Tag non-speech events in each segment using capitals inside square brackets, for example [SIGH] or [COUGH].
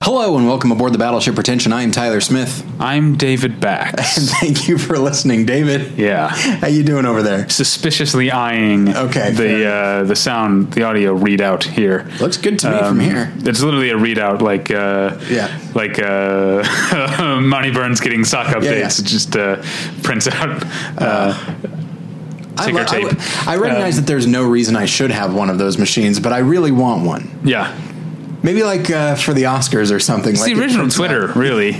Hello and welcome aboard the Battleship Pretension. I am Tyler Smith. [LAUGHS] I'm David Bax. And thank you for listening, David. yeah. How you doing over there? Suspiciously eyeing Okay, the uh, the sound, the audio readout here. Looks good to me from here. It's literally a readout like uh, Yeah. like uh, [LAUGHS] Monty Burns getting sock updates. yeah. It just uh, prints out. Uh, ticker I, lo- I tape. lo- I recognize that there's no reason I should have one of those machines, but I really want one. yeah, Maybe like uh, for the Oscars or something. it's like the it original prints [LAUGHS] Twitter, really.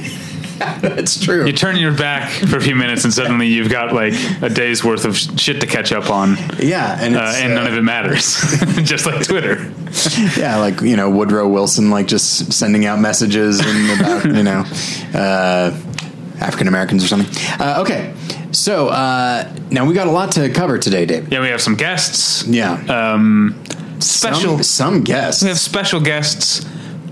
out. That's true. You turn your back for a few minutes, and suddenly you've got like a day's worth of sh- shit to catch up on, uh, yeah, and, it's, uh, and uh, none of it matters. [LAUGHS] just like Twitter. [LAUGHS] yeah, like you know Woodrow Wilson, like just sending out messages and [LAUGHS] about you know uh, African Americans or something. Uh, okay, so uh, now we got a lot to cover today, David. Yeah, we have some guests. Yeah, Um, Some- special. some, guests. We have special guests.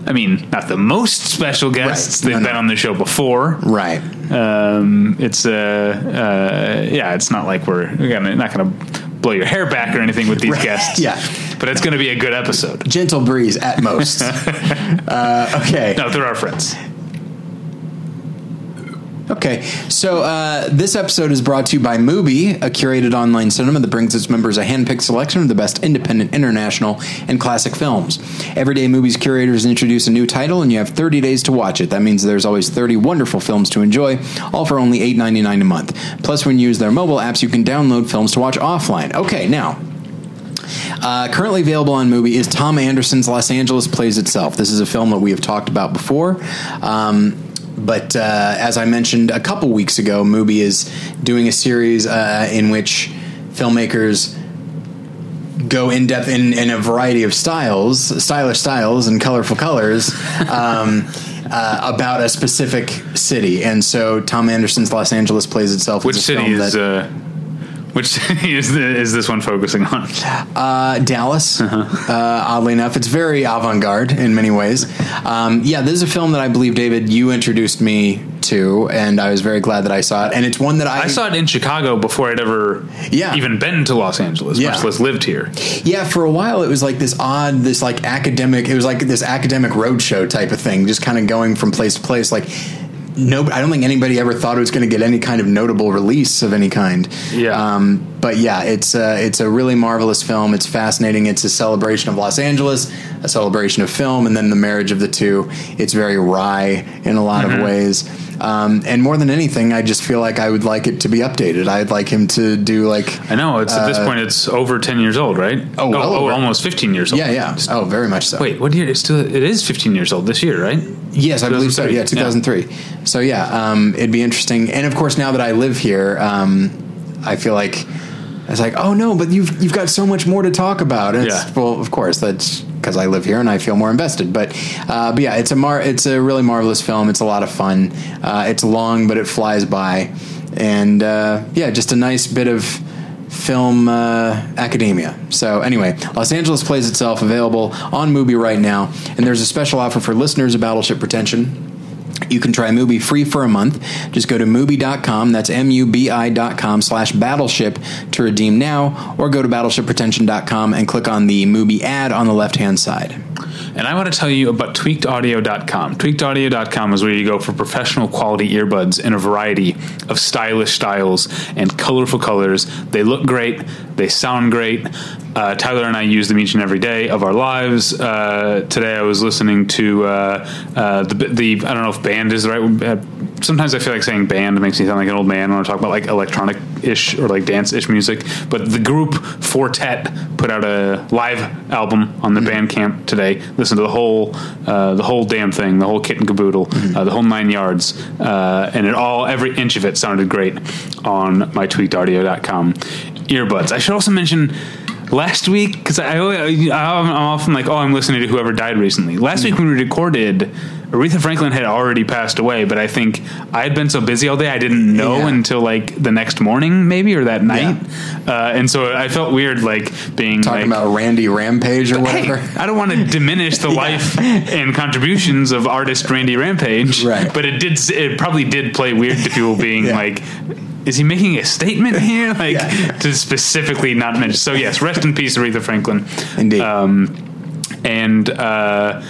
I mean, not the most special guests. Right. No, They've been no. on the show before. Right. Um, it's uh, uh, yeah, it's not like we're, we're gonna, not going to blow your hair back or anything with these Right. guests. Yeah. but it's going to be a good episode. Gentle breeze at [LAUGHS] most. uh, okay. No, they're our friends. Okay. So uh, this episode is brought to you by Mubi, a curated online cinema that brings its members a hand-picked selection of the best independent, international, and classic films. Every day, Mubi's curators introduce a new title, and you have 30 days to watch it. That means there's always 30 wonderful films to enjoy, all for only $8.99 a month. Plus, when you use their mobile apps, you can download films to watch offline. Okay, now Uh, currently available on Mubi is Tom Anderson's Los Angeles Plays Itself. This is a film that we have talked about before. Um, but uh, as I mentioned a couple weeks ago, Mubi is doing a series uh, in which filmmakers go in depth in, in a variety of styles, stylish styles, and colorful colors um, [LAUGHS] uh, about a specific city. And so Tom Anderson's Los Angeles Plays Itself. Which is a city film is that, uh, which [LAUGHS] city is, the, is this one focusing on? uh, Dallas. uh oddly enough, it's very avant-garde in many ways. Um, yeah, this is a film that I believe David you introduced me to, and I was very glad that I saw it. And it's one that I, I saw it in Chicago before I'd ever Yeah. even been to Los Angeles, Yeah. much less lived here. Yeah, for a while it was like this odd, this like academic. It was like this academic roadshow type of thing, just kind of going from place to place. Like no, I don't think anybody ever thought it was going to get any kind of notable release of any kind. Yeah. Um, but yeah, it's a, it's a really marvelous film. It's fascinating. It's a celebration of Los Angeles, a celebration of film, and then the marriage of the two. It's very wry in a lot Mm-hmm. of ways. Um, and more than anything, I just feel like I would like it to be updated. I'd like him to do like I know. It's at this point, it's over ten years old, right? Oh, well Uh, oh, over. almost fifteen years old. yeah, yeah. Oh, very much so. Wait, what year? It's still, it is fifteen years old this year, right? Yes, I believe so. Yeah, 2003. 2003. So yeah, um, it'd be interesting. And of course, now that I live here, um, I feel like it's like, oh no, but you've you've got so much more to talk about. And it's, Yeah. Well, of course, that's because I live here and I feel more invested. But uh, but yeah, it's a mar- it's a really marvelous film. It's a lot of fun. Uh, it's long, but it flies by. And uh, yeah, just a nice bit of film uh, academia. So anyway, Los Angeles plays itself available on Mubi right now, and there's a special offer for listeners of Battleship Pretension. You can try Mubi free for a month. Just go to Mubi.com, that's M-U-B-I dot com slash Battleship to redeem now, or go to BattleshipRetention.com and click on the Mubi ad on the left-hand side. And I want to tell you about tweakedaudio.com. Tweakedaudio.com is where you go for professional quality earbuds in a variety of stylish styles and colorful colors. They look great, they sound great. Uh, Tyler and I use them each and every day of our lives. Uh, today I was listening to uh, uh, the, the, I don't know if band is the right word. Uh, sometimes I feel like saying band makes me sound like an old man when I talk about like electronic ish or like dance ish music. But the group Fortet put out a live album on the Bandcamp today. Listen to the whole uh, the whole damn thing, the whole kit and caboodle, uh, the whole nine yards, uh, and it all every inch of it sounded great on my tweakedaudio.com earbuds. I should also mention. Last week, because I, always- I, I'm often like, oh, I'm listening to whoever died recently. Last week when we recorded, Aretha Franklin had already passed away, but I think I had been so busy all day I didn't know Yeah. until like the next morning, maybe or that night, uh, and so I felt weird, like being Talking like, about Randy Rampage or Hey, whatever. I don't want to [LAUGHS] diminish the life and contributions of artist Randy Rampage, Right. but it did. s- It probably did play weird to people being Yeah. like. Is he making a statement here? [LAUGHS] Like Yeah. to specifically not mention. So Um, yes, rest in peace, Aretha Franklin Indeed. um, and uh,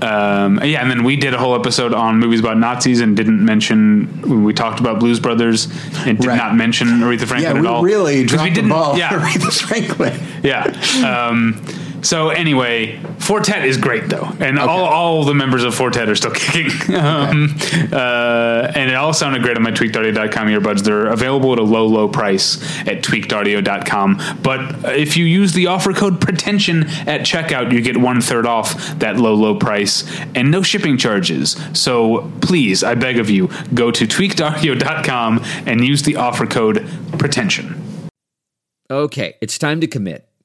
Um, yeah, and then we did a whole episode on movies about Nazis and didn't mention. We talked about Blues Brothers and did Right. not mention Aretha Franklin yeah, at we all. really 'Cause dropped we didn't. the ball [LAUGHS] for Yeah, Aretha Franklin. yeah. Um, so anyway, Fortet is great though, and all, all the members of Fortet are still [LAUGHS] kicking. Um, uh, and it all sounded great on my tweakedaudio.com earbuds. They're available at a low, low price at tweakedaudio.com. But if you use the offer code pretension at checkout, you get one third off that low, low price and no shipping charges. So please, I beg of you, go to tweakedaudio.com and use the offer code pretension. Okay, it's time to commit.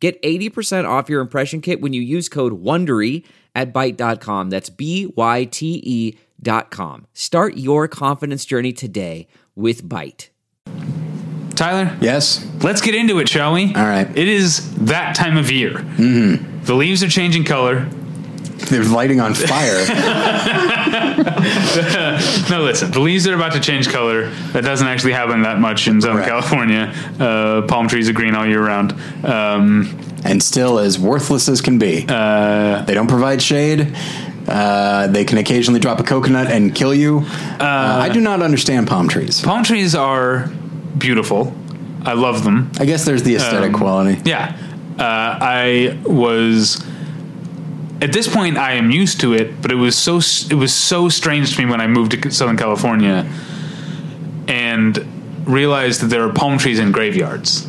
Get 80% off your impression kit when you use code WONDERY at Byte.com. That's B-Y-T-E E dot com. Start your confidence journey today with Byte. Tyler? Yes. Let's get into it, shall we? All right. It is that time of year. Mm-hmm. The leaves are changing color. They're lighting [LAUGHS] on fire. No, listen. The leaves are about to change color. That doesn't actually happen that much in Southern Correct. California. Uh, palm trees are green all year round. Um, and still as worthless as can be. Uh, they don't provide shade. Uh, they can occasionally drop a coconut and kill you. Uh, I do not understand palm trees. palm trees are beautiful. I love them. I guess there's the aesthetic Um, quality. Yeah. Uh, I was at this point I am used to it, but it was so it was so strange to me when I moved to Southern California and realized that there are palm trees in graveyards.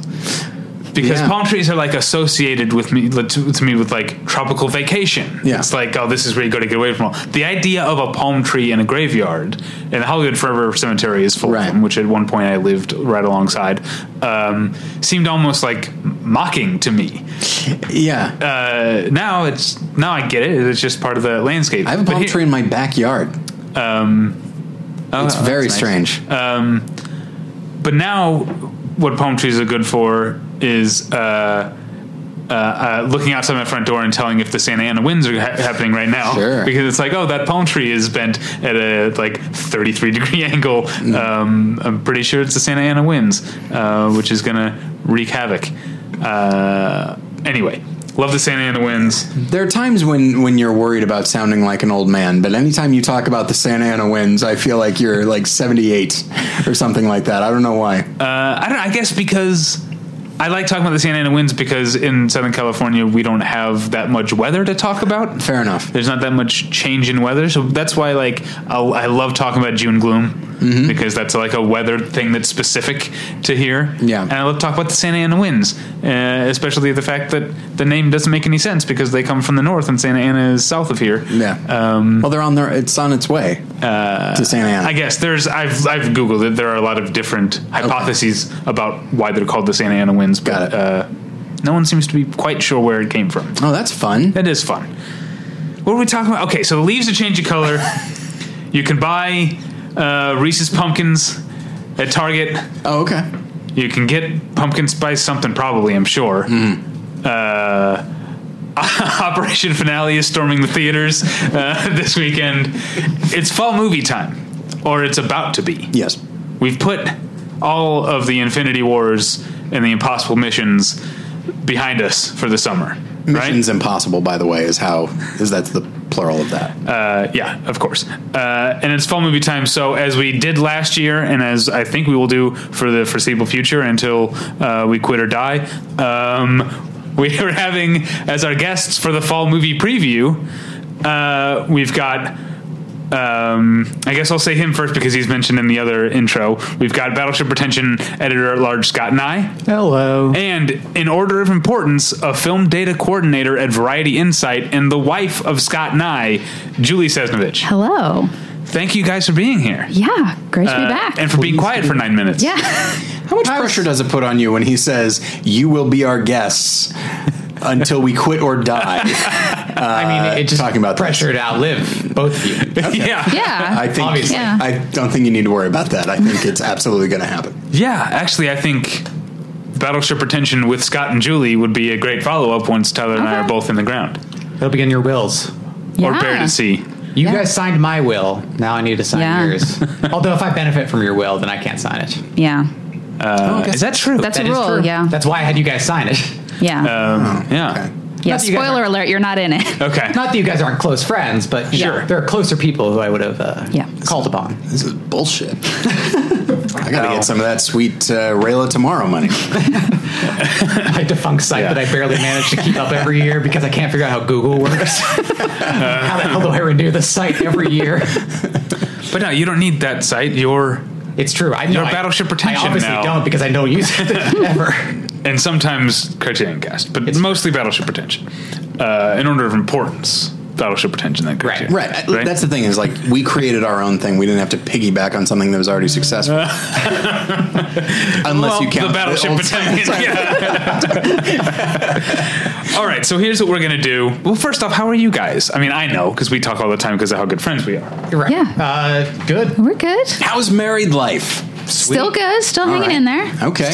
Because Yeah. palm trees are like associated with me to, to me with like tropical vacation. Yeah. It's like oh this is where you go to get away from all. The idea of a palm tree in a graveyard and Hollywood Forever Cemetery is full Right. of them, which at one point I lived right alongside, um, seemed almost like mocking to me. Yeah. Uh, now it's now I get it. It's just part of the landscape. I have a But palm here- tree in my backyard. Oh, It's oh, very that's nice. strange. But now, what palm trees are good for is. Uh, uh, uh, looking outside my front door and telling if the Santa Ana winds are ha- happening right now, Sure. because it's like, oh, that palm tree is bent at a like 33 [LAUGHS] degree angle. Um, I'm pretty sure it's the Santa Ana winds, uh, which is gonna wreak havoc. Uh, anyway, love the Santa Ana winds. there are times when, when you're worried about sounding like an old man, but anytime you talk about the Santa Ana winds, I feel like you're like 78 [LAUGHS] or something like that. I don't know why. Uh, I don't. I guess because I like talking about the Santa Ana winds because in Southern California we don't have that much weather to talk about. Fair enough. There's not that much change in weather, so that's why like I'll, I love talking about June gloom Mm-hmm. because that's like a weather thing that's specific to here. Yeah. and I love to talk about the Santa Ana winds, uh, especially the fact that the name doesn't make any sense because they come from the north and Santa Ana is south of here. Yeah. well, they're on their. It's on its way to Santa Ana. Um, uh, I guess there's I've I've googled it. There are a lot of different hypotheses about why they're called the Santa Ana winds, but Got it. Uh, no one seems to be quite sure where it came from. oh, that's fun. That is fun. What are we talking about? Okay, so the leaves are changing color. you can buy uh, Reese's pumpkins at Target. Oh, okay. You can get pumpkin spice something probably. I'm sure. Uh, [LAUGHS] Operation Finale is storming the theaters uh, [LAUGHS] this weekend. It's fall movie time, or it's about to be Yes. we've put all of the Infinity Wars and the Impossible missions behind us for the summer, Mission's impossible, by the way, is how is that's the plural of that. right? Uh, yeah, of course. Uh, and it's fall movie time. So as we did last year, and as I think we will do for the foreseeable future until uh, we quit or die, um, [LAUGHS] we are having as our guests for the fall movie preview. Uh, we've got um, I guess I'll say him first because he's mentioned in the other intro. We've got Battleship Retention editor at large Scott Nye. Hello. And in order of importance, a film data coordinator at Variety Insight and the wife of Scott Nye, Julie Sesnovich. Hello. Thank you guys for being here. Yeah, great to be Uh, back. and for being quiet for nine minutes. yeah. [LAUGHS] How much pressure does it put on you when [LAUGHS] he says, "You will be our guests until we quit or die"? I mean, it just talking about this. pressure to outlive both of you. [LAUGHS] [LAUGHS] Yeah. I Yeah. think Obviously. Yeah. I don't think you need to worry about that. I think it's absolutely going to happen. Yeah, actually, I think Battleship Retention with Scott and Julie would be a great follow up once Tyler and I Okay. are both in the ground It'll be in your wills. or Yeah. buried at sea. You Yeah. guys signed my will. Now I need to sign Yeah. [LAUGHS] yours. Although if I benefit from your will, then I can't sign it. Yeah. Uh, is that true? That's That a is rule. true. Yeah. That's why I had you guys sign it. [LAUGHS] yeah. um, yeah. yeah. Not that you guys Spoiler alert, you're not in it. Okay. Not that you guys aren't close friends, but sure, Yeah. there are closer people who I would have uh, Yeah. called upon. [LAUGHS] This is bullshit. [LAUGHS] I got to Ow. get some of that sweet uh, Rayla tomorrow money. My defunct site Yeah. that I barely manage to keep up every year because I can't figure out how Google [LAUGHS] works. how the hell do I renew the site every year? But no, you don't need that site. You're It's true. I know You're I- Battleship I Retention obviously now. don't because I don't use [LAUGHS] it ever. and sometimes Criterion Cast, but mostly Battleship Retention. Uh, in order of importance, Battleship Retention than Criterion. Right. That's the thing is like we created our own thing. We didn't have to piggyback on something that was already successful. [LAUGHS] Unless Well, you count the Battleship old- [LAUGHS] Battalion. yeah. [LAUGHS] all right, so here's what we're gonna do. Well, first off, how are you guys? I mean, I know because we talk all the time because of how good friends we are. You're right. Yeah. Uh, good. We're good. How's married life? Still good. Still hanging right. in there. Okay.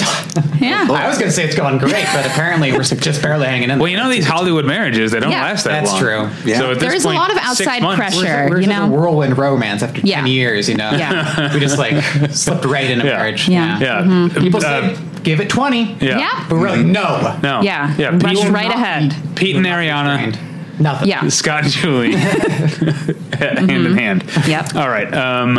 Yeah. I was going to say it's going great, but apparently we're just barely hanging in. Well, you know these Hollywood marriages, they don't Yeah. last that That's long. true. Yeah. So at There this is a point, lot of six outside months- pressure. We're you just know? in a whirlwind romance after Yeah. 10 years, you know? Yeah. [LAUGHS] we just like slipped right into Yeah. marriage. Yeah. Yeah. People Uh, say, give it 20. yeah. Yeah. But really, no. No. Yeah. Yeah. Rush Pete, right ahead. Pete and Ariana. Nothing. Yeah. Scott and [LAUGHS] Julie, Mm-hmm. hand in hand. Yep. All right. Um,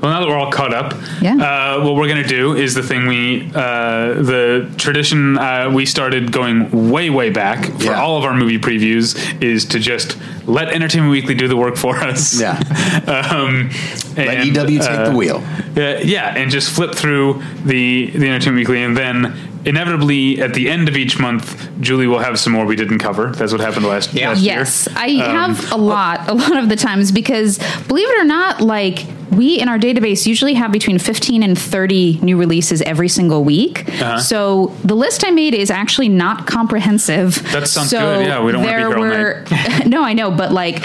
well, now that we're all caught up, Yeah. uh, what we're going to do is the thing we, uh, the tradition uh, we started going way, way back for Yeah. all of our movie previews is to just let Entertainment Weekly do the work for us. Yeah. [LAUGHS] um, Let and, EW take uh, the wheel. uh, yeah, and just flip through the the Entertainment Weekly, and then inevitably at the end of each month, Julie will have some more we didn't cover. That's what happened last, Yeah. last year. Um, Yes, I have a lot, a lot of the times because believe it or not, like we in our database usually have between 15 and 30 new releases every single week. Uh-huh. So the list I made is actually not comprehensive. That sounds good. Yeah, we don't wanna be there here all were, [LAUGHS] no, I know, but like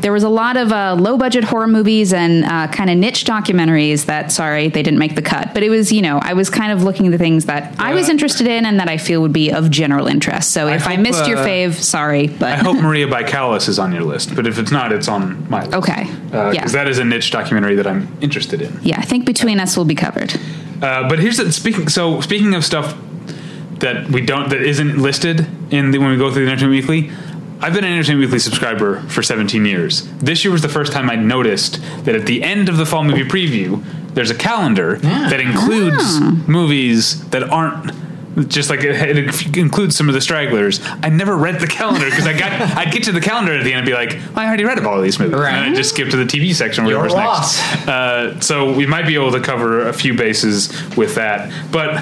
there was a lot of uh, low budget horror movies and uh, kind of niche documentaries that, sorry, they didn't make the cut. But it was, you know, I was kind of looking at the things that I was interested in and that I feel would be of general interest. So if I hope, missed your uh, fave, sorry, but. I hope Maria by Callas is on your list, but if it's not, it's on my list. Okay. Because Yeah. that Uh, is a niche documentary that I'm interested in. Yeah, I think between us we'll be covered. Uh, but here's the speaking. So speaking of stuff that we don't that isn't listed in the, when we go through the Entertainment Weekly, I've been an Entertainment Weekly subscriber for 17 years. This year was the first time I noticed that at the end of the fall movie preview, there's a calendar that includes movies that aren't. Just like it, it includes some of the stragglers, I never read the calendar because I got I'd get to the calendar at the end and be like, well, I already read about all these movies, and then I Right. just skip to the TV section where You're whatever's next. lost. Uh, so we might be able to cover a few bases with that, but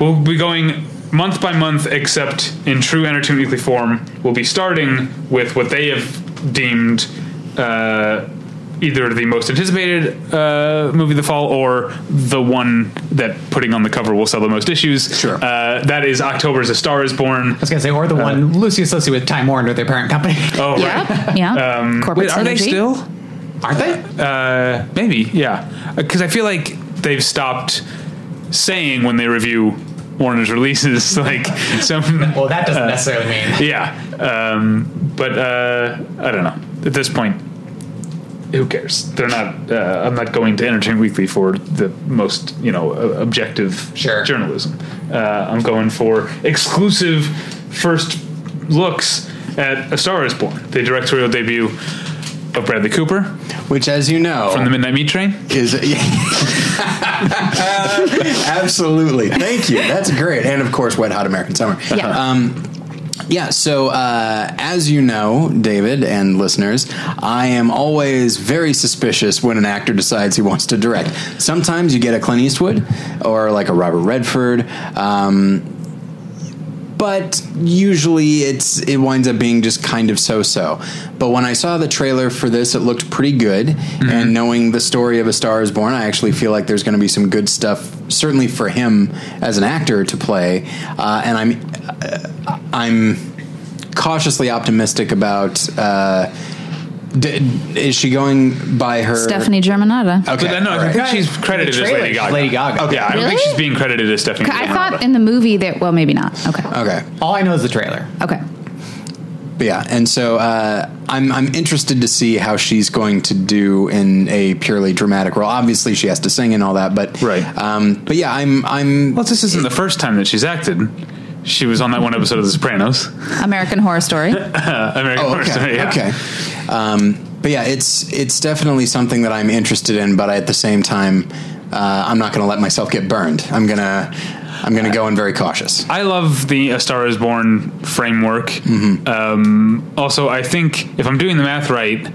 we'll be going month by month, except in true Entertainment Weekly form. We'll be starting with what they have deemed uh, either the most anticipated uh, movie of the fall or the one that putting on the cover will sell the most issues. Sure. Uh, that is October's A Star Is Born. I was going to say, or the one loosely associated with Time Warner, their parent company. Uh, Oh, right. [LAUGHS] Yeah, yeah. Corporate Wait, are they synergy. still? [LAUGHS] Aren't they? Uh, maybe, yeah. Because I feel like they've stopped saying when they review Warner's releases, [LAUGHS] like some. Well, that doesn't necessarily mean. Yeah, um, but uh, I don't know. At this point, who cares? They're not. Uh, I'm not going to Entertainment Weekly for the most you know uh, objective Sure. journalism. Uh, I'm going for exclusive first looks at A Star Is Born, the directorial debut of Bradley Cooper Which, as you know, from the Midnight Meat Train. [LAUGHS] is absolutely. Thank you. That's great. And of course, Wet Hot American Summer. Yeah. Um, yeah. So, uh, as you know, David and listeners, I am always very suspicious when an actor decides he wants to direct. Sometimes you get a Clint Eastwood or like a Robert Redford. Um, but usually it's it winds up being just kind of so-so. But when I saw the trailer for this, it looked pretty good. Mm-hmm. And knowing the story of A Star Is Born, I actually feel like there's going to be some good stuff, certainly for him as an actor to play. Uh, and I'm, uh, I'm cautiously optimistic about. Uh, d- is she going by her Stephanie Germanata. Okay, But I know, I alright. think she's credited as Lady Trailers, Gaga. Lady Gaga. Yeah, I don't think Really? she's being credited as Stephanie. I Germanata. thought in the movie that well maybe not. Okay. Okay, All I know is the trailer. Okay. But yeah, and so uh, I'm I'm interested to see how she's going to do in a purely dramatic role. Obviously, she has to sing and all that, but Right. Um, but yeah, I'm [LAUGHS] I'm Well, this isn't the first time that she's acted. She was on that one episode of The Sopranos. [LAUGHS] American Horror Story. Uh, American oh, Horror Story. okay Yeah. okay. Um, but yeah, it's it's definitely something that I'm interested in. But at the same time, uh, I'm not going to let myself get burned. I'm gonna I'm gonna go in very cautious. I love the A Star Is Born framework. Mm-hmm. Um, also, I think if I'm doing the math right,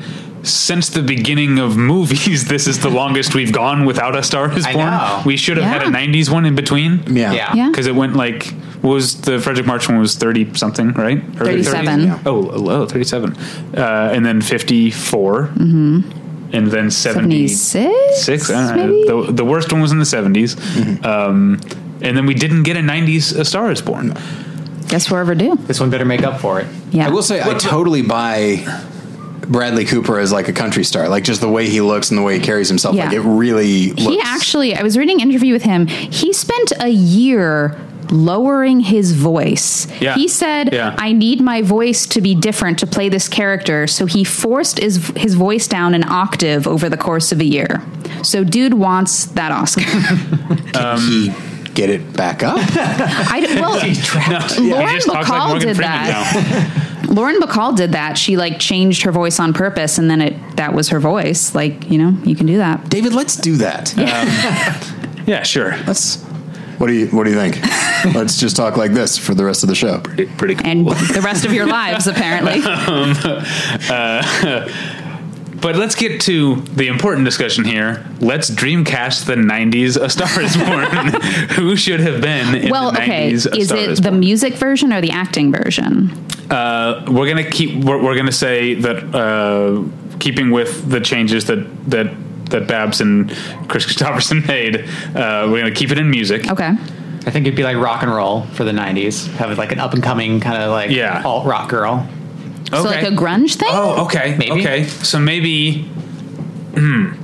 since the beginning of movies, [LAUGHS] this is the longest we've gone without A Star Is I Born. know. We should have had a Yeah. '90s one in between. Yeah. Yeah. Yeah. because it went like what was the Frederick March one was thirty something, right? Early 30s? 37. Yeah. Oh, low thirty-seven, uh, and then 54 Mm-hmm. and then seventy-six. 76? I don't maybe? know. The, the worst one was in the 70s um, and then we didn't get a nineties A Star Is Born. Guess we're overdue. This one better make up for it. Yeah. I will say I totally buy Bradley Cooper as like a country star. Like just the way he looks and the way he carries himself. Yeah. Like it really. Looks, He actually, I was reading an interview with him. He spent a year lowering his voice. Yeah. He said, Yeah. "I need my voice to be different to play this character." So he forced his his voice down an octave over the course of a year. So dude wants that Oscar. [LAUGHS] he get it back up. I d- well, He Lauren just talks like Bacall Morgan did Freeman that. now. Lauren Bacall did that. She like changed her voice on purpose, and then it that was her voice. Like you know, you can do [LAUGHS] that. David, let's do that. Um, Yeah, sure. Let's. What do you What do you think? [LAUGHS] let's just talk like this for the rest of the show. Pretty, pretty cool. [LAUGHS] And the rest of your lives, apparently. But let's get to the important discussion here. Let's dreamcast the 90s A Star Is [LAUGHS] Born. [LAUGHS] Who should have been in well, the 90s okay. A Is Star it Is the Born? music version or the acting version? Uh, we're going to keep we're, we're going to say that uh, keeping with the changes that that that Babs and Chris Christopherson [LAUGHS] made, uh, we're going to keep it in music. Okay. I think it'd be like rock and roll for the 90s. Have like an up and coming kind of like Yeah. alt rock girl. So like a grunge thing? Oh, okay. Maybe. Okay. So maybe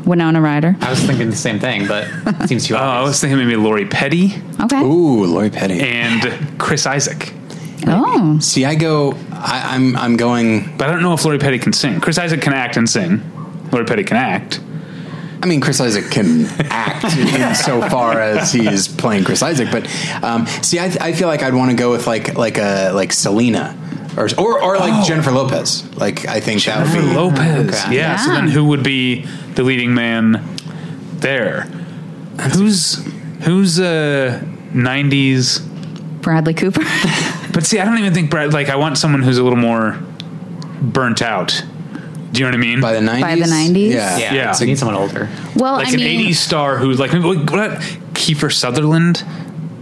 Winona Ryder. I was thinking the same thing, but it seems too oh, I was obvious. thinking maybe Lori Petty Okay. Ooh, Lori Petty. and Chris Isaac. Oh. See, I go. I, I'm I'm going. But I don't know if Lori Petty can sing. Chris Isaac can act and sing. Lori Petty can act. I mean, Chris Isaac can [LAUGHS] act in so far as he is playing Chris Isaac, but um, see, I, I feel like I'd want to go with like like a like Selena or or, or like Jennifer Lopez. Like I think that would be Oh. Lopez. Okay. Yeah, So Yeah. then who would be the leading man there? Who's who's uh 90s? Bradley Cooper. [LAUGHS] But see, I don't even think Brad. Like, I want someone who's a little more burnt out. Do you know what I mean? by the nineties. 90s? Yeah. Yeah, Yeah. so you need someone older. well, like I an mean, '80s star who's like what, what Kiefer Sutherland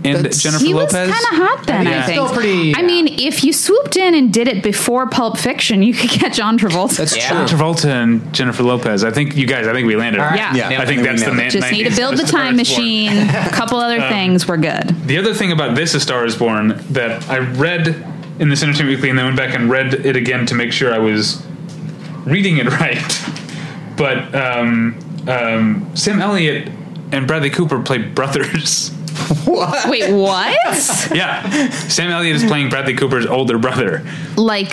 and That's- Jennifer he Lopez. was kind of hot then. Yeah. I think. Still pretty- I mean, if you swooped in and did it before Pulp Fiction, you could get John Travolta. That's Yeah. true. John Travolta and Jennifer Lopez. I think you guys. I think we landed. All right. Yeah. Yeah. I think that's the Um, man. [LAUGHS] Just need to 90s build the Star time is Born. [LAUGHS] machine. A couple other things. We're good. The other thing about this A Star Is Born that I read in this Entertainment Weekly and then went back and read it again to make sure I was reading it [LAUGHS] right. But um, um, Sam Elliott and Bradley Cooper play brothers. [LAUGHS] Wait, what? yeah, Sam Elliott is playing Bradley Cooper's older brother. like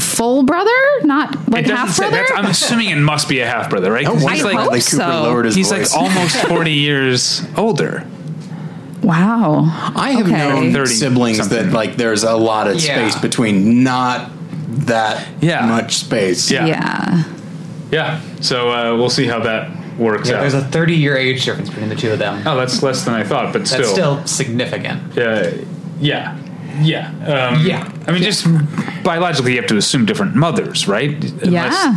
full brother, not like doesn't half say- brother. that's- I'm assuming it must be a half brother, right? 'Cause wonder he's I like hope Bradley Cooper so. lowered his he's voice. like almost forty years older. Wow. I have Okay. known 30 siblings something. that like there's a lot of Yeah. space between not that Yeah. much space. Yeah. yeah. Yeah. So uh, we'll see how that works Yeah, out. there's a 30 year age difference between the two of them. oh, that's less than I thought, but That's still significant. Uh, yeah. Yeah. Um, Yeah. I mean, just biologically, you have to assume different mothers, right? Unless- yeah.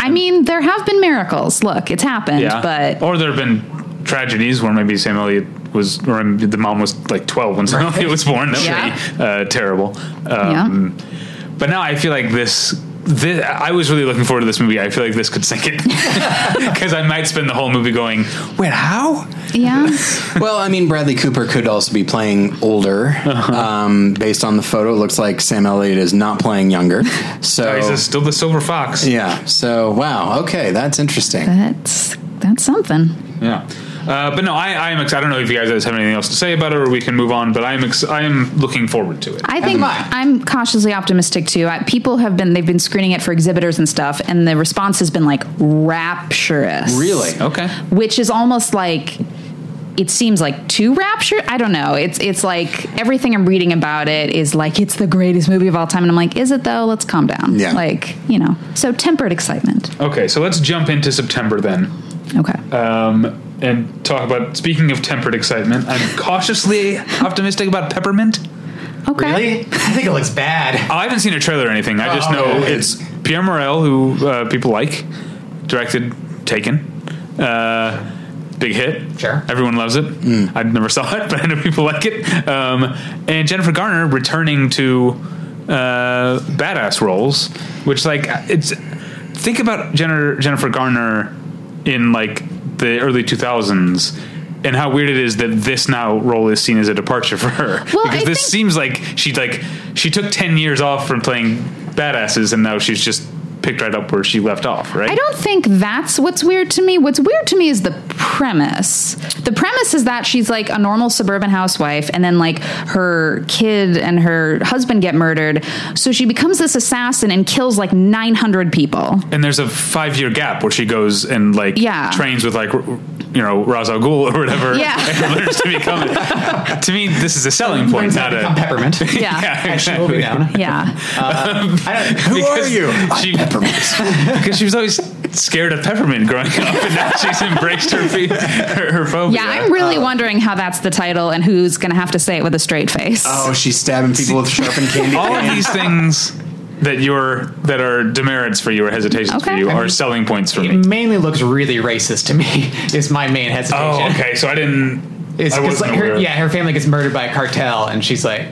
I mean, there have been miracles. Look, it's happened, Yeah. but or there have been tragedies where maybe Sam Elliott was, or the mom was like 12 when Sam Oh, um, Elliott was born. That would be uh, terrible. Um, But now I feel like this thi- I was really looking forward to this movie. I feel like this could sink [LAUGHS] it [LAUGHS] because I might spend the whole movie going, "Wait, how?" Yeah. well, I mean, Bradley Cooper could also be playing older. Um, based on the photo, it looks like Sam Elliott is not playing younger. So, He's still the silver fox. yeah. So, wow. Okay, that's interesting. That's that's something. Yeah. Uh, but no, I, I am. Ex- I don't know if you guys have anything else to say about it, or we can move on. But I am. Ex- I am looking forward to it. I think I'm cautiously optimistic too. I, people have been they've been screening it for exhibitors and stuff, and the response has been like rapturous. Really? okay. Which is almost like it seems like too rapture. I don't know. It's it's like everything I'm reading about it is like it's the greatest movie of all time, and I'm like, is it though? Let's calm down. Yeah. Like you know, so tempered excitement. Okay. So let's jump into September then, Okay. um, and talk about. Speaking of tempered excitement, I'm cautiously optimistic about Peppermint. okay. Really? I think it looks [LAUGHS] bad. I haven't seen a trailer or anything. I just Oh, know okay. it's Pierre Morel, who uh, people like, directed Taken. Uh, big hit. Sure. Hmm. Everyone loves it. I never [LAUGHS] saw it, but I know people like it. Um, and Jennifer Garner returning to uh, badass roles, which, like, it's. Think about Jenner, Jennifer Garner in, like, the early 2000s. And how weird it is that this now role is seen as a departure for her Well, because I this think- seems like she like she took 10 years off from playing badasses and now she's just picked right up where she left off right I don't think that's what's weird to me. What's weird to me is the premise. The premise is that she's like a normal suburban housewife, and then like her kid and her husband get murdered. So she becomes this assassin and kills like 900 people. and there's a five year gap where she goes and like Yeah. trains with like r- you know Ra's al Ghul or whatever Yeah. [LAUGHS] and learns to become to me this is a selling point Learns how not to [LAUGHS] become a [LAUGHS] peppermint. Yeah. And she will be down. [LAUGHS] Yeah. Oh, I don't, Who are Because you? [LAUGHS] she- I'm [LAUGHS] Peppermint. because she was always scared of peppermint growing up and now she's embraced her fe- her, her phobia Yeah, I'm really Oh. wondering how that's the title and who's going to have to say it with a straight face. oh, she's stabbing people with sharpened candy. all of these things that you're that are demerits for you or hesitations for Okay. you are selling points for me it mainly looks really racist to me. [LAUGHS] Is my main hesitation. Oh, okay. So I didn't. It's I 'cause, wasn't like, her, aware. yeah, her family gets murdered by a cartel, and she's like,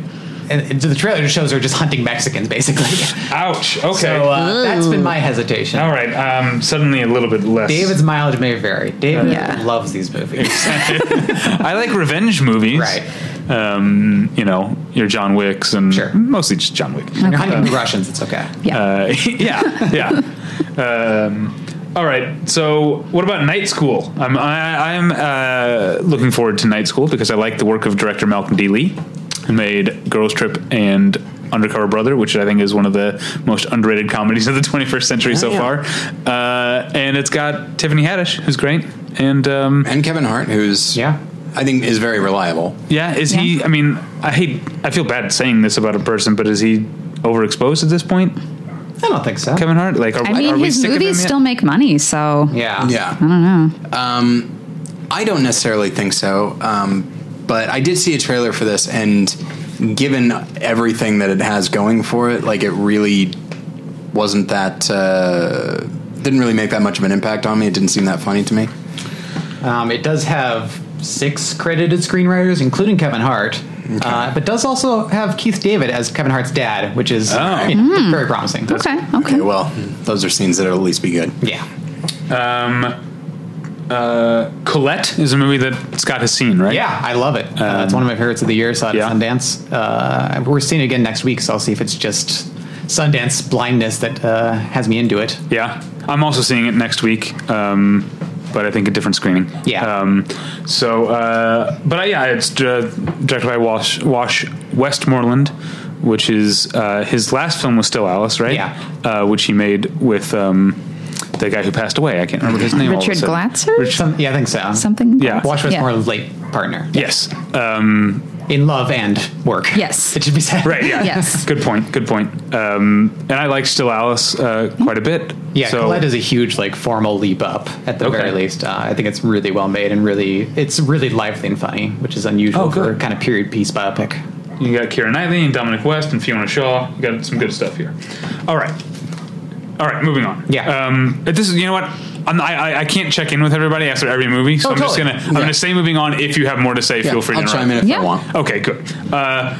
and and the trailer just shows her just hunting Mexicans, basically. Ouch. Okay. So uh, that's been my hesitation. All right. Um. Suddenly a little bit less. David's mileage may vary. David Yeah. loves these movies. I like revenge movies. Right. Um. You know, your John Wicks and Sure. mostly just John Wick. When you're [LAUGHS] hunting the Russians, it's okay. yeah. Uh, [LAUGHS] yeah. Yeah. um. All right. So, what about Night School? I'm I, I'm uh, looking forward to Night School because I like the work of director Malcolm D. Lee, who made Girls Trip and Undercover Brother, which I think is one of the most underrated comedies of the [LAUGHS] 21st century so yeah. far. Uh, and it's got Tiffany Haddish, who's great, and um, and Kevin Hart, who's Yeah. I think is very reliable. yeah, is he? I mean, I hate. I feel bad saying this about a person, but is he overexposed at this point? I don't think so. Kevin Hart, like, are, I are mean, we his sick of him movies yet? still make money, so Yeah. Yeah. I don't know. Um, I don't necessarily think so. Um, but I did see a trailer for this, and given everything that it has going for it, like it really wasn't that. Uh, didn't really make that much of an impact on me. It didn't seem that funny to me. Um, it does have six credited screenwriters, including Kevin Hart, uh, but does also have Keith David as Kevin Hart's dad, which is Oh. you know, very promising. Mm. okay, okay. Okay, well, those are scenes that'll at least be good. Yeah. Colette is a movie that Scott has seen, right? Yeah, I love it. Uh, it's one of my favorites of the year. Saw it yeah. at Sundance. Uh, we're seeing it again next week, so I'll see if it's just Sundance blindness that uh, has me into it. Yeah, I'm also seeing it next week, um, but I think a different screening. Yeah. Um, so, uh, but uh, yeah, it's uh, directed by Wash, Wash Westmoreland, which is uh, his last film was still Alice, right? Yeah. Uh, which he made with um, the guy who passed away. I can't remember his name. all of a Richard sudden. Glatzer? Rich- Some, yeah, I think so. Something. Yeah. Wash Yeah. Westmoreland's late partner Yes. Um, in love and work. Yes. [LAUGHS] it should be said. right. Yeah. [LAUGHS] Yes. Good point. Good point. Um, and I like Still Alice uh, quite a bit. Yeah, So- Colette is a huge like formal leap up at the Okay. very least. Uh, I think it's really well made and really it's really lively and funny, which is unusual Oh, for good. a kind of period piece biopic. You got Kira Knightley and Dominic West and Fiona Shaw. You got some good stuff here. All right. All right, moving on. Yeah. Um, but this is you know what I'm, I I- I can't check in with everybody after every movie, so Oh, I'm just totally. gonna I'm gonna say moving on. If you have more to say, Yeah, feel free I'll to chime in if Yeah. I want. Okay, good. Uh,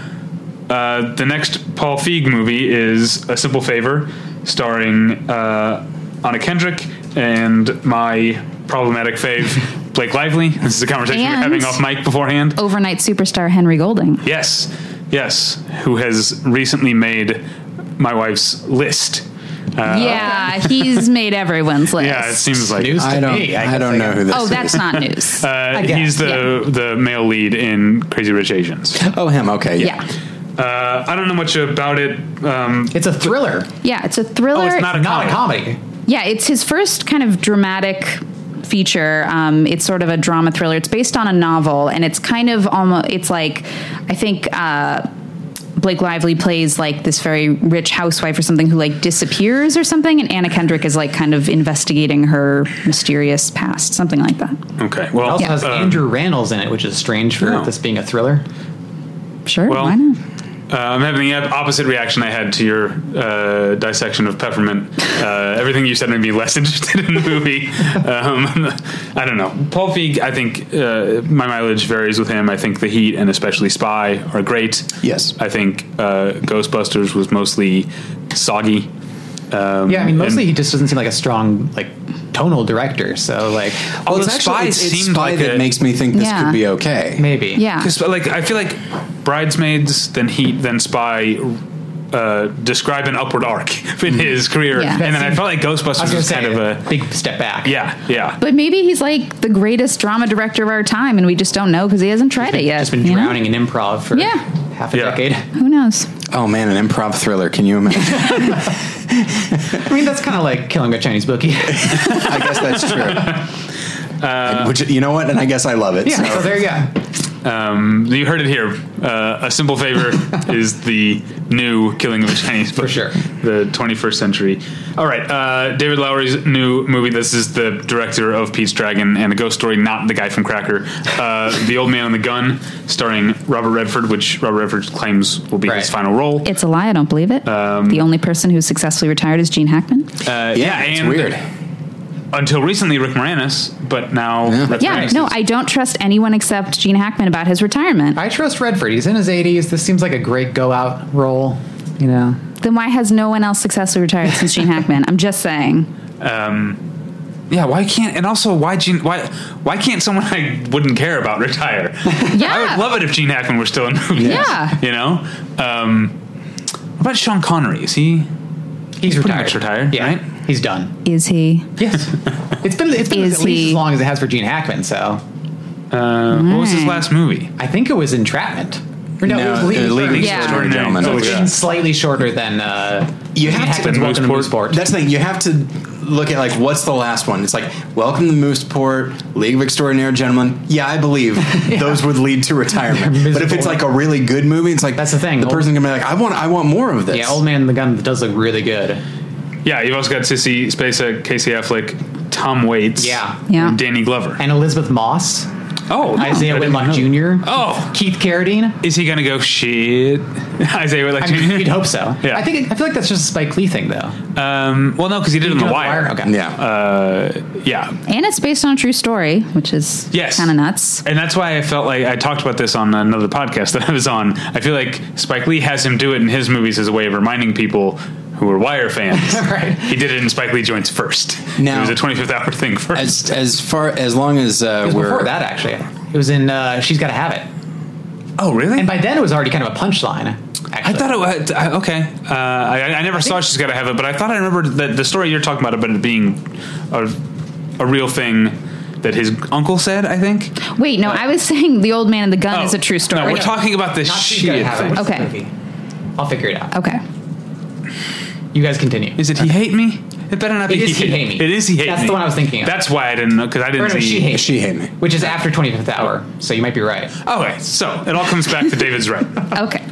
uh, the next Paul Feig movie is A Simple Favor, starring uh, Anna Kendrick and my problematic fave, [LAUGHS] Blake Lively. This is a conversation we we're And- having off mic beforand. Overnight superstar Henry Golding. Yes, yes, who has recently made my wife's list. yeah, he's made everyone's [LAUGHS] list. Yeah, it seems like News to I don't. me. I, guess don't know who this oh, [LAUGHS] is. that's not news. uh, guess, he's the the male lead in Crazy Rich Asians. oh him. Okay. Yeah. yeah. Uh, I don't know much about it. Um, It's a thriller, Yeah, it's a thriller. oh, it's not a not a comedy. comedy. Yeah, it's his first kind of dramatic feature. Um, it's sort of a drama thriller. It's based on a novel, and it's kind of almost. It's like I think. Uh, Blake Lively plays like this very rich housewife or something who like disappears or something, and Anna Kendrick is like kind of investigating her mysterious past, something like that. Okay. Well, It also Yeah. has um, Andrew Rannells in it, which is strange for No. this being a thriller. Sure, Well, why not? Uh, I'm having the op- opposite reaction I had to your uh, dissection of peppermint. Uh, everything you said made me less [LAUGHS] interested in the movie. Um, I don't know. Paul Feig, I think uh, my mileage varies with him. I think The Heat and especially Spy are great. Yes. I think uh, Ghostbusters was mostly soggy. Um, Yeah, I mean, mostly and- he just doesn't seem like a strong like tonal director. So like oh, Well, it's Although actually it's, it's seemed spy like that a- makes me think this Yeah. could be okay. maybe Yeah, Because like I feel like bridesmaids, then heat, then spy. Uh, describe an upward arc [LAUGHS] Mm-hmm. in his career, Yeah. and then I felt like I Ghostbusters was, was gonna say kind of a big step back. yeah, yeah. but maybe he's like the greatest drama director of our time, and we just don't know because he hasn't tried it yet. just been you know? drowning in improv for Yeah. half a Yeah. decade. Who knows? Oh man, an improv thriller. Can you imagine? I mean, that's kind of like killing a [LAUGHS] Chinese bookie. [LAUGHS] yeah, I guess that's true. And which you know what? And I guess I love it. so there you go. Um, you heard it here. Uh, a simple [LAUGHS] favor is the new killing of a Chinese book. sure. The 21st century. All right. Uh, David Lowery's new movie. This is the director of Pete's Dragon and A Ghost Story, not the guy from Cracker. Uh, the Old Man and the Gun, starring Robert Redford, which Robert Redford claims will be Right. his final role. It's a lie. I don't believe it. Um, the only person who successfully retired is Gene Hackman. [LAUGHS] Yeah, it's and- weird. Until recently, Rick Moranis, but now. Yeah. Rick yeah, Moranis no, is- I don't trust anyone except Gene Hackman about his retirement. I trust Redford. He's in his 80s. This seems like a great go out role. You know, then why has no one else successfully retired since Gene Hackman? I'm just saying. Yeah, why can't and also why Gene why why can't someone I wouldn't care about retire? [LAUGHS] [LAUGHS] Yeah. I would love it if Gene Hackman were still in movies. Yeah. you know. Um, what about Sean Connery? Is he? he's, pretty much retired, Yeah, right? he's done. Is he? Yes, it's been it's been Is at least he- as long as it has for Gene Hackman. So Uh, What was Mm. his last movie? I think it was Entrapment. Or no, No, it was Leaving, uh, Leaving Yeah. Extraordinary Extraordinary Gentlemen. Gentlemen. which Yeah. is slightly shorter than uh, You Gene have to- Hackman's Welcome to Mooseport. Mooseport. That's the thing. You have to look at like what's the last one. It's like Welcome to Mooseport, League of Extraordinary Gentlemen. Yeah, I [LAUGHS] believe those would lead to retirement. but if it's miserable. like a really good movie, it's like That's the thing. The person gonna be like, I want, I want more of this. Yeah, Old Man and the Gun does look really good. Yeah, you've also got Sissy Spacek, Casey Affleck, Tom Waits, Yeah. Yeah. and Danny Glover. And Elizabeth Moss, oh, Isaiah I didn't Whitlock know. Jr. Oh. Keith Carradine. Is he gonna go shit? [LAUGHS] Isaiah Whitlock I [LAUGHS] mean, Jr. you'd hope so. Yeah. I think I feel like that's just a Spike Lee thing, though. Um, well, no, because he did it in the, Don't wire. Okay. Yeah. Uh, yeah, And it's based on a true story, which is Yes. kind of nuts. And that's why I felt like I talked about this on another podcast that I was on. I feel like Spike Lee has him do it in his movies as a way of reminding people who are Wire fans. Right. He did it in Spike Lee joints first. Now- it was a 25th hour thing first. as as far as long as uh, It was we're before that, actually. It was in uh, She's Gotta Have It. oh, really? And by then, it was already kind of a punchline, actually. I thought it was I- okay. Uh, I, I never saw she's got to have it, but I thought I remembered that the story you're talking about about it being a, a real thing that his uncle said. I think. Wait, no, I was saying The Old Man and the Gun is a true story. Oh, No, we're talking about the Not She's Gotta shit Have It. thing. What's the Okay. movie? I'll figure it out. okay. You guys continue. Is it he hate me? It better not be It is He Hate Me. It is he hate me. That's the one I was thinking of. That's why I didn't know because I didn't Or no, see She Hate. she hate me. Which is after 25th Hour, so you might be right. Okay, so it all comes back to David's [LAUGHS] right. Okay.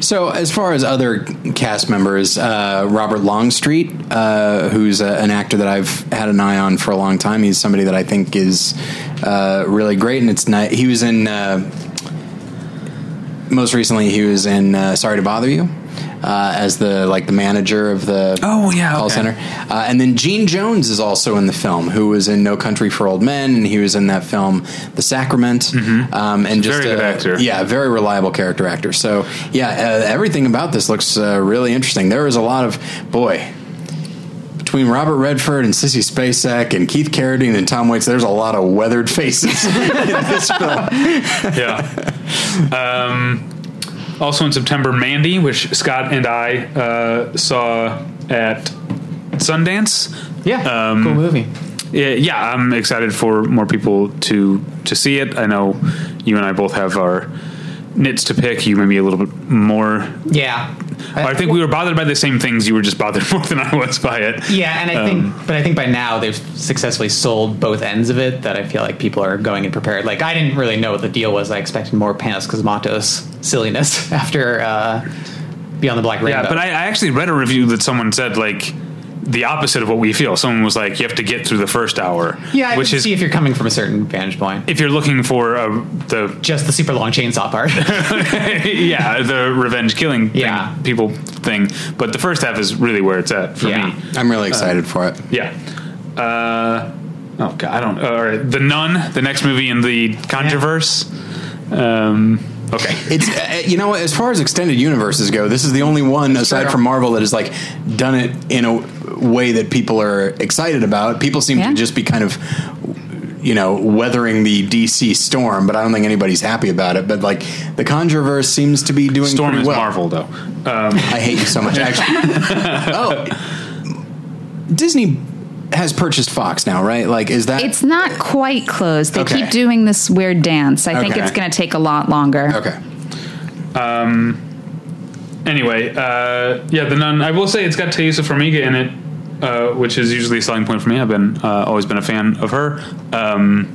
So, as far as other cast members, uh, Robert Longstreet, uh, who's a, an actor that I've had an eye on for a long time, he's somebody that I think is uh, really great, and it's not, he was in. Uh, most recently, he was in uh, "Sorry to Bother You" uh, as the like the manager of the Oh, yeah, call okay. center, uh, and then Gene Jones is also in the film, who was in "No Country for Old Men," and he was in that film "The Sacrament," um, and just Very a, good actor. yeah, very reliable character actor. So yeah, uh, everything about this looks uh, really interesting. There is a lot of boy. between Robert Redford and Sissy Spacek and Keith Carradine and Tom Waits, there's a lot of weathered faces in this film. yeah. Um, also in September, Mandy, which Scott and I uh, saw at Sundance. Yeah, cool movie. Yeah, yeah, I'm excited for more people to to see it. I know you and I both have our nits to pick. You maybe a little bit more. Yeah, I think we were bothered by the same things. You were just bothered [LAUGHS] more than I was by it. Yeah, and I um, think, but I think by now they've successfully sold both ends of it. That I feel like people are going and prepared. Like I didn't really know what the deal was. I expected more Panos Cosmatos silliness [LAUGHS] after uh, Beyond the Black Rainbow. Yeah, but I, I actually read a review that someone said like the opposite of what we feel. Someone was like, "You have to get through the first hour." yeah, I which can is see if you're coming from a certain vantage point. if you're looking for uh, the [LAUGHS] Just the super long chainsaw part. [LAUGHS] yeah the revenge killing thing, Yeah. people thing, but the first half is really where it's at for Yeah. me. I'm really excited for it. Yeah. Uh, oh God, I don't. All right, the Nun, the next movie in the controverse. Um, okay. It's uh, you know what, as far as extended universes go, this is the only one aside Sure. from Marvel that has like done it in a way that people are excited about. People seem Yeah. to just be kind of you know weathering the DC storm, but I don't think anybody's happy about it. But like the Conjureverse seems to be doing Storm pretty is well. Marvel, though. I hate you so [LAUGHS] much. Actually, oh, Disney has purchased Fox now, right? Like, is that It's not quite closed. They Okay. keep doing this weird dance. I think Okay. it's going to take a lot longer. okay? Anyway, uh, yeah, the Nun. I will say it's got Tayusa Formiga in it, uh, which is usually a selling point for me. I've been uh, always been a fan of her. Um,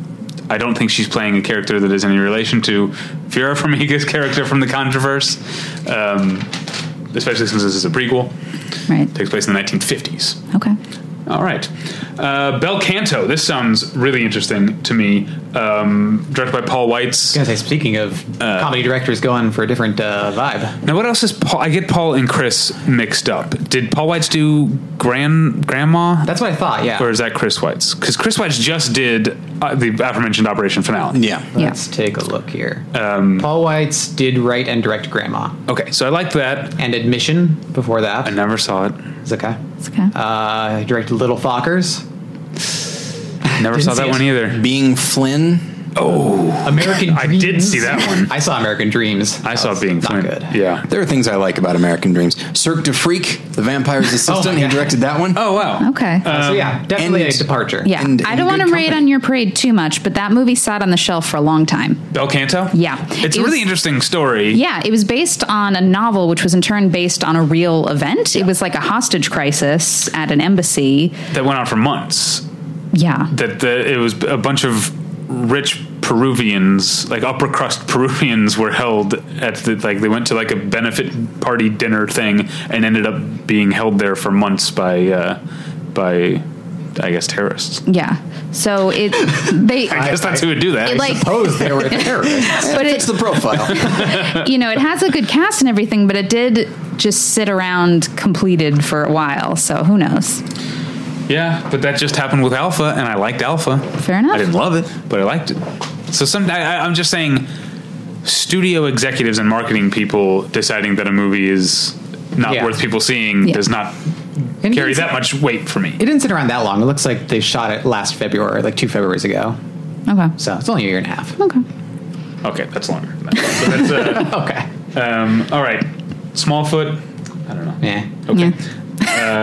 I don't think she's playing a character that is any relation to Vera Formiga's [LAUGHS] character from the controverse, um, especially since this is a prequel. Right. takes place in the 1950s. Okay. All right. Uh, Bel Canto. This sounds really interesting to me. Um, directed by Paul Weitz. gonna say, speaking of Uh, comedy directors going for a different uh, vibe. Now, what else is Paul? I get Paul and Chris mixed up. Did Paul Weitz do Grand Grandma? That's what I thought. Yeah. or is that Chris Weitz? Because Chris Weitz just did uh, the aforementioned Operation Finale. Yeah. Let's take a look here. Um, Paul Weitz did write and direct Grandma Okay, so I like that. and Admission before that. I never saw it. It's okay. It's okay. Uh, he directed Little Fockers, Never Didn't saw see that it. one either. Being Flynn, American. I did see Dreams. that one. I saw American Dreams. I That saw was Being not Flynn. good. Yeah. there are things I like about American Dreams. Cirque du Freak, [LAUGHS] The Vampire's Assistant, he God. directed that one. Oh wow. okay. Uh, so Um, yeah, definitely and- a departure. yeah. and- I and don't good want to raid company. on your parade too much, but that movie sat on the shelf for a long time. Bel Canto. Yeah. It's It a was- really interesting story. Yeah, it was based on a novel, which was in turn based on a real event. It was like a hostage crisis at an embassy. That went on for months. Yeah. that the, it was a bunch of rich Peruvians, like upper crust [LAUGHS] Peruvians, were held at the like they went to like a benefit party dinner thing and ended up being held there for months by uh, by I guess terrorists. Yeah. So it they I guess that's who would do that. it like Suppose [LAUGHS] they were terrorists. but Fits it [LAUGHS] the profile. you know, it has a good cast and everything, but it did just sit around completed for a while. So who knows? yeah, but that just happened with Alpha, and I liked Alpha. Fair enough. I didn't love it, but I liked it. So some, I, I- I'm just saying, studio executives and marketing people deciding that a movie is not Yeah. worth people seeing Yeah. does not And carry it's- that much weight for me. It didn't sit around that long. It looks like they shot it last February, like two Februarys ago. Okay. So it's only a year and a half. Okay. Okay, that's longer. Than that. So that's uh, [LAUGHS] Okay. um, all right. Smallfoot. I don't know. Yeah. Okay. Yeah.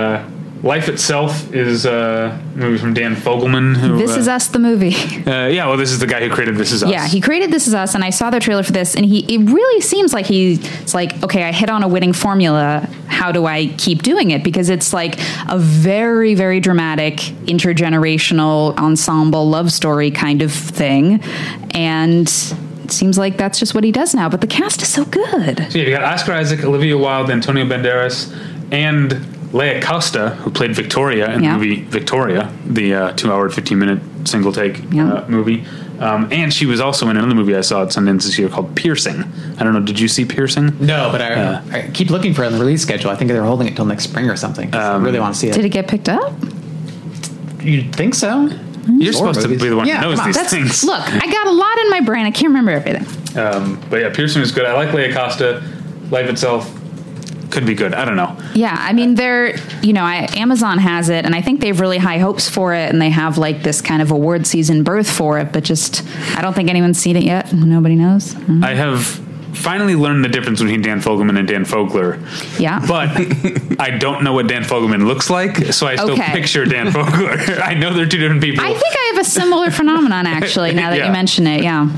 Life itself is uh, a movie from Dan Fogelman. Who, This uh, is us, the movie. [LAUGHS] Uh, yeah, well, this is the guy who created This Is Us. Yeah, he created This Is Us, and I saw the trailer for this, and he it really seems like he's like, okay, I hit on a winning formula. How do I keep doing it? Because it's like a very, very dramatic intergenerational ensemble love story kind of thing, and it seems like that's just what he does now. But the cast is so good. So yeah, you got Oscar Isaac, Olivia Wilde, Antonio Banderas, and Leia Costa, who played Victoria in Yeah. the movie Victoria, the uh, two-hour, fifteen-minute single take Yeah. uh, movie. Um, and she was also in another movie I saw at Sundance this year called Piercing. I don't know. Did you see Mm-hmm. Piercing? No, but I, Yeah. I keep looking for it on the release schedule. I think they're holding it till next spring or something. 'cause I really want to see it. Did it get picked up? You'd think so? You're supposed movies. to be the one Yeah, who knows come on. these That's things. look. I got a lot in my brain. I can't remember everything. Um, but yeah, Pearson is good. I like Leia Costa. Life itself. could be good. I don't know. Yeah, I mean, they're you know, I, Amazon has it, and I think they have really high hopes for it, and they have like this kind of award season birth for it. But just, I don't think anyone's seen it yet. Nobody knows. I have finally learned the difference between Dan Fogelman and Dan Fogler. Yeah. [LAUGHS] But I don't know what Dan Fogelman looks like, so I still Okay. picture Dan [LAUGHS] Fogler. I know they're two different people. I think I have a similar [LAUGHS] phenomenon actually. Now that Yeah. you mention it, yeah.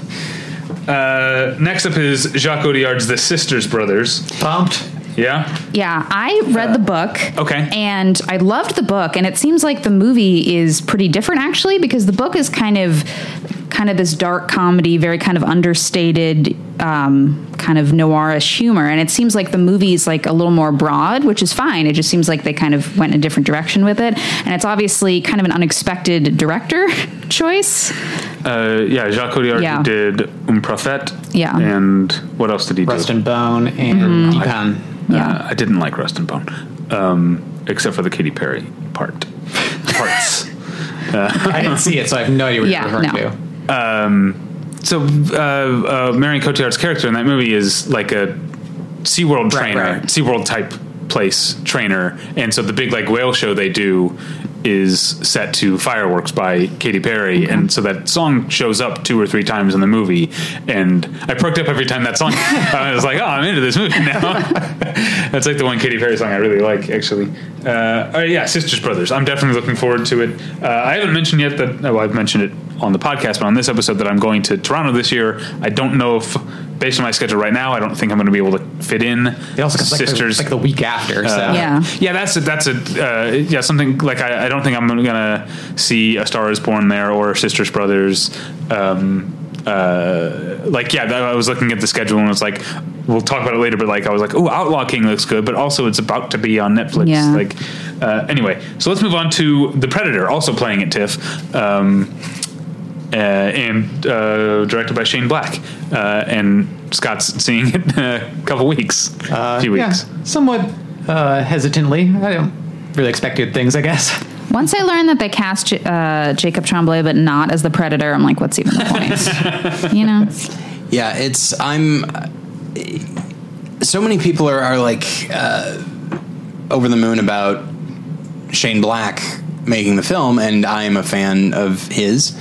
uh, next up is Jacques Odiard's The Sisters Brothers. Bumped. Yeah. Yeah, I read the book. okay. And I loved the book and it seems like the movie is pretty different actually because the book is kind of kind of this dark comedy, very kind of understated um, kind of noirish humor and it seems like the movie is like a little more broad, which is fine. It just seems like they kind of went in a different direction with it and it's obviously kind of an unexpected director [LAUGHS] choice. Uh, yeah, Jacques Odiard Yeah. did Un Prophet. Yeah. And what else did he Rust do? and Bone and Mm-hmm. Deepan. Yeah. Uh, I didn't like Rust and Bone, um, except for the Katy Perry [LAUGHS] part. Parts. I didn't see it, so I have no idea what Yeah, you're referring no. to. So uh, uh, Marion Cotillard's character in that movie is like a SeaWorld Right, trainer, right. SeaWorld type place trainer, and so the big like whale show they do is set to fireworks by Katy Perry, and so that song shows up two or three times in the movie, and I perked up every time that [LAUGHS] song. I was like, oh, I'm into this movie now. That's like the one Katy Perry song I really like, actually. Uh, all right, yeah, Sisters Brothers. I'm definitely looking forward to it. Uh, I haven't mentioned yet that, well, I've mentioned it on the podcast, but on this episode that I'm going to Toronto this year. I don't know if, based on my schedule right now, I don't think I'm going to be able to fit in It also comes like, the, Sisters. like the week after. so. Yeah. Yeah, that's a, that's a uh, yeah something like I, I don't think I'm gonna see a Star Is Born there or Sisters Brothers. Um, uh, like yeah, that- I was looking at the schedule and was like, we'll talk about it later. But like I was like, oh, Outlaw King looks good, but also it's about to be on Netflix. Yeah. Like uh, anyway, so let's move on to The Predator, also playing at TIFF. Um, uh, and uh, directed by Shane Black, uh, and Scott's seeing it in a couple weeks, a few weeks. Yeah, somewhat uh, hesitantly. I don't really expected things, I guess. [LAUGHS] Once I learned that they cast J- uh, Jacob Tremblay but not as the predator, I'm like what's even the [LAUGHS] point? you know. Yeah, it's I'm. So many people are are like uh, over the moon about Shane Black making the film, and I am a fan of his.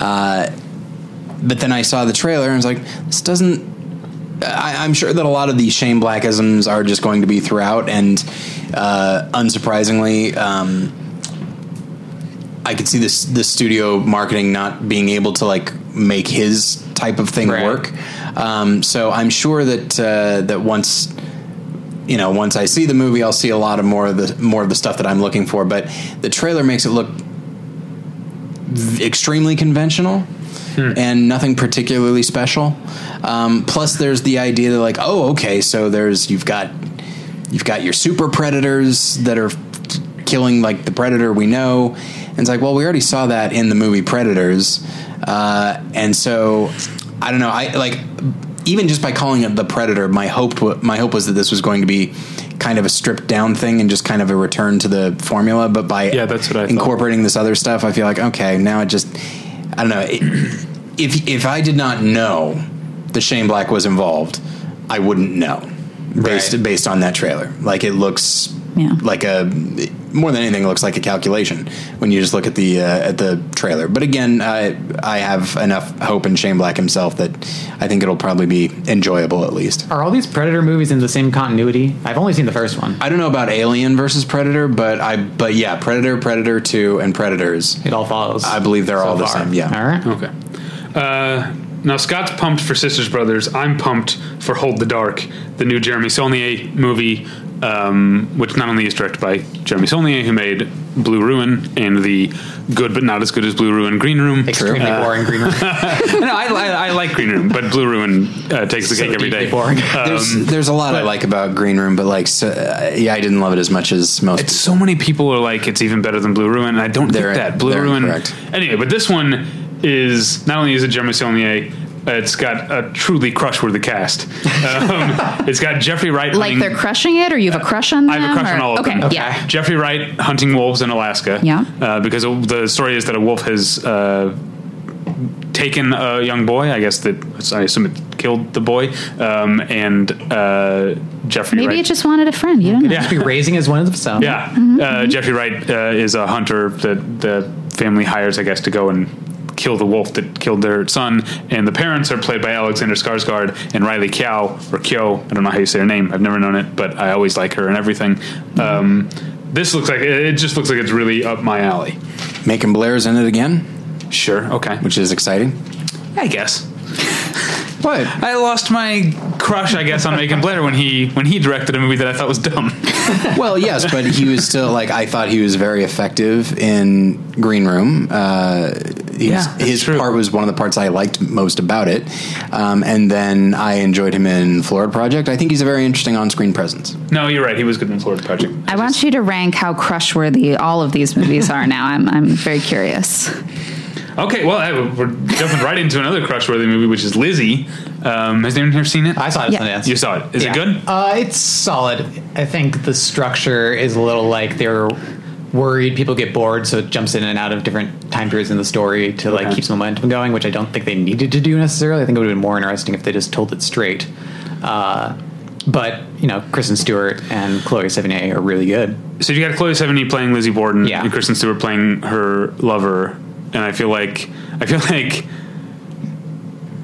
Uh, but then I saw the trailer and I was like, this doesn't. I, I'm sure that a lot of these Shane Blackisms are just going to be throughout, and uh, unsurprisingly. Um, I could see this the studio marketing not being able to like make his type of thing Right. work. Um, so I'm sure that uh, that once you know once I see the movie, I'll see a lot of more of the more of the stuff that I'm looking for. But the trailer makes it look v- extremely conventional. And nothing particularly special. Um, plus, there's the idea that, like, oh, okay, so there's you've got you've got your super predators that are killing like the predator we know and it's like well we already saw that in the movie predators uh, and so i don't know i like even just by calling it the predator my hope w- my hope was that this was going to be kind of a stripped down thing and just kind of a return to the formula but by Yeah, that's what I thought. incorporating this other stuff i feel like okay now it just i don't know it, if if i did not know that shane black was involved i wouldn't know based Right. based on that trailer. Like it looks Yeah. like a more than anything it looks like a calculation when you just look at the uh, at the trailer. But again, I I have enough hope in Shane Black himself that I think it'll probably be enjoyable at least. Are all these Predator movies in the same continuity? I've only seen the first one. I don't know about Alien versus Predator, but I but yeah, Predator, Predator 2 and Predators. It all follows. I believe they're all the same, yeah. All right. Okay. Uh, now Scott's pumped for Sisters Brothers. I'm pumped for Hold the Dark, the new Jeremy Saulnier movie, um, which not only is directed by Jeremy Saulnier, who made Blue Ruin and the good but not as good as Blue Ruin Green Room. Extremely boring Green Room. no, I, I, I like Green Room, but Blue Ruin uh, takes the So cake every deeply day. Uh, boring. There's, there's a lot I like about Green Room, but like, so, uh, yeah, I didn't love it as much as most. It's so many people are like it's even better than Blue Ruin, and I don't They're- get that Blue they're Ruin. incorrect. Anyway, but this one is not only is it Jeremy Saulnier, uh, it's got a truly crush-worthy cast. [LAUGHS] Um, it's got Jeffrey Wright Like playing- they're crushing it, or you have a crush on them? I have a crush or- on all of okay, them. yeah. Jeffrey Wright hunting wolves in Alaska. Yeah. Uh, because the story is that a wolf has uh, taken a young boy. I guess that I assume it killed the boy. Um, and uh, Jeffrey. Maybe Wright- it just wanted a friend. You don't know. Yeah. [LAUGHS] Be raising is one of them. Yeah, uh, Jeffrey Wright uh, is a hunter that the family hires, I guess, to go and kill the wolf that killed their son. And the parents are played by Alexander Skarsgård and Riley Kyo or Kyo. I don't know how you say her name. I've never known it, but I always like her and everything. Um, this looks like it just looks like it's really up my alley. Macon Blair's in it again, Sure. Okay. which is exciting. I guess. What? I lost my crush, I guess, on Megan Blair when he when he directed a movie that I thought was dumb. [LAUGHS] [LAUGHS] Well, yes, but he was still like I thought he was very effective in Green Room. Uh, he was- Yeah, that's his true. part was one of the parts I liked most about it, um, and then I enjoyed him in Florida Project. I think he's a very interesting on-screen presence. no, you're right. He was good in Florida Project. I want you to rank how crush worthy all of these movies are now. I'm, I'm [LAUGHS] very curious. Okay, well, I, we're jumping right into another crush-worthy movie, which is Lizzie. Um, has anyone here seen it? I saw it. Yeah. Yeah. Sundance. you saw it. Is it good? Uh, it's solid. I think the structure is a little like they're worried people get bored, so it jumps in and out of different time periods in the story to like Okay. keep some momentum going, which I don't think they needed to do necessarily. I think it would have been more interesting if they just told it straight. Uh, but you know, Kristen Stewart and Chloe Sevigny are really good. So you got Chloe Sevigny playing Lizzie Borden, Yeah. and Kristen Stewart playing her lover, and I feel like I feel [LAUGHS] like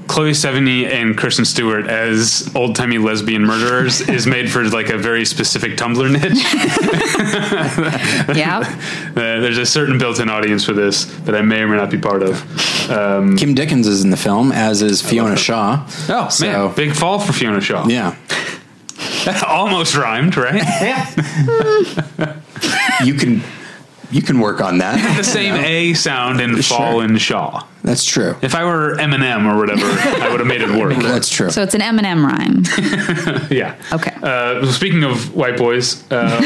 Chloe Sevigny and Kristen Stewart as old-timey lesbian [LAUGHS] murderers is made for like a very specific Tumblr niche. Yeah. [LAUGHS] Uh, there's a certain built-in audience for this that I may or may not be part of. Um, Kim Dickens is in the film, as is Fiona Shaw. oh so man, big fall for Fiona Shaw. yeah, That [LAUGHS] almost rhymed, right? you can you can work on that. the same A sound in fall and Shaw. That's true. If I were Eminem or whatever, I would have made it work. [LAUGHS] That's true. So it's an Eminem rhyme. yeah. Okay. Uh, speaking of white boys, uh,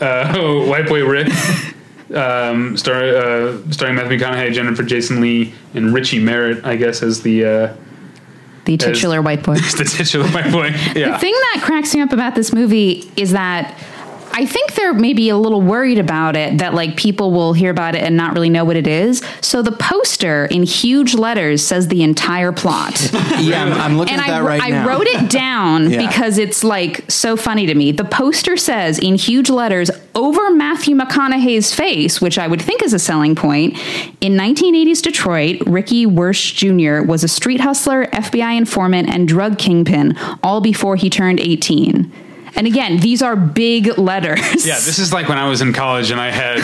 uh, [LAUGHS] White Boy Rick, um, star, uh, starring Matthew McConaughey, Jennifer Jason Lee, and Richie Merritt, I guess, as the uh, [LAUGHS] The titular white boy. the titular white boy. [LAUGHS] Yeah. The thing that cracks me up about this movie is that I think they're maybe a little worried about it that like people will hear about it and not really know what it is. So the poster in huge letters says the entire plot. yeah, I'm, I'm looking and at that I, right I now. wrote [LAUGHS] it down Yeah. because it's like so funny to me. The poster says in huge letters over Matthew McConaughey's face, which I would think is a selling point. In 1980s Detroit, Ricky Wersch Jr. was a street hustler, FBI informant, and drug kingpin, all before he turned 18. And again, these are big letters. Yeah, this is like when I was in college and I [LAUGHS] had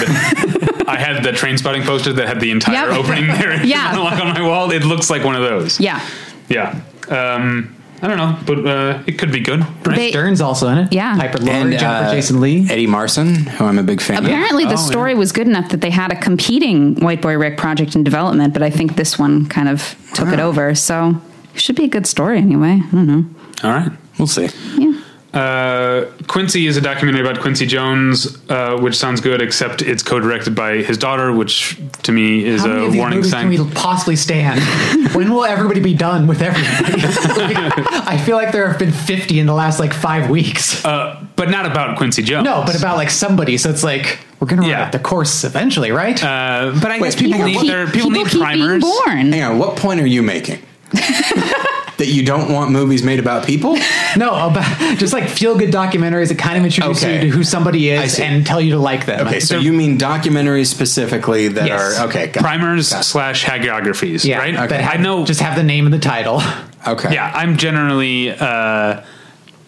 I had the train spotting poster that had the entire Yep. opening there [LAUGHS] Yeah. like on my wall. It looks like one of those. [LAUGHS] Yeah. Yeah. Um, I don't know, but uh, it could be good. Right? They- Dern's also in it. Yeah. Piper Laurie, And, Jennifer uh, Jason Lee. Eddie Marson, who I'm a big fan of. Apparently, Oh, the story was good enough that they had a competing White Boy Rick project in development, but I think this one kind of took it over. So it should be a good story anyway. Mm-hmm. I don't know. All right. We'll see. Uh, Quincy is a documentary about Quincy Jones, uh, which sounds good, except it's co-directed by his daughter, which to me is How many a of these warning movies sign. Can we possibly stand? when will everybody be done with everything? I feel like there have been fifty in the last like five weeks. uh, but not about Quincy Jones. No, but about like somebody. So it's like we're gonna run Yeah. out the course eventually, right? Uh, but I guess people people need keep- their, people, need keep primers. Being born. Hang on, what point are you making? that you don't want movies made about people? no, about, just like feel good documentaries that kind of introduce Okay. you to who somebody is see. and tell you to like them. Okay, so you mean documentaries specifically that Yes. are okay? Got, Primers slash hagiographies, yeah, right? that have- I know. Just have the name and the title. okay, yeah, I'm generally. Uh,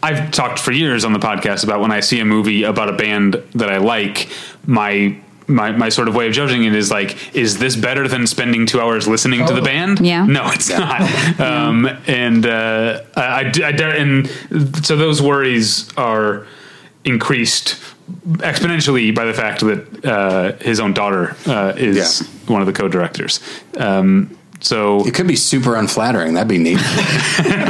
I've talked for years on the podcast about when I see a movie about a band that I like, my. My, my sort of way of judging it is like, is this better than spending two hours listening to the band? Oh, Yeah. No, it's [LAUGHS] not. Um, and uh, I, I, d- I dare- and so those worries are increased exponentially by the fact that uh, his own daughter uh, is Yeah. one of the co-directors. Um, so It could be super unflattering. That'd be neat.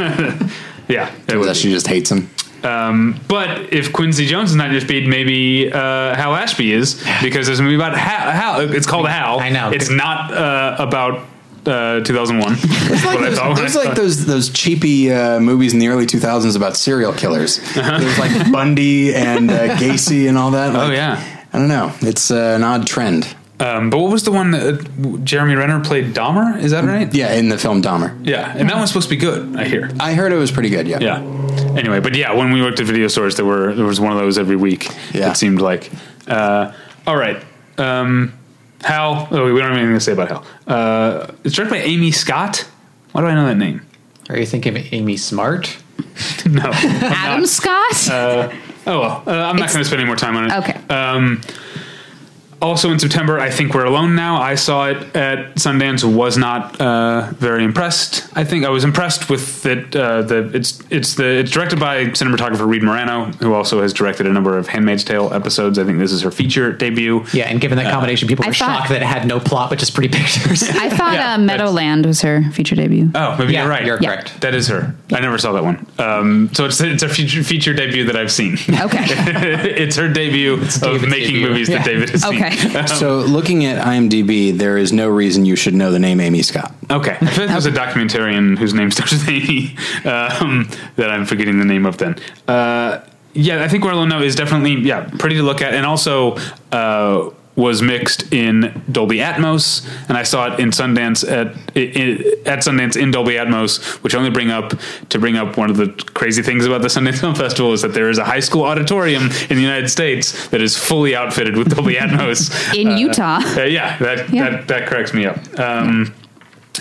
yeah, it would be. that she just hates him. But if Quincy Jones is not your speed, maybe uh, Hal Ashby is because there's a movie about Hal. Hal it's called Hal. I know. It's not uh, about uh, 2001. [LAUGHS] It's Like those, there's like those those cheapy uh, movies in the early 2000s about serial killers. There's like Bundy and uh, Gacy and all that. Oh Like, yeah. I don't know. It's uh, an odd trend. Um, but what was the one that uh, Jeremy Renner played Dahmer? Is that right? Yeah, in the film Dahmer. Yeah, and that one's supposed to be good. I hear. I heard it was pretty good. Yeah. Yeah. Anyway, but yeah, when we worked at video stores, there were there was one of those every week. Yeah. It seemed like. Uh, all right. Um, Hal. Oh, we don't have anything to say about Hal. Uh, it's directed by Amy Scott. Why do I know that name? Are you thinking of Amy Smart? No. I'm Adam not. Scott? Uh, oh well, uh, I'm not It's- going to spend any more time on it. Okay. Um, also in September, I think we're alone now. I saw it at Sundance. Was not uh, very impressed. I think I was impressed with that. Uh, the it's it's the it's directed by cinematographer Reed Morano, who also has directed a number of *Handmaid's Tale* episodes. I think this is her feature debut. Yeah, and given that combination, people I were thought- shocked that it had no plot but just pretty pictures. I thought yeah, uh, Meadowland was her feature debut. Oh, maybe Yeah, you're right. you're Yeah. correct. That is her. I never saw that one. Um, so it's it's a feature, feature debut that I've seen. [LAUGHS] Okay. it's her debut of David's making debut. movies that Yeah. David has seen. Okay. [LAUGHS] So looking at IMDb, there is no reason you should know the name Amy Scott. Okay, I feel like [LAUGHS] there's a documentarian whose name starts with Amy um, that I'm forgetting the name of. Then, uh, yeah, I think We're Alone Now is definitely yeah pretty to look at, and also uh, was mixed in Dolby Atmos, and I saw it in Sundance at i i at Sundance in Dolby Atmos, which I only bring up to bring up one of the crazy things about the [LAUGHS] Sundance Film Festival is that there is a high school auditorium in the United States that is fully outfitted with Dolby Atmos In Utah. uh, yeah, that, Yeah. that that cracks me up. Um,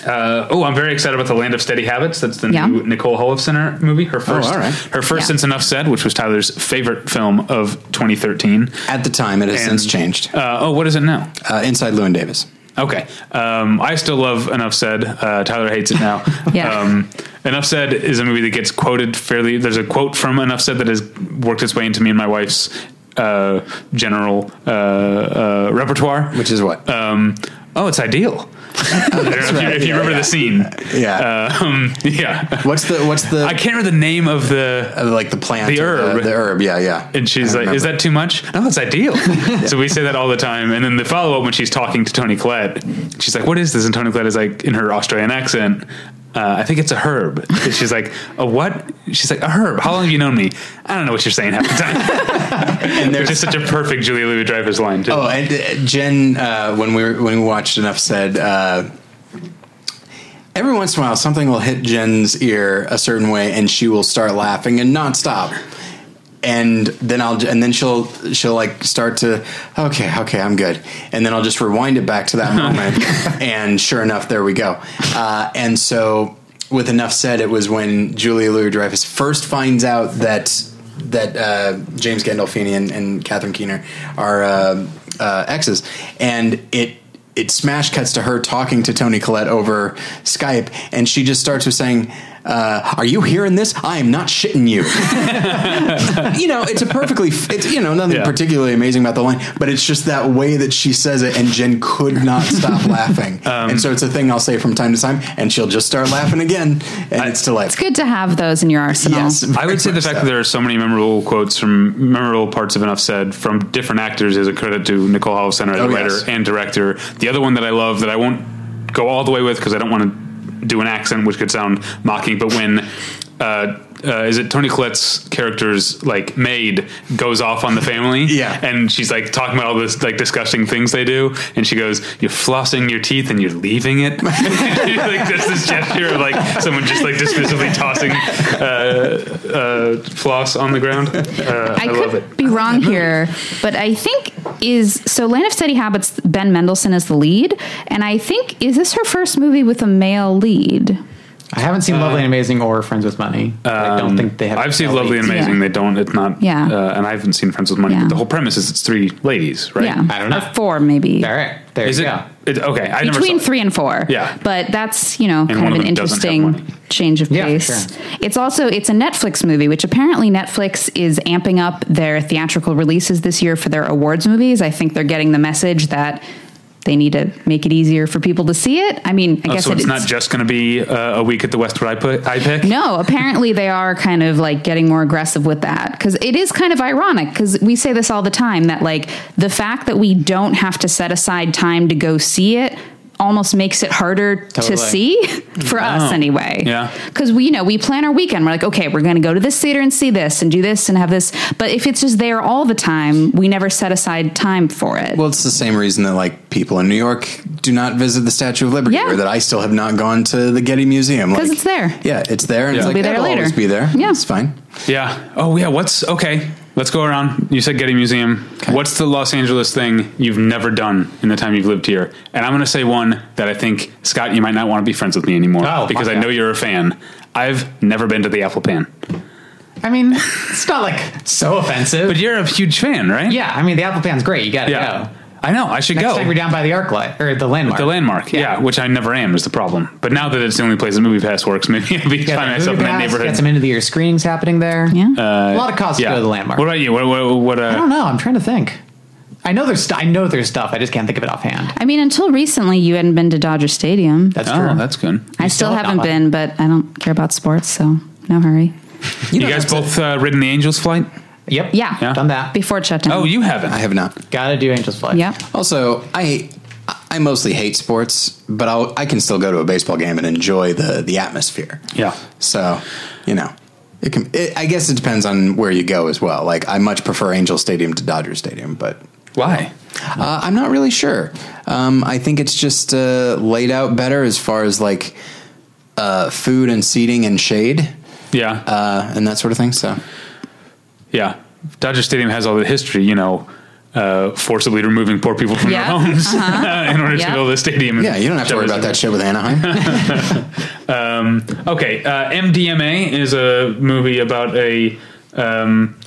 uh, oh, I'm very excited about the Land of Steady Habits. That's the Yeah. new Nicole Center movie. Her first, Oh, all right. her first Yeah. since Enough Said, which was Tyler's favorite film of 2013. At the time, it has And- since changed. Uh, oh, what is it now? Uh, inside Lewin Davis. Okay. Um, I still love Enough Said. Uh, Tyler hates it now. Yeah. um, Enough Said is a movie that gets quoted fairly. There's a quote from Enough Said that has worked its way into me and my wife's uh, general uh, uh, repertoire. Which is what? Um, oh, it's [LAUGHS] ideal. [LAUGHS] if you, if you remember the scene. yeah. Um, [LAUGHS] yeah. what's the what's the I can't remember the name of the. uh, like the plant, The or herb. the, herb. Yeah, yeah. And she's I like, "Is remember. that too much?" No, it's [LAUGHS] ideal. so we say that all the time. And then the follow up when she's talking to Tony Collette, she's like, "What is this?" And Tony Collette is like, in her Australian accent, uh, "I think it's a herb." And she's like, "A what?" She's like, "A herb." How long have you known me? I don't know what you're saying half the time. [LAUGHS] and there's just such a perfect Julia Louis Dreyfus line. Too. Oh, and uh, Jen, uh, when we were, when we watched enough, said uh, every once in a while something will hit Jen's ear a certain way, and she will start laughing and not stop. And then I'll and then she'll she'll like start to okay okay I'm good and then I'll just rewind it back to that moment and sure enough there we go uh, and so with enough said it was when Julia Louis Dreyfus first finds out that that uh, James Gandolfini and, and Catherine Keener are uh, uh, exes, and it it smash cuts to her talking to Tony Collette over Skype, and she just starts with saying. Uh, are you hearing this? I am not shitting you. [LAUGHS] you know, it's a perfectly, it's, you know, nothing Yeah. particularly amazing about the line, but it's just that way that she says it, and Jen could not stop laughing. and so it's a thing I'll say from time to time, and she'll just start laughing again, and it's It's delightful. good to have those in your arsenal. [LAUGHS] I would say the fact that there are so many memorable quotes from memorable parts of Enough Said from different actors is a credit to Nicole Hollis Center, the Oh, writer yes. and director. The other one that I love that I won't go all the way with because I don't want to do an accent which could sound mocking, but when. Uh, uh, is it Tony Collette's character's like maid goes off on the family? Yeah. and she's like talking about all this like disgusting things they do, and she goes, "You're flossing your teeth and you're leaving it." [LAUGHS] like that's this gesture of like someone just like dismissively tossing uh, uh, floss on the ground. Uh, I, I, love it. could be wrong here, but I think is so Land of Steady Habits. Ben Mendelsohn is the lead, and I think is this her first movie with a male lead? I haven't seen Lovely and Amazing or Friends with Money. but I don't think they have. Uh, E I've seen no Lovely and leads. Amazing. Yeah. They don't. It's not. Yeah. Uh, and I haven't seen Friends with Money. Yeah. But the whole premise is it's three ladies, right? Yeah, I don't know. Or four maybe All right, there Is you it? go. it- okay. I never between saw it. three and four. Yeah. but that's you know one kind of of an them doesn't have money. interesting change of Yeah, pace. sure. It's also it's a Netflix movie, which apparently Netflix is amping up their theatrical releases this year for their awards movies. I think they're getting the message that. They need to make it easier for people to see it. I mean, I Oh, guess so it it's is- not just going to be uh, a week at the Westwood I put I pick. No, apparently they are kind of like getting more aggressive with that because it is kind of ironic because we say this all the time that like the fact that we don't have to set aside time to go see it almost makes it harder Totally. Hmm. to see for us anyway. Yeah. Because we, you know, we plan our weekend. We're like, okay, we're going to go to this theater and see this and do this and have this. But if it's just there all the time, we never set aside time for it. Well, it's the same reason that like people in New York do not visit the Statue of Liberty, Yeah. or that I still have not gone to the Getty Museum 'Cause like, it's there. Yeah, it's there, and it's It'll like be there it'll later. always be there. Yeah. it's fine. Yeah. Oh, yeah. What's okay? Let's go around. You said Getty Museum. What's the Los Angeles thing you've never done in the time you've lived here? And I'm going to say one that I think Scott, you might not want to be friends with me anymore Oh, fuck because I yeah. know you're a fan. I've never been to the Apple Pan, I mean, it's not like so offensive. but you're a huge fan, right? yeah, I mean, the Apple Pan's great. You got to Yeah. go. I know. I should Next go. time you're down by the arc light or the landmark. The landmark, yeah. which I never am is the problem. But now that it's the only place that Movie Pass works, [LAUGHS] maybe I'll be Yeah, finding the myself in movie that pass, neighborhood. Uh, Got some end of the year screenings happening there. yeah. a lot of costs yeah. to go to the landmark. What about you? What? What? what I uh, don't know. I'm trying to think. I know there's. St- I know there's stuff. I just can't think of it offhand. I mean, until recently, you hadn't been to Dodger Stadium. That's oh, true. that's good. I still still have haven't not. been, but I don't care about sports, so no hurry. You, guys both uh, ridden the Angels flight? yep. Yeah. Yeah. Done that. Before it shut down. Oh, you haven't. I have not. Got to do Angel's Flight. Yep. Also, I I mostly hate sports, but I'll, I can still go to a baseball game and enjoy the the atmosphere. Yeah. So, you know, it can. It, I guess it depends on where you go as well. Like, I much prefer Angel Stadium to Dodger Stadium, but Why? Uh, I'm not really sure. Um, I think it's just uh, laid out better as far as like uh, food and seating and shade Yeah. uh, and that sort of thing. So Yeah, Dodger Stadium has all the history, you know, uh, forcibly removing poor people from Yeah. their homes [LAUGHS] in order to Yeah. go to the stadium. and yeah, you don't have to worry about that shit with Anaheim. Okay, uh, MDMA is a movie about a um,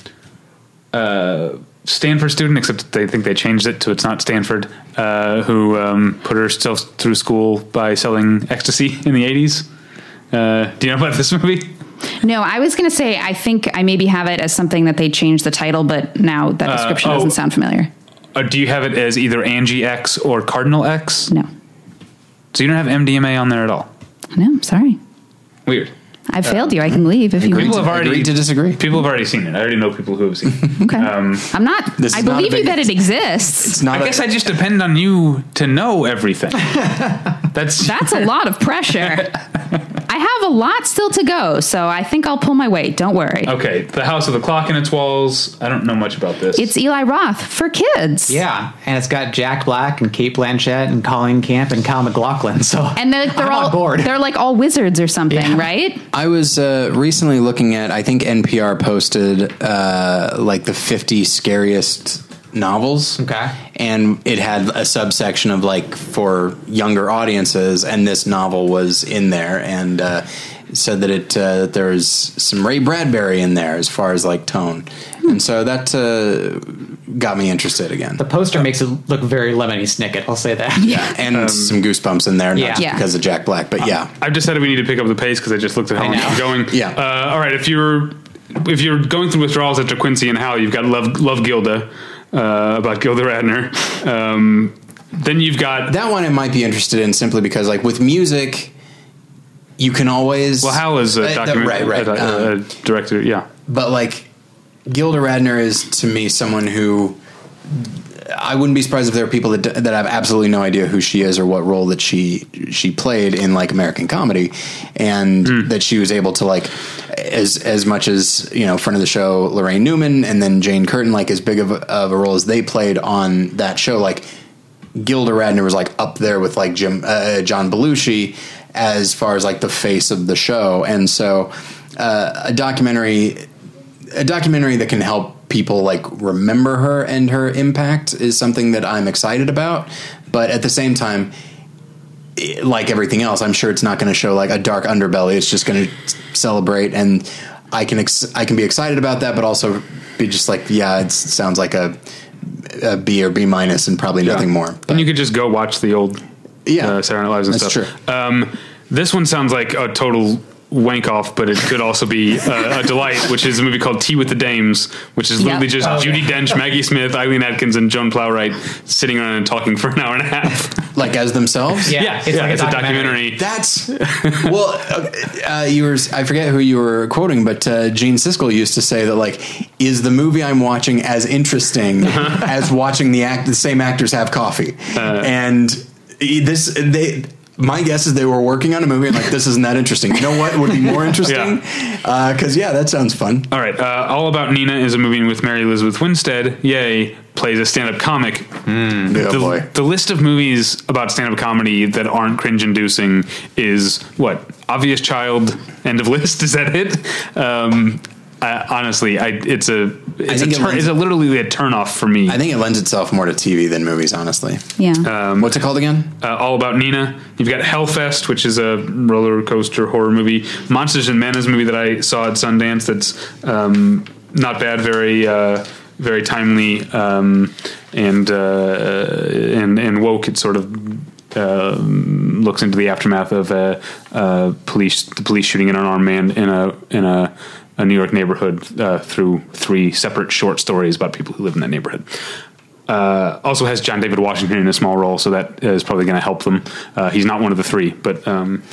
uh, Stanford student, except they think they changed it to it's not Stanford, uh, who um, put herself through school by selling ecstasy in the eighties. Uh, do you know about this movie? No, I was going to say, I think I maybe have it as something that they changed the title, but now that description oh. doesn't sound familiar. Or Uh, do you have it as either Angie X or Cardinal X? No. So you don't have MDMA on there at all. No, I'm sorry. Weird. I failed you. I can leave if you People want. have already Agree to disagree. People have already seen it. I already know people who have seen. it. [LAUGHS] Okay. I'm not. This I is not a believe you big- that it exists. It's not. I guess I just depend on you to know [LAUGHS] everything. That's That's a lot of pressure. I have a lot still to go, so I think I'll pull my weight. Don't worry. okay. The house with the clock in its walls. I don't know much about this. It's Eli Roth for kids. Yeah, and it's got Jack Black and Kate Blanchett and Colleen Camp and Kyle McLaughlin. So And they're, they're I'm all on board. they're like all wizards or something, Yeah. right? I was uh, recently looking at. I think NPR posted uh, like the 50 scariest novels. Okay. And it had a subsection of like for younger audiences, and this novel was in there, and uh, said that it uh, that there was some Ray Bradbury in there as far as like tone, and so that uh, got me interested again. the poster makes it look very Lemony Snicket. I'll say that. yeah, and some goosebumps in there, not Yeah. just Yeah. because of Jack Black, but yeah. I've decided we need to pick up the pace because I just looked at how long know. we're going. [LAUGHS] Yeah. Uh, all right. If you're if you're going through withdrawals after Quincy and Hal, you've got Love Love Gilda uh, about Gilda Radner. Um, then you've got That one I might be interested in simply because, like, with music, you can always. well Hal is Uh, a that- documentary right, right. a, uh, a- a Um, director. Yeah. but like, Gilda Radner is to me someone who I wouldn't be surprised if there are people that that have absolutely no idea who she is or what role that she she played in like American comedy, and Hmm. that she was able to like as as much as you know front of the show Lorraine Newman and then Jane Curtin like as big of a, of a role as they played on that show like Gilda Radner was like up there with like Jim uh, John Belushi as far as like the face of the show, and so uh, a documentary a documentary that can help people like remember her and her impact is something that I'm excited about. But at the same time, i- like everything else, I'm sure it's not going to show like a dark underbelly. It's just going to celebrate, and I can ex- I can be excited about that, but also be just like, yeah, it sounds like a, a B or B minus, and probably nothing more. And But you could just go watch the old Yeah. uh, Saturday Night Lives and That's stuff. Um, this one sounds like a total wank off, but it could also be uh, a delight, which is a movie called Tea with the Dames, which is literally Yep. just Judy Dench, Maggie Smith, Eileen Atkins, and Joan Plowright sitting around and talking for an hour and a half. like as themselves, Yeah, [LAUGHS] yeah, [LAUGHS] it's, a documentary. That's well, uh, uh, you were. I forget who you were quoting, but uh, Gene Siskel used to say that like, is the movie I'm watching as interesting as watching the act the same actors have coffee and. this they my guess is they were working on a movie and like this isn't that interesting. You know what would be more interesting? Because yeah. that sounds fun. All right. Uh, All About Nina is a movie with Mary Elizabeth Winstead. Yay. Plays a stand up comic. Yeah, the, boy. the list of movies about stand up comedy that aren't cringe inducing is what? Obvious Child, end of list. Is that it? Um, I, honestly, I, it's a it's a, think it turn, lends- it's a literally a turnoff for me. I think it lends itself more to TV than movies, honestly. Yeah. What's it called again? uh, All About Nina. You've got Hellfest, which is a roller coaster horror movie. Monsters and Men is a movie that I saw at Sundance. That's um, not bad. Very. Uh, very timely um, and uh, and and woke. It sort of um looks into the aftermath of a, uh police the police shooting an unarmed man in a in a, a New York neighborhood uh, through three separate short stories about people who live in that neighborhood uh, also has John David Washington in a small role, so that is probably going to help them. Uh, he's not one of the three, but um,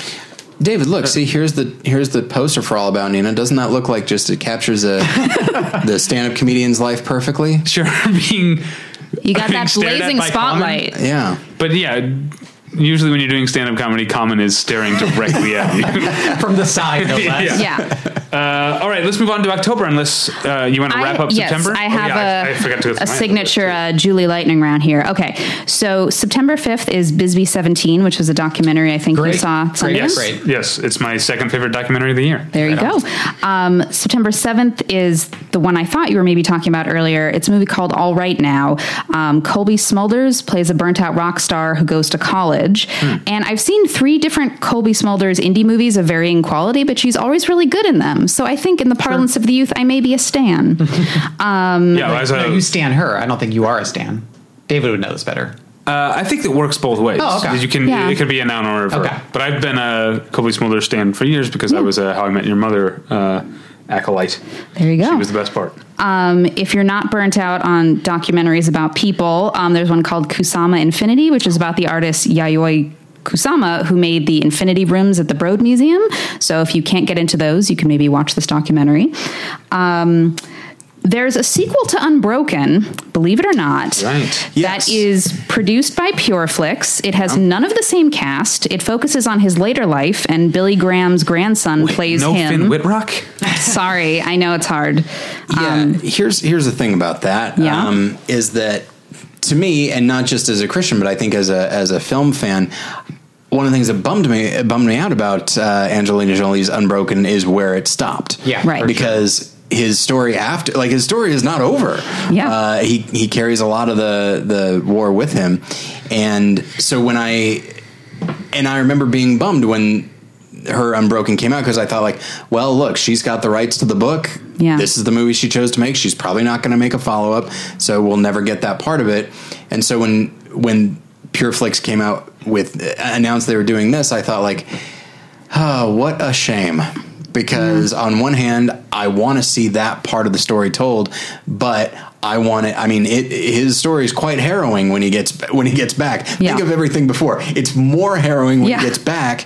David, look, see here's the here's the poster for All About Nina. Doesn't that look like just it captures a, the stand up comedian's life perfectly? [LAUGHS] sure, being you got being that stared at blazing by Common? spotlight. Yeah. but yeah, usually when you're doing stand-up comedy, Common is staring directly at [LAUGHS] you. from the side, no less. [LAUGHS] Yeah. Yeah. Uh, all right, let's move on to October, unless uh, you want to wrap I- up September. Yes, I Oh, have yeah, a- I forgot to go through a mine. signature uh, Julie Lightning round here. Okay, so September 5th is Bisbee 17, which was a documentary I think you Great. saw. at Great. Sundance. Yes, Great. yes, it's my second favorite documentary of the year. There you Right on. go. Um, September 7th is the one I thought you were maybe talking about earlier. It's a movie called All Right Now. Um, Colby Smulders plays a burnt out rock star who goes to college. Hmm. And I've seen three different Colby Smulders indie movies of varying quality, but she's always really good in them. So I think, in the parlance of the youth, I may be [LAUGHS] a Stan. Yeah, as No, a- you stan her. I don't think you are a stan. David would know this better. Uh, I think it works both ways. Oh, okay. You can Yeah. it could be a noun or a verb. Okay. But I've been a Kobe Smulders stand for years because I was a How I Met Your Mother uh, acolyte. There you go. She was the best part. Um, if you're not burnt out on documentaries about people, um, there's one called Kusama Infinity, which is about the artist Yayoi Kusama, who made the infinity rooms at the Broad Museum. So if you can't get into those, you can maybe watch this documentary. Um, there's a sequel to Unbroken, believe it or not. Right. Yes. That is produced by Pureflix. It has none of the same cast. It focuses on his later life, and Billy Graham's grandson plays no him. Finn Whitrock? [LAUGHS] Sorry, I know it's hard. Yeah. here's here's the thing about that. Um, Yeah. Um, is that to me, and not just as a Christian, but I think as a as a film fan. One of the things that bummed me it bummed me out about uh, Angelina Jolie's Unbroken is where it stopped. Yeah, Right. for sure. Because his story after, like his story is not over. Yeah. Uh, he he carries a lot of the the war with him, and so when I and I remember being bummed when her Unbroken came out because I thought like, well, look, she's got the rights to the book. Yeah. This is the movie she chose to make. She's probably not going to make a follow up, so we'll never get that part of it. And so when when Pureflix came out with announced they were doing this, I thought like, oh, what a shame. Because Mm. on one hand, I want to see that part of the story told, but I want it. I mean, it his story is quite harrowing when he gets when he gets back. Yeah. Think of everything before. It's more harrowing when Yeah. he gets back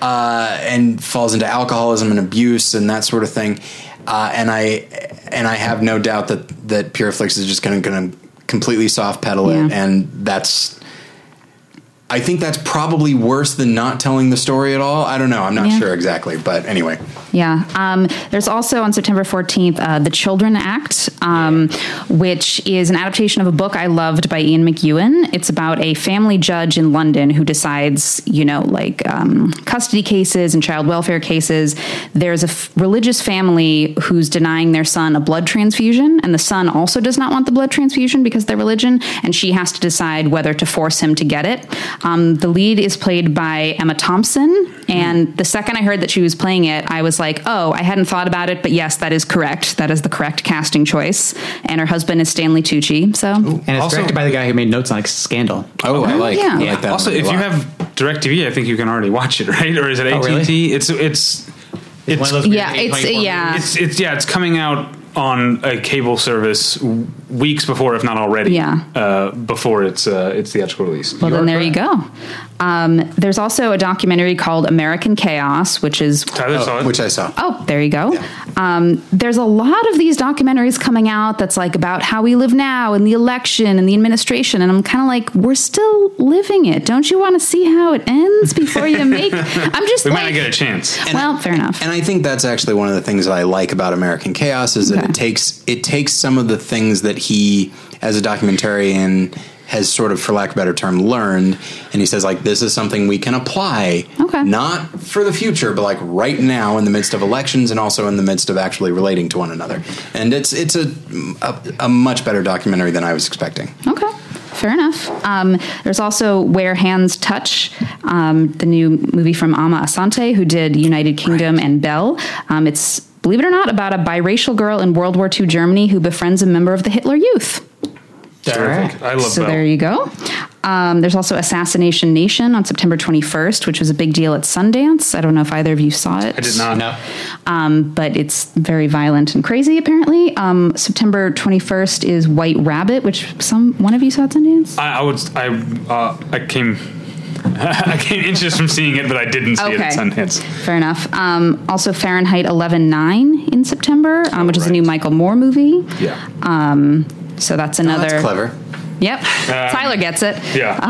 uh, and falls into alcoholism and abuse and that sort of thing. Uh, and I and I have no doubt that that Pureflix is just going to completely soft pedal it, Yeah. and that's. I think that's probably worse than not telling the story at all. I don't know. I'm not Yeah. sure exactly, but anyway, Yeah. Um, there's also on September 14th, uh, The Children Act, um, which is an adaptation of a book I loved by Ian McEwan. It's about a family judge in London who decides, you know, like um, custody cases and child welfare cases. There's a f- religious family who's denying their son a blood transfusion, and the son also does not want the blood transfusion because of their religion, and she has to decide whether to force him to get it. Um, the lead is played by Emma Thompson, Hmm. and the second I heard that she was playing it, I was like, oh, I hadn't thought about it, but yes, that is correct. That is the correct casting choice. And her husband is Stanley Tucci. So, And it's Also- directed by the guy who made notes on like Scandal. oh, I like, Mm-hmm. Yeah. I Yeah. like that. also, movie a if you lot. have DirecTV, I think you can already watch it, [LAUGHS] right? Or is it AT&T? really? It's it's It's one of those yeah, weird it's, 824 yeah. it's it's yeah, it's coming out on a cable service w- weeks before, if not already, Yeah. uh, before its uh, its theatrical release. Well, You then are there you correct. go. Um, there's also a documentary called American Chaos, which is Tyler saw it. which I saw. Oh, there you go. Um, there's a lot of these documentaries coming out that's like about how we live now and the election and the administration. And I'm kind of like, we're still living it. Don't you want to see how it ends before you [LAUGHS] make? I'm just we might like, not get a chance. well, fair enough. And I think that's actually one of the things that I like about American Chaos is that Okay. it takes it takes some of the things that he, as a documentarian, has sort of, for lack of a better term, learned, and he says like this is something we can apply, Okay. not for the future, but like right now in the midst of elections and also in the midst of actually relating to one another. And it's it's a a, a much better documentary than I was expecting. Okay, fair enough. Um, there's also Where Hands Touch, um, the new movie from Ama Asante, who did United Kingdom and Bell. Um, it's, believe it or not, about a biracial girl in World War II Germany who befriends a member of the Hitler Youth. Terrific. I love so Belle. there you go. Um, there's also Assassination Nation on September 21st, which was a big deal at Sundance. I don't know if either of you saw it Um, I did not. No. but it's very violent and crazy apparently um, september 21st is white rabbit which some one of you saw at sundance I, I would. I uh, I came. [LAUGHS] I came inches from seeing it, but I didn't see it at Okay. Sundance. fair enough um, also fahrenheit 11.9 in september um, which is a right. new michael moore movie Yeah. so that's another That's clever. [LAUGHS] yep Um, tyler gets it yeah.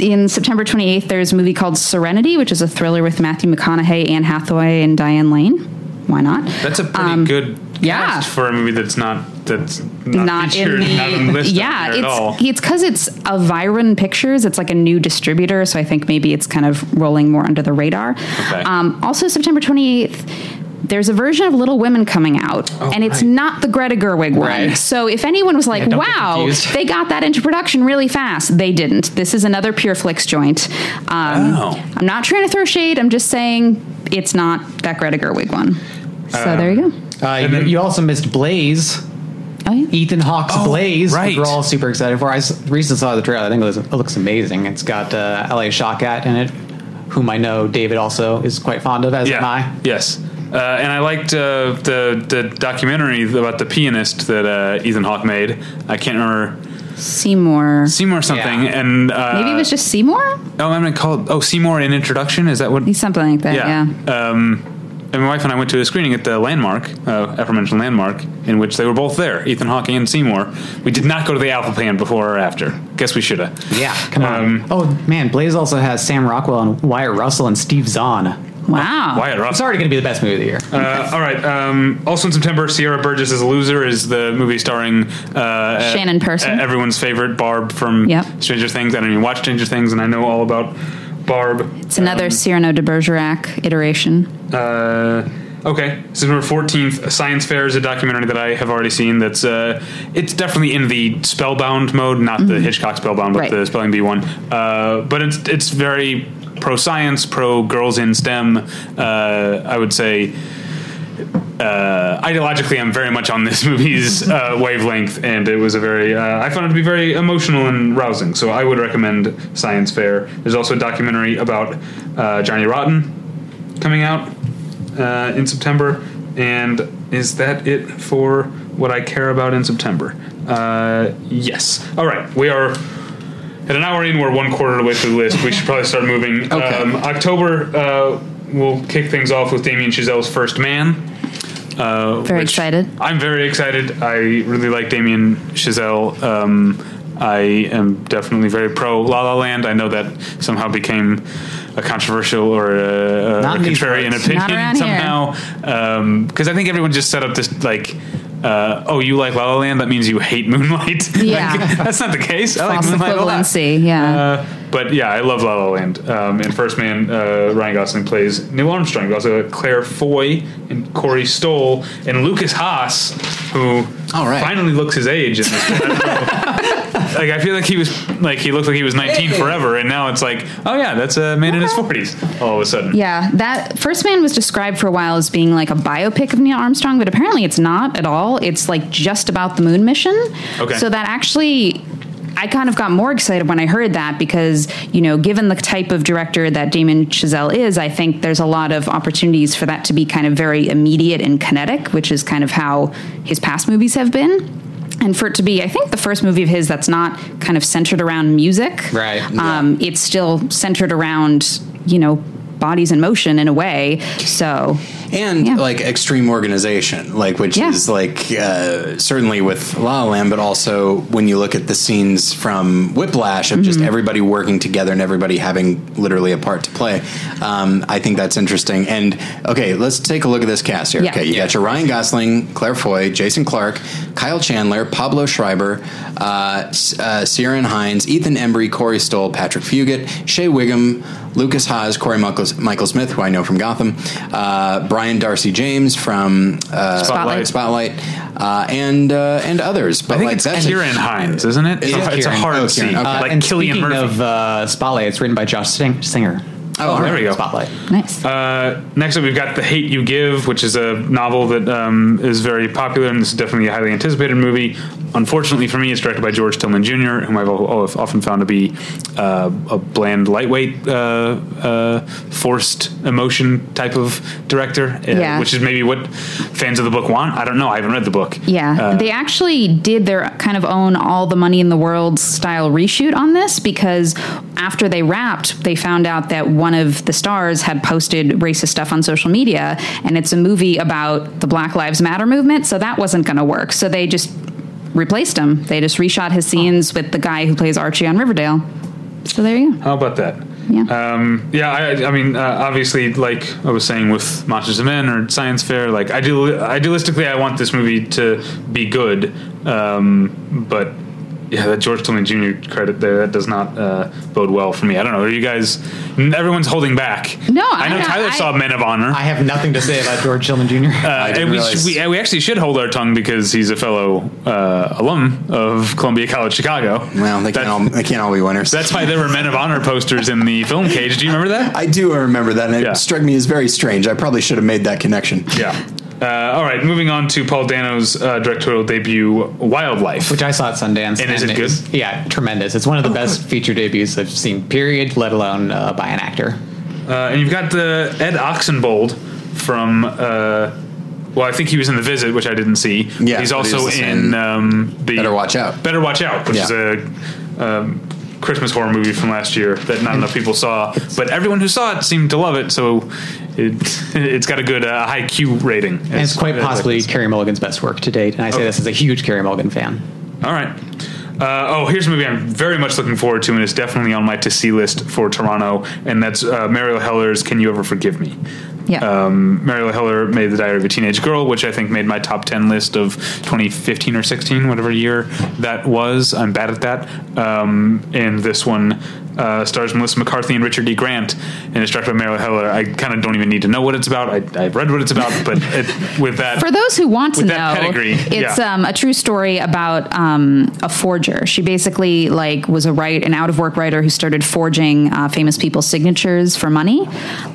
in september 28th there's a movie called serenity which is a thriller with matthew mcconaughey anne hathaway and diane lane why not that's a pretty good Um, yeah. cast for a movie that's not that's not, not in featured, the not [LAUGHS] on the list yeah out there at all. it's it's because it's Aviron Pictures it's like a new distributor so I think maybe it's kind of rolling more under the radar Okay. um, also September 28th there's a version of Little Women coming out and it's Oh, right. not the Greta Gerwig one Right. so if anyone was like don't get wow confused. they got that into production really fast they didn't this is another Pure Flix joint um, Wow. I'm not trying to throw shade I'm just saying it's not that Greta Gerwig one so Um, there you go Uh, you, you also missed Blaze. oh, yeah. e- Ethan Hawke's Blaze, right. which we're all super excited for. I s- recently saw the trailer. I think it, was, it looks amazing. It's got uh, L.A. Shawkat in it, whom I know David also is quite fond of, as am I. Yes. Uh, and I liked uh, the the documentary about the pianist that uh, Ethan Hawke made. I can't remember Seymour Seymour something, Yeah. and uh, maybe it was just Seymour oh, I'm gonna call it oh Seymour in introduction. Is that what? something like that. Yeah. Um, and my wife and I went to a screening at the Landmark, uh, aforementioned Landmark, in which they were both there, Ethan Hawke and Seymour. We did not go to the Alpha Plan before or after. Guess we should have. Yeah, come Um, on. Oh man, Blaze also has Sam Rockwell and Wyatt Russell and Steve Zahn. Wow. Wyatt Russell. It's already going to be the best movie of the year. Uh, all right. Um, also in September, Sierra Burgess is a Loser is the movie starring uh, Shannon Person. uh, everyone's favorite Barb from Yep. Stranger Things. I don't even watch Stranger Things, and I know all about Barb. It's Um, another Cyrano de Bergerac iteration. Uh, okay, September fourteenth, Science Fair is a documentary that I have already seen. That's uh, it's definitely in the Spellbound mode, not the Hitchcock Spellbound, but Right. the Spelling Bee one. Uh, but it's it's very pro science, pro girls in STEM. Uh, I would say. Uh, ideologically, I'm very much on this [LAUGHS] movie's uh, wavelength, and it was a very. Uh, I found it to be very emotional and rousing, so I would recommend Science Fair. There's also a documentary about uh, Johnny Rotten coming out uh, in September, and is that it for what I care about in September? Uh, yes. All right, we are. At an hour in, we're one quarter of the way through the list. We should probably start [LAUGHS] moving. Okay. Um, October, uh, we'll kick things off with Damien Chazelle's First Man. Uh, Very which excited. I'm very excited. I really like Damien Chazelle. Um, I am definitely very pro La La Land. I know that somehow became a controversial or a, a Not in these contrarian parts. opinion Not around here. somehow. Because I think everyone just set up this like. Uh, oh, you like La La Land? That means you hate Moonlight. [LAUGHS] Like, Yeah. that's not the case. Oh, [LAUGHS] I like False Moonlight a lot. equivalency. Yeah. Uh, but yeah, I love La La Land. Um, and First Man, uh, Ryan Gosling plays Neil Armstrong. We also have Claire Foy and Corey Stoll and Lucas Haas, who All right. finally looks his age. In this I don't [LAUGHS] know. like I feel like he was like he looked like he was 19 forever, and now it's like, oh yeah, that's a man in his 40s all of a sudden. yeah. That First Man was described for a while as being like a biopic of Neil Armstrong, but apparently it's not at all. It's like just about the moon mission. Okay. So that actually. I kind of got more excited when I heard that because, you know, given the type of director that Damon Chazelle is, I think there's a lot of opportunities for that to be kind of very immediate and kinetic, which is kind of how his past movies have been. and for it to be, I think, the first movie of his that's not kind of centered around music. Right, yeah. Um, It's still centered around, you know, bodies in motion in a way. So, and Yeah. like extreme organization, like which Yeah. is like uh, certainly with La La Land, but also when you look at the scenes from Whiplash of just everybody working together and everybody having literally a part to play. Um, I think that's interesting. And okay, let's take a look at this cast here. Yeah. Okay, you got your Ryan Gosling, Claire Foy, Jason Clark, Kyle Chandler, Pablo Schreiber, uh, S- uh, Ciaran Hines, Ethan Embry, Corey Stoll, Patrick Fugit, Shea Wiggum, Lucas Haas, Corey Michael, Michael Smith, who I know from Gotham, uh, Brian Darcy James from uh, Spotlight. Spotlight, uh, and uh, and others. But I think like it's that's a- Kieran Hines, isn't it? It's, It is a, it's a Kieran. hard Oh, scene, Kieran, okay. Uh, like and Killian speaking Murphy. of uh, Spotlight, it's written by Josh Sing- Singer. Oh, there we go. Spotlight. nice. Uh, next up, we've got The Hate You Give, which is a novel that um, is very popular, and this is definitely a highly anticipated movie. Unfortunately for me, it's directed by George Tillman Jr., whom I've al- al- often found to be uh, a bland, lightweight, uh, uh, forced emotion type of director, uh, Yeah. which is maybe what fans of the book want. I don't know. I haven't read the book. Yeah, they actually did their kind of own all the money in the world style reshoot on this because after they wrapped, they found out that one of the stars had posted racist stuff on social media, and it's a movie about the Black Lives Matter movement, so that wasn't going to work. So they just replaced him. They just reshot his scenes with the guy who plays Archie on Riverdale. So there you go. How about that? Yeah. Um, yeah, I, I mean, uh, obviously, like I was saying with Monsters of Men or Science Fair, like ideal, idealistically, I want this movie to be good, um, but yeah, that George Tillman Jr. credit there that does not uh, bode well for me. I don't know. Are you guys? Everyone's holding back. No, I know I'm not- Tyler I- saw Men of Honor. I have nothing to say about George Tillman Jr. Uh, didn't and we, realize- we, and we actually should hold our tongue because he's a fellow uh, alum of Columbia College Chicago. Well, they That- can't all they can't all be winners. that's why there were Men of Honor posters in the film cage. Do you remember that? I do remember that, and it Yeah. struck me as very strange. I probably should have made that connection. Yeah. Uh, all right, moving on to Paul Dano's uh, directorial debut, Wildlife. which I saw at Sundance. And is it it's- good? Oh, Yeah, tremendous. It's one of the best feature debuts I've seen, period, let alone uh, by an actor. uh, and you've got the Ed Oxenbold from. Uh, well, I think he was in The Visit, which I didn't see. Yeah, he's but he's also also in in um, the Better Watch Out. Better Watch Out, which Yeah. is a um, Christmas horror movie from last year that not enough people saw, but everyone who saw it seemed to love it. So it [LAUGHS] it's got a good uh, high Q rating. And it's quite possibly All Carey Mulligan's best work to date. And I say Okay. this as a huge Carey Mulligan fan. right. Uh, oh, here's a movie I'm very much looking forward to, and it's definitely on my to see list for Toronto, and that's uh, Mariel Heller's "Can You Ever Forgive Me." Yeah. Um, Mariel Heller made The Diary of a Teenage Girl, which I think made my top 10 list of 2015 or 16, whatever year that was. I'm bad at that. Um, and this one uh, stars Melissa McCarthy and Richard E. Grant, and it's directed by Mariel Heller. I kind of don't even need to know what it's about. I, I've read what it's about, but it, with that. For those who want to With know, that pedigree, it's yeah. um, a true story about um, a forger. She basically like was a write an out of work writer who started forging uh, famous people's signatures for money.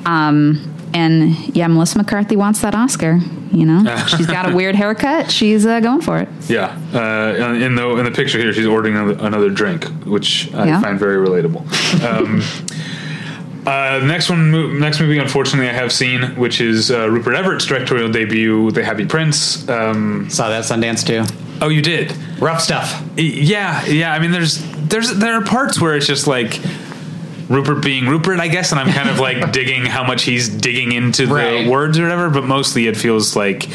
Um, and yeah, Melissa McCarthy wants that Oscar. [LAUGHS] You know, she's got a weird haircut. She's uh, going for it. Yeah, uh, in the in the picture here, she's ordering another, another drink, which I Yeah. find very relatable. Um, [LAUGHS] uh, next one, mo- next movie, unfortunately, I have seen, which is uh, Rupert Everett's directorial debut, The Happy Prince. Um, Saw that at Sundance too. oh, you did? Rough stuff. Y- Yeah, yeah. I mean, there's there's there are parts where it's just like. Rupert being Rupert, I guess, and I'm kind of [LAUGHS] like digging how much he's digging into Right. the words or whatever, but mostly it feels like.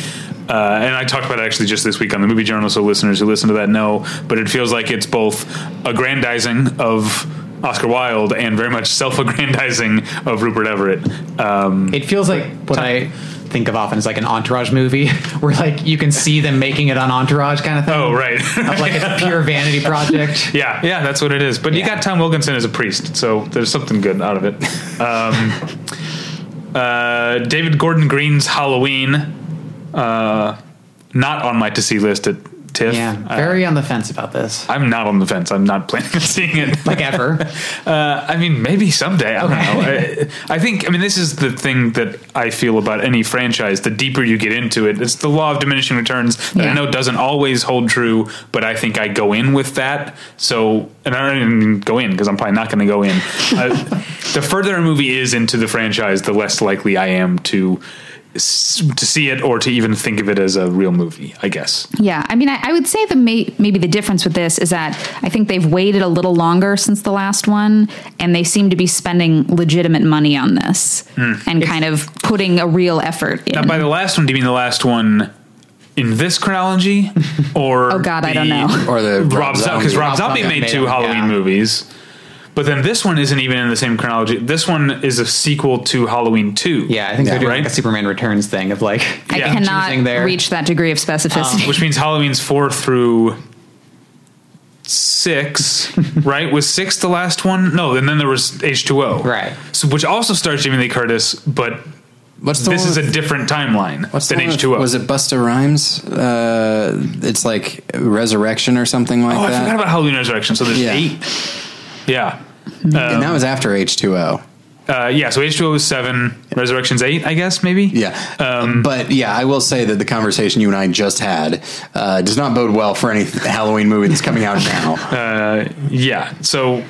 Uh, and I talked about it actually just this week on the movie journal, so listeners who listen to that know. But it feels like it's both aggrandizing of Oscar Wilde and very much self-aggrandizing of Rupert Everett. Um, It feels like what I think of often is like an entourage movie [LAUGHS] where like you can see them making it on entourage [LAUGHS] kind of thing. oh, right, Of like it's a pure vanity [LAUGHS] project. Yeah, yeah, that's what it is. But you Yeah. got Tom Wilkinson as a priest, so there's something good out of [LAUGHS] it. Um, uh, David Gordon Green's Halloween, uh, not on my to see list at TIFF. Yeah. Uh, Very on the fence about this. I'm not on the fence. I'm not [LAUGHS] planning on seeing it. Like ever. Uh, I mean, maybe someday. I don't know. I, I think. I mean, this is the thing that I feel about any franchise. The deeper you get into it, it's the law of diminishing returns that I Yeah. know doesn't always hold true. But I think I go in with that. So, and I don't even go in because I'm probably not going to go in. uh, the further a movie is into the franchise, the less likely I am to s- to see it or to even think of it as a real movie, I guess. Yeah, I mean, I, I would say the may, maybe the difference with this is that I think they've waited a little longer since the last one, and they seem to be spending legitimate money on this Hmm. and kind of putting a real effort in. Now, by the last one, do you mean the last one in this [LAUGHS] chronology, or Oh, God, I don't the- know. Or the Rob Zombie because Rob Rob Zombie Zombie made made two them, Halloween yeah. movies, but then this one isn't even in the same chronology. This one is a sequel to Halloween Two. Yeah, I think they're doing Right? like a Superman Returns thing of like I yeah, choosing cannot there. reach that degree of specificity. which means Halloween's four through [LAUGHS] six, right? Was six the last one? No, and then there was H two O, Right. So which also stars Jamie Lee Curtis, but What's the this one is with- a different timeline What's than the one H with- two O. Was it Busta Rhymes? Uh, it's like Resurrection or something like Oh, I that. forgot about Halloween Resurrection. So there's Yeah. eight. Yeah. and that was after H2O. Uh, yeah, so H2O was seven, Resurrection's eight, I guess, maybe? Yeah. Um, but yeah, I will say that the conversation you and I just had uh, does not bode well for any Halloween movie that's coming out [LAUGHS] now. Yeah. So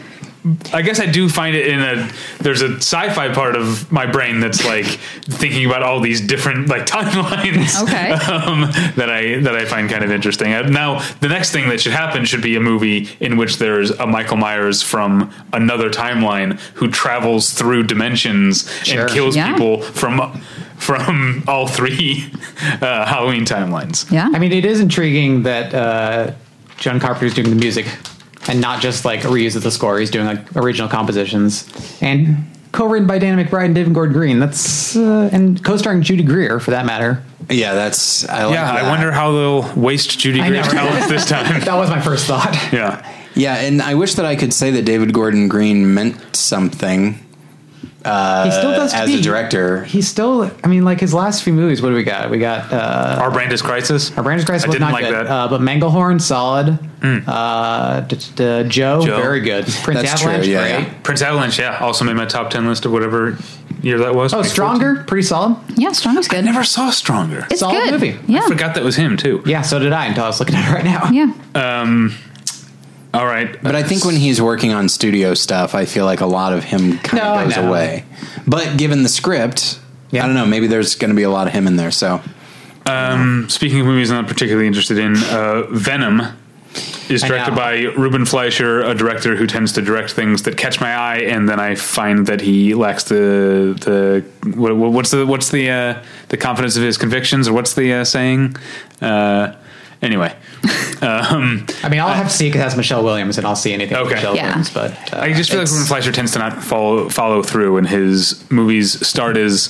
I guess I do find it in a there's a sci-fi part of my brain that's like thinking about all these different like [LAUGHS] timelines. Okay. Um, that I that I find kind of interesting. Uh, Now the next thing that should happen should be a movie in which there's a Michael Myers from another timeline who travels through dimensions Sure. and kills Yeah. people from from all three uh, Halloween timelines. yeah, I mean, it is intriguing that uh, John Carpenter's doing the music and not just like a reuse of the score. He's doing like original compositions and co-written by Dana McBride and David Gordon Green. That's uh, and co-starring Judy Greer for that matter. yeah, that's. I like Yeah, that. I wonder how they'll waste Judy I Greer's know. talents this time. [LAUGHS] That was my first thought. Yeah. Yeah, and I wish that I could say that David Gordon Green meant something. he still does as a director. He still, I mean, like his last few movies. What do we got? We got uh, Our Brand is Crisis. Our Brand is Crisis I was didn't not like good, that. Hmm. Uh, but Manglehorn, solid. Uh, d- d- d- Joe, Joe. very good. Prince That's true, Avalanche, yeah, great. yeah. Prince Avalanche, yeah, also made my top ten list of whatever year that was. Oh, 2014. Stronger, pretty solid. yeah, strong is I good. never saw Stronger. it's solid good. movie. Yeah, I forgot Um, that was him too. Yeah, so did I until I was looking [LAUGHS] at it right now. yeah. All right, But I think when he's working on studio stuff, I feel like a lot of him kind No, I of goes know. away. But given the script, Yeah. I don't know. Maybe there's going to be a lot of him in there. So speaking of movies I'm not particularly interested in, uh, Venom is I directed know. by Ruben Fleischer, a director who tends to direct things that catch my eye, and then I find that he lacks the the what, what- what's the what's the uh, the confidence of his convictions, or what's the uh, saying? Uh, anyway, I mean, I'll have to see because it has Michelle Williams, and I'll see anything with Okay. Michelle Yeah. Williams. But uh, I just feel like it's- Ruben Fleischer tends to not follow follow through, and his movies start as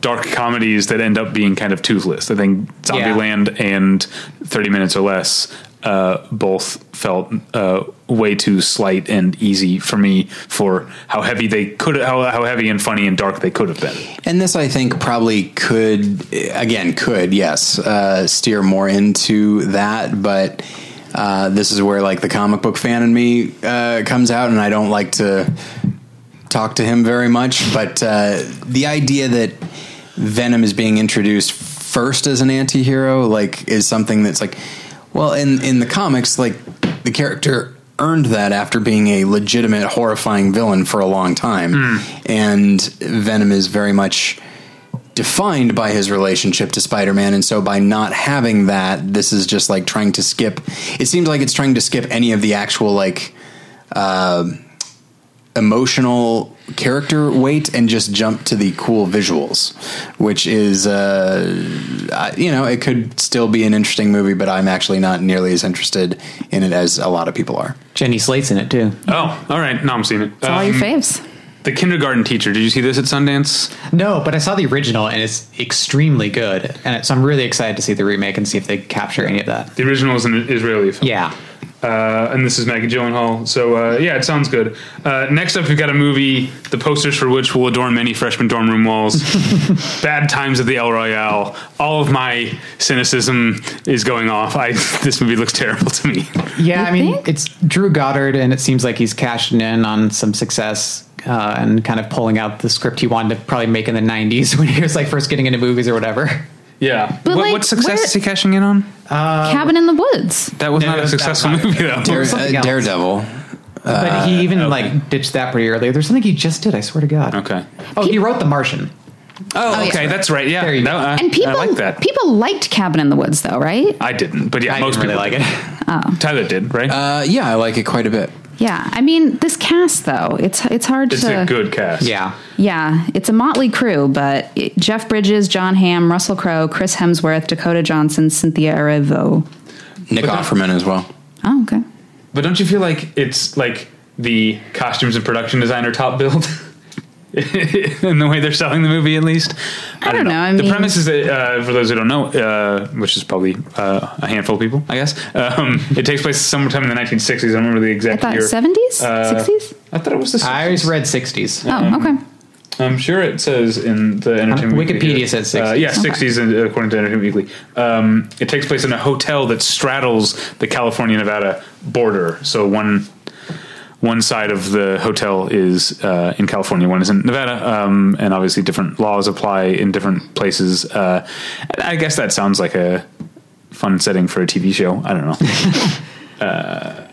dark comedies that end up being kind of toothless. I think Zombieland and Thirty Minutes or Less uh, both felt uh, way too slight and easy for me for how heavy they could how, how heavy and funny and dark they could have been. And this, I think, probably could, again, could, yes, uh, steer more into that. But uh, this is where, like, the comic book fan in me uh, comes out, and I don't like to talk to him very much. But uh, the idea that Venom is being introduced first as an anti hero, like, is something that's like, well, in, in the comics, like, the character earned that after being a legitimate horrifying villain for a long time and venom is very much defined by his relationship to spider-man and so by not having that this is just like trying to skip it seems like it's trying to skip any of the actual like uh, emotional character weight and just jump to the cool visuals which is uh, I- you know it could still be an interesting movie but i'm actually not nearly as interested in it as a lot of people are Jenny Slate's in it too. Oh, all right, now I'm seeing it. Um, It's all your faves. the kindergarten teacher. Did you see this at Sundance? No, but I saw the original, and it's extremely good. And it, so I'm really excited to see the remake and see if they capture any of that. The original is an Israeli film. Yeah, uh, and this is Maggie Gyllenhaal. So uh, yeah, it sounds good. Uh, next up, we've got a movie, the posters for which will adorn many freshman dorm room [LAUGHS] walls. Bad times at the El Royale. All of my cynicism is going off. I this movie looks terrible to me. yeah. You I mean, think? it's Drew Goddard, and it seems like he's cashing in on some success. Uh, and kind of pulling out the script he wanted to probably make in the 90s [LAUGHS] when he was like first getting into movies or whatever. Yeah. But, what, like, what success where- is he cashing in on? uh, Cabin in the Woods. That was No, not a that's successful not- movie though. Dare- something uh, else. daredevil but he even Uh, okay. like ditched that pretty early. There's something he just did, I swear to God. Okay. Oh, he wrote The Martian. Oh, yeah. okay, that's right. Yeah, There you No, go. I, And people I like that. people liked Cabin in the Woods though, right? I didn't, but yeah, I most didn't really people like [LAUGHS] it. it. Tyler did, right? Uh, yeah, I like it quite a bit. Yeah. I mean, this cast though, it's it's hard it's to a good cast. yeah. Yeah, it's a motley crew, but it- Jeff Bridges, John Hamm, Russell Crowe, Chris Hemsworth, Dakota Johnson, Cynthia Erivo. Nick Offerman as well. Oh, okay. But don't you feel like it's like the costumes and production design are top billed? [LAUGHS] in the way they're selling the movie, at least. I, don't know, I the mean- premise is that, uh, for those who don't know, uh, which is probably uh, a handful of people, I guess, um, it takes place sometime in the 1960s. I don't remember the I exact thought year. 70s? Uh, um, 60s? I thought it was the 60s. I always read 60s. Oh, okay. I'm sure it says in the Entertainment Wikipedia Weekly here. says Uh, 60s. yeah, 60s, uh, according to Entertainment Weekly. Um, it takes place in a hotel that straddles the California Nevada border. So one one side of the hotel is uh, in California, one is in Nevada, um, and obviously different laws apply in different places. Uh, and I guess that sounds like a fun setting for a TV show. I don't know. [LAUGHS] uh,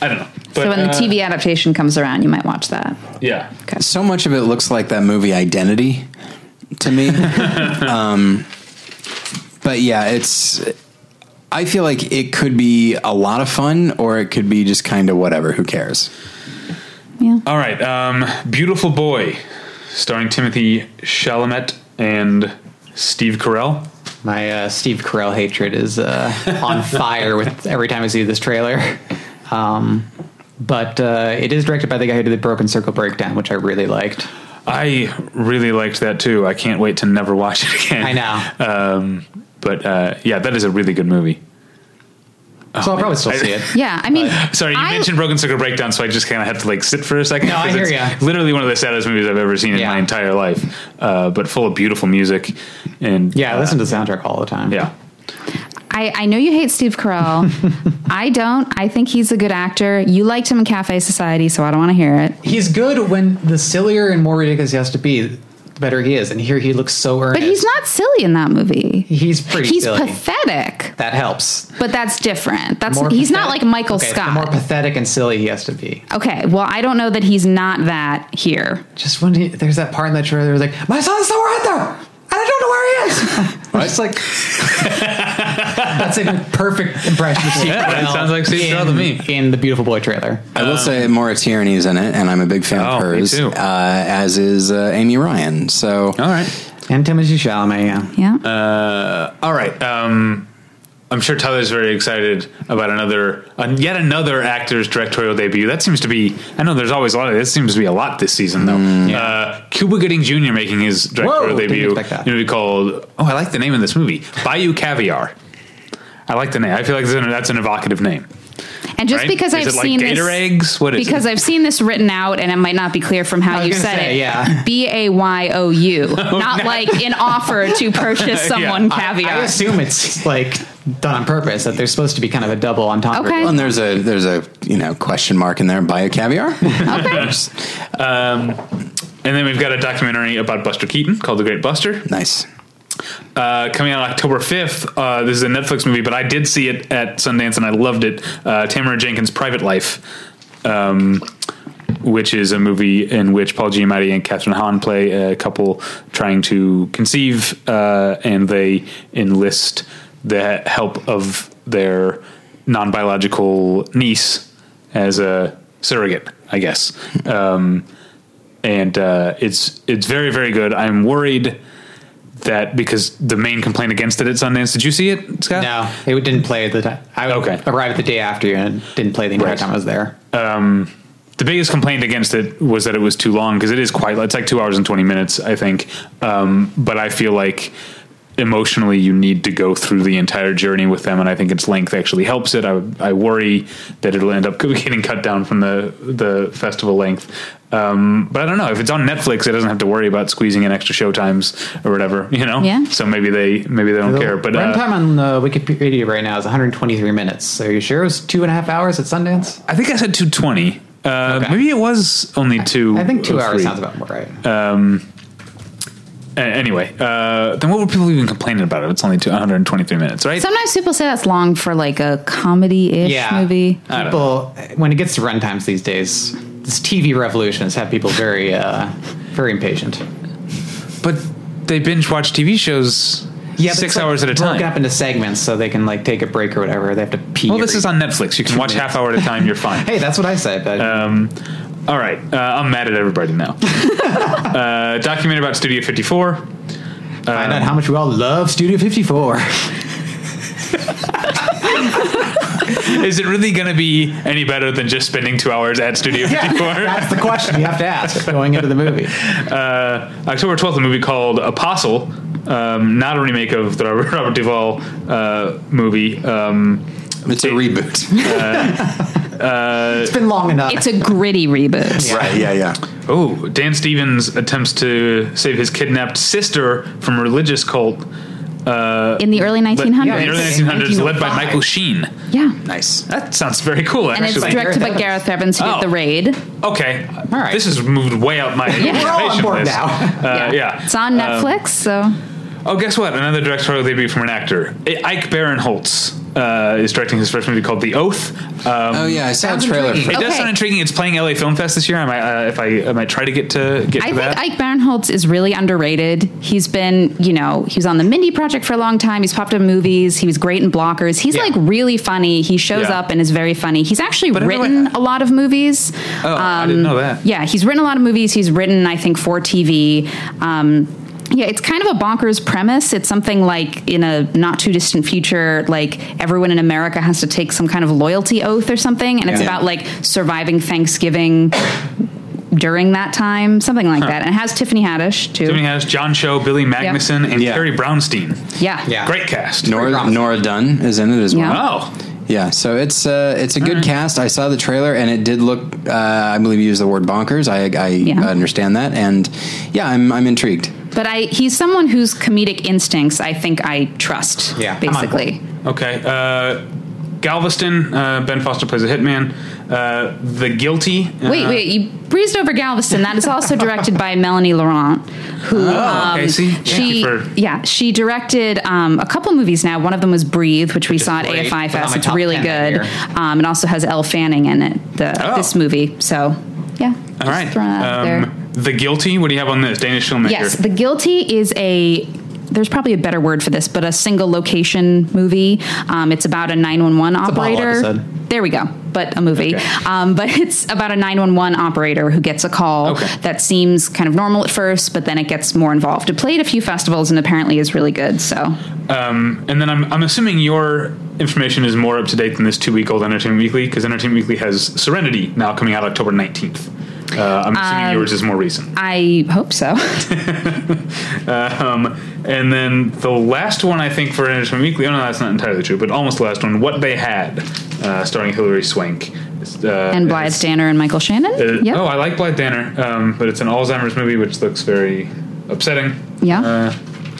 I don't know. But, so when the uh, TV adaptation comes around, you might watch that. yeah. So much of it looks like that movie Identity to [LAUGHS] me. um, but yeah, it's. I feel like it could be a lot of fun, or it could be just kind of whatever. Who cares? Yeah. All right, um, "Beautiful Boy," starring Timothy Chalamet and Steve Carell. My uh, Steve Carell hatred is uh, [LAUGHS] on fire with every time I see this trailer. Um, but uh, it is directed by the guy who did the Broken Circle Breakdown, which I really liked. I really liked that too. I can't wait to never watch it again. I know. um, but uh, yeah, that is a really good movie. Oh, so I'll probably still see it. Yeah, I mean, Sorry, you I- mentioned Broken Circle Breakdown, so I just kind of had to like sit for a second. No, I 'cause hear it's ya. Literally one of the saddest movies I've ever seen in Yeah. my entire life, uh, but full of beautiful music and Yeah, I uh, listen to the soundtrack all the time. yeah. I, I know you hate Steve [LAUGHS] Carell. I don't. I think he's a good actor. You liked him in Cafe Society, so I don't want to hear it. He's good when the sillier and more ridiculous he has to be, the better he is. And here he looks so earnest. But he's not silly in that movie. He's pretty He's silly. pathetic, that helps. but that's different. That's More he's not like pathetic- Michael okay, Scott. The more pathetic and silly he has to be. Okay, well, I don't know that he's not that here. Just when he, there's that part in that trailer, where he's like, "My son's somewhere out there, and I don't know where [LAUGHS] he is." I'm just like, that's a perfect impression. Of [LAUGHS] Steve Yeah, that Carell sounds like Steve in- Carell to me. in the Beautiful Boy trailer. I will say Maura Tierney is in it, and I'm a big fan Um, Oh, of me hers. too. Uh, as is uh, Amy Ryan. So All right. And Timothy Chalamet. Yeah. Yeah. All right. Um, I'm sure Tyler's very excited about another, uh, yet another actor's directorial debut. That seems to be. I know there's always a lot of. This seems to be a lot this season, though. Uh, Cuba Gooding Jr. making his directorial Mm. Whoa, didn't debut. expect that. in a movie called. Oh, I like the name of this movie. Bayou Caviar. I like the name. I feel like that's an, that's an evocative name. and just right? because Is I've it like seen gator this, eggs? What is because it? I've seen this written out, and it might not be clear from how was you gonna said say, it. yeah. B a y o [LAUGHS] u, not like an offer to purchase someone caviar. I assume it's like done on purpose that there's supposed to be kind of a double on top. Okay. Of and there's a there's a you know question mark in there. Bio caviar. [LAUGHS] okay. Um, And then we've got a documentary about Buster Keaton called The Great Buster. nice. uh, coming out October 5th. Uh, this is a Netflix movie, but I did see it at Sundance and I loved it. Uh, Tamara Jenkins' Private Life, um, which is a movie in which Paul Giamatti and Catherine Hahn play a couple trying to conceive, uh, and they enlist the help of their non biological niece as a surrogate, I guess. Um, and uh, it's it's very very good. I'm worried that because the main complaint against it at Sundance. Did you see it, Scott? No, it didn't play the time. I Okay. arrived the day after you and didn't play the entire Right. time I was there. The biggest complaint against it was that it was too long because it is quite. It's like two hours and twenty minutes, I think. Um, but I feel like emotionally you need to go through the entire journey with them, and I think its length actually helps it. I, I worry that it'll end up [LAUGHS] getting cut down from the the festival length. Um, but I don't know if it's on Netflix, it doesn't have to worry about squeezing in extra show times or whatever, [LAUGHS] you know. Yeah. So maybe they maybe they don't care. But uh, runtime on uh, Wikipedia right now is 123 minutes. So you sure it was two and a half hours at Sundance? I think I said 220. Uh, Okay. Maybe it was only two. I think two or hours three. sounds about right. A- anyway, uh, then what were people even complaining about? If it's only two, 123 minutes, right? Sometimes people say that's long for like a comedy-ish yeah, movie. don't people when it gets to runtimes these days, this TV revolution has had people very, uh, very impatient. but they binge watch TV shows but six it's, like, hours at a broken time. up into segments so they can like take a break or whatever. They have to pee. Well, this every- is on Netflix. You can watch half hour at a time. You're fine. Hey, that's what I said. But Um, all right, uh, I'm mad at everybody [LAUGHS] now. uh, documentary about Studio 54. find out how much we all love Studio 54. Is it really going to be any better than just spending two hours at Studio 54? [LAUGHS] that's the question you have to ask going into the movie. uh, October 12th, a movie called Apostle, um, not a remake of the Robert, Robert Duvall uh, movie. Um, It's a reboot. It's been long enough. It's a gritty reboot. right. Yeah. Yeah. oh, Dan Stevens attempts to save his kidnapped sister from a religious cult. Uh, In the early but- 1900s. in the early 1900s, led by Michael Sheen. yeah. Nice. That sounds very cool, And it's actually. directed by Gareth Gareth Evans, who Oh. did The Raid. okay, All right. This has moved way out [LAUGHS] my We're all on reservation board list. now. Uh, yeah. It's on Netflix, Oh, guess what? Another directorial debut from an actor. I- Ike Barinholtz uh, is directing his first movie called The Oath. Um, Oh yeah, I saw a Sounds trailer. intriguing. It does Okay. sound intriguing. It's playing LA Film Fest this year. I might, uh, if I, I might try to get to get so I to think that. Ike Barinholtz is really underrated. He's been, you know, he was on the Mindy Project for a long time. He's popped up in movies. He was great in Blockers. He's Yeah. like really funny. He shows Yeah. up and is very funny. He's actually But written everyone- a lot of movies. oh, I didn't know that. um, Yeah, he's written a lot of movies. He's written, I think, for TV. Um, yeah, it's kind of a bonkers premise. It's something like in a not too distant future, like everyone in America has to take some kind of loyalty oath or something, and it's Yeah. about like surviving Thanksgiving during that time, something like that. And it has Tiffany Haddish too. Jimmy has John Cho, Billy Magnuson, and Yeah. Carrie Brownstein. Yeah, Yeah. Great cast. Nora Nora Dunn is in it as well. Yeah. Oh, Yeah, so it's uh, it's a good cast. I saw the trailer and it did look. Uh, I believe you used the word bonkers. I, I Yeah. understand that, and yeah, I'm I'm intrigued. But I, he's someone whose comedic instincts I think I trust. Yeah, I'm on board. basically. Oh, okay. Uh, Galveston. Uh, ben Foster plays a hitman. Uh, the Guilty. uh, Wait, wait, you breezed over Galveston. That is also directed by Melanie Laurent, who um, Oh, okay, see? Thank she you for- yeah she directed um, a couple movies now. One of them was Breathe, which we saw at great. AFI Put on Fest. my It's top really 10 that good. year. Um, it also has Elle Fanning in it. The, Oh. This movie, so yeah. All right. throwing that out there. Um, the Guilty. What do you have on this Danish filmmaker? Yes, The Guilty is a. There's probably a better word for this, but a single location movie. Um, it's about a 911 Apollo operator. episode. There we go. But a movie. Okay. Um, but [LAUGHS] it's about a 911 operator who gets a call Okay. that seems kind of normal at first, but then it gets more involved. It played a few festivals and apparently is really good. So Um, and then I'm, I'm assuming your information is more up to date than this two week old Entertainment Weekly because Entertainment Weekly has Serenity now coming out October 19th. Uh, I'm assuming Um, yours is more recent. I hope so. Um, and then the last one I think for Entertainment Weekly, oh no, that's not entirely true, but almost the last one, What They Had, uh, starring Hilary Swank. It's, Uh, and Blythe it's- Danner and Michael Shannon. uh, yep. Oh, I like Blythe Danner, um, but it's an Alzheimer's movie which looks very upsetting Yeah. uh,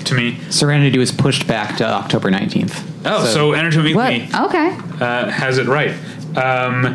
to me. Serenity was pushed back to October 19th. Oh, so, Entertainment what? Oh. Weekly Okay. uh, has it right. Um,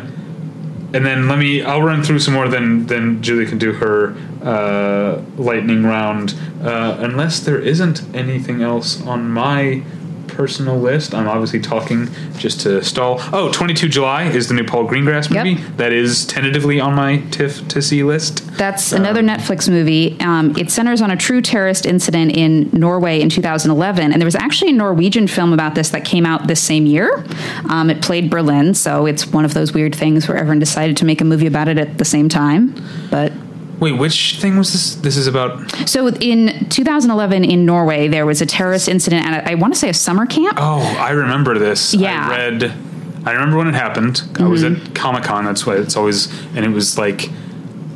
and then let me. I'll run through some more. Then then Julie can do her uh, lightning round. Uh, unless there isn't anything else on my personal list, I'm obviously talking just to stall. Oh, 22 July is the new Paul Greengrass Yep. movie that is tentatively on my TIFF to see list. That's another Netflix movie. Um, it centers on a true terrorist incident in Norway in 2011, and there was actually a Norwegian film about this that came out this same year. Um, it played Berlin, so it's one of those weird things where everyone decided to make a movie about it at the same time. But Wait, which thing was this? This is about. so in 2011 in Norway, there was a terrorist incident at a, I want to say a summer camp. Oh, I remember this. Yeah. Mm-hmm. I read. I remember when it happened. I was at Comic Con. That's why it's always. And it was like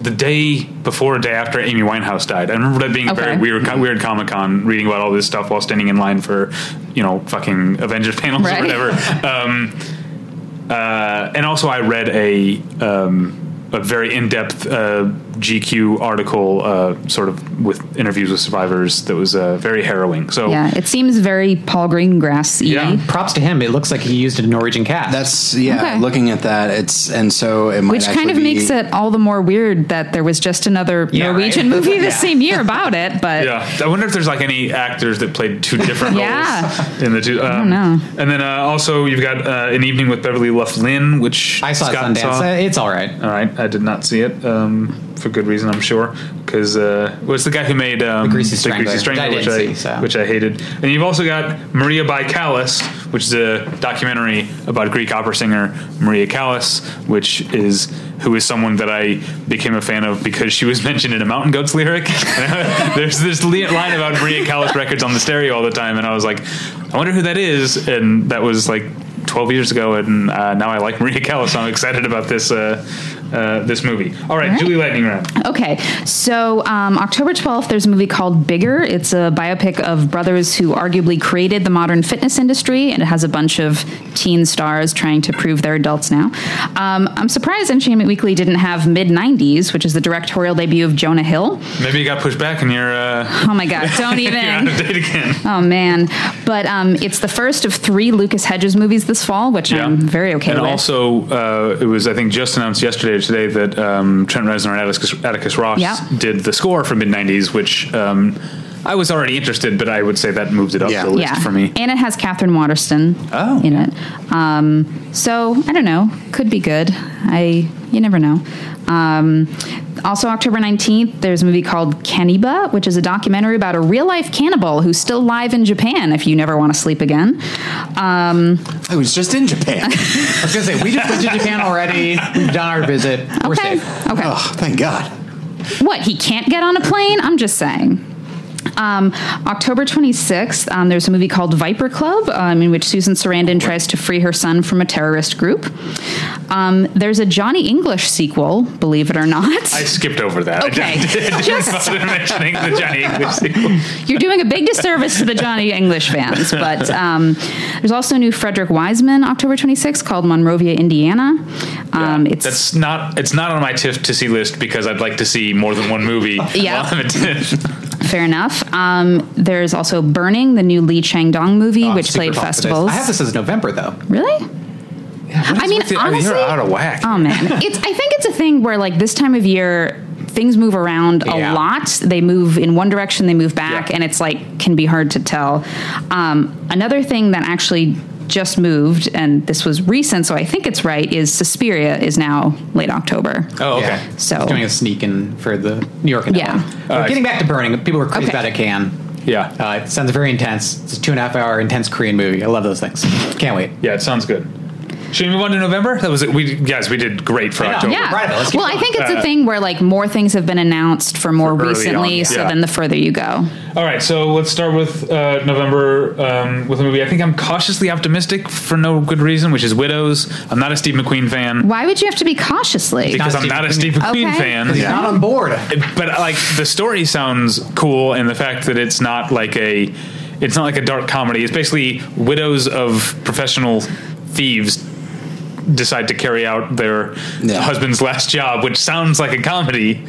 the day before, or day after Amy Winehouse died. I remember that being a very Okay. Mm-hmm. weird, weird Comic Con, reading about all this stuff while standing in line for, you know, fucking Avengers [LAUGHS] panels Right. or whatever. um, uh, and also, I read a. Um, a very in-depth uh, GQ article, uh, sort of with interviews with survivors, that was uh, very harrowing. So Yeah, it seems very Paul Greengrass. Yeah. Props to him. It looks like he used a Norwegian cast. That's yeah. Okay. Looking at that, it's and so it might Which kind actually of makes be- it all the more weird that there was just another Yeah, right. Norwegian movie the Yeah. same year about it. But Yeah, I wonder if there's like any actors that played two different [LAUGHS] Yeah. roles in the two. Um, I don't know. And then uh, also you've got uh, an evening with Beverly Loughlin, which I saw Uh, Scott Sundance. Uh, It's all right. All right, I did not see it. Um, for good reason, I'm sure. Because uh, well, it's the guy who made um, Greasy Strangler. Strangler, I which didn't I see, so. which I hated. And you've also got Maria by Callas, which is a documentary about Greek opera singer Maria Callas, which is who is someone that I became a fan of because she was [LAUGHS] mentioned in a Mountain Goats lyric. [LAUGHS] There's this li- line about Maria Callas records on the stereo all the time, and I was like, I wonder who that is. And that was like 12 years ago, and uh, now I like Maria Callas. so I'm excited about this uh, uh, this movie. All right, Julie Lightning Round. Okay, so um, October 12th, there's a movie called Bigger. It's a biopic of brothers who arguably created the modern fitness industry, and it has a bunch of teen stars trying to prove they're adults now. Um, I'm surprised Entertainment Weekly didn't have Mid 90s, which is the directorial debut of Jonah Hill. Maybe you got pushed back, and you're uh, Oh my God, [LAUGHS] don't you're out even. of date again. Oh man, but um, it's the first of three Lucas Hedges movies this fall, which I'm very okay And with. also, uh, it was I think just announced yesterday or today that um, Trent Reznor and Atticus, Atticus Ross Yeah. did the score for mid '90s, which um, I was already interested, but I would say that moved it up Yeah. the list yeah, for me. and it has Catherine Waterston Oh. in it. Um, so I don't know, could be good. I you never know. Um, also, October nineteenth, there's a movie called Caniba, which is a documentary about a real life cannibal who's still alive in Japan. If you never want to sleep again, um, I was just in Japan. I was gonna say we just went to Japan already. We've done our visit. We're okay, safe. okay. oh, thank God. What, he can't get on a plane? I'm just saying. Um, October 26th, um, there's a movie called Viper Club um, in which Susan Sarandon tries to free her son from a terrorist group. Um, there's a Johnny English sequel, believe it or not. I skipped over that. Okay. [LAUGHS] I [LAUGHS] didn't, Just- just mentioning the Johnny [LAUGHS] English sequel. [LAUGHS] You're doing a big disservice to the Johnny English fans. But um, there's also a new Frederick Wiseman, October 26th, called Monrovia, Indiana. Um, it's That's not. It's not on my TIFF to see list because I'd like to see more than one movie. [LAUGHS] Yeah. while I'm at TIFF. fair enough. Um, there's also Burning, the new Lee Chang Dong movie, Ah, Oh, which super played pumped for this. festivals. I have this as November though. really? I mean, I mean, you're honestly- out of whack. [LAUGHS] Oh man, it's. I think it's a thing where like this time of year, things move around a Yeah. lot. They move in one direction, they move back, Yeah. and it's like can be hard to tell. Um, another thing that actually just moved, and this was recent, so I think it's right. Is Suspiria is now late October. oh, okay. Yeah. So- It's doing a sneak in for the New York and Uh, Yeah. yeah. getting back to burning, people were crazy Okay. about it. Can Yeah. uh, it sounds very intense. It's a two and a half hour intense Korean movie. I love those things. Can't wait. Yeah, it sounds good. Should we move on to November? That was it. We guys, we did great for I know. October. Yeah. Right, let's keep well, I going. think it's a Uh, thing where like more things have been announced for more For early recently, on, so yeah. then the further you go. All right, so let's start with uh, November um, with a movie. I think I'm cautiously optimistic for no good reason, which is Widows. I'm not a Steve McQueen fan Why would you have to be cautiously? because I'm Steve not a McQueen. Steve McQueen Okay. fan. He's not on board. but like the story sounds cool and the fact that it's not like a it's not like a dark comedy it's basically widows of professional thieves decide to carry out their Yeah. husband's last job which sounds like a comedy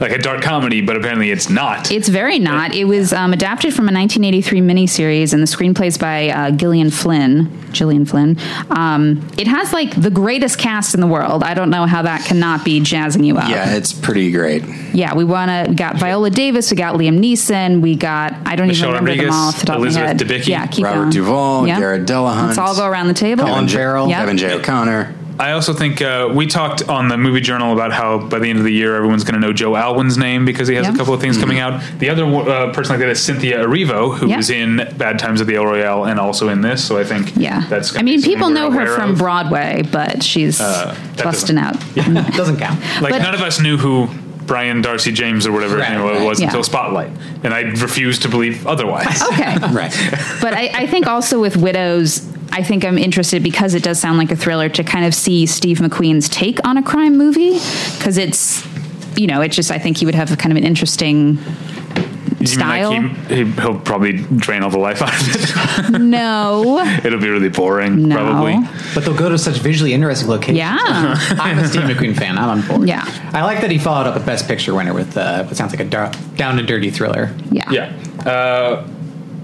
like a dark comedy but apparently it's not It's very not. It was um, adapted from a 1983 miniseries, and the screenplay's by uh, Gillian Flynn. Gillian Flynn. Um, it has like the greatest cast in the world. I don't know how that cannot be jazzing you up. Yeah, it's pretty great. Yeah, we wanna. We got Viola Davis. We got Liam Neeson. We got I don't Michelle even remember Rodriguez, them all off the top Elizabeth of my head. Debicki, yeah, keep Robert going. Duvall, Garrett Dillahunt. Let's all go around the table. Colin J- Farrell. Yep. Kevin J. O'Connor. I also think uh, we talked on the movie journal about how by the end of the year everyone's going to know Joe Alwyn's name because he has Yeah. a couple of things coming out. The other uh, person like that is Cynthia Erivo, who Yeah. was in Bad Times at the El Royale and also in this. So I think Yeah, that's. gonna I mean, be someone people know we're aware her from of. Uh, Broadway, but she's that busting out. [LAUGHS] Doesn't count. Like but- none of us knew who Brian Darcy James or whatever his Right, name right. was Yeah. Oh, until Spotlight, and I refuse to believe otherwise. [LAUGHS] Okay, Right. but I, I think also with widows i think i'm interested because it does sound like a thriller to kind of see steve mcqueen's take on a crime movie because it's you know it's just i think he would have kind of an interesting You mean like Style? he, he, he'll probably drain all the life out of it. [LAUGHS] [LAUGHS] no It'll be really boring, No. probably. But they'll go to such visually interesting locations. yeah [LAUGHS] I'm a Steve McQueen fan. I'm on board. Yeah. I like that he followed up a Best Picture winner with uh, what sounds like a dar- down and dirty thriller. yeah Yeah. Uh,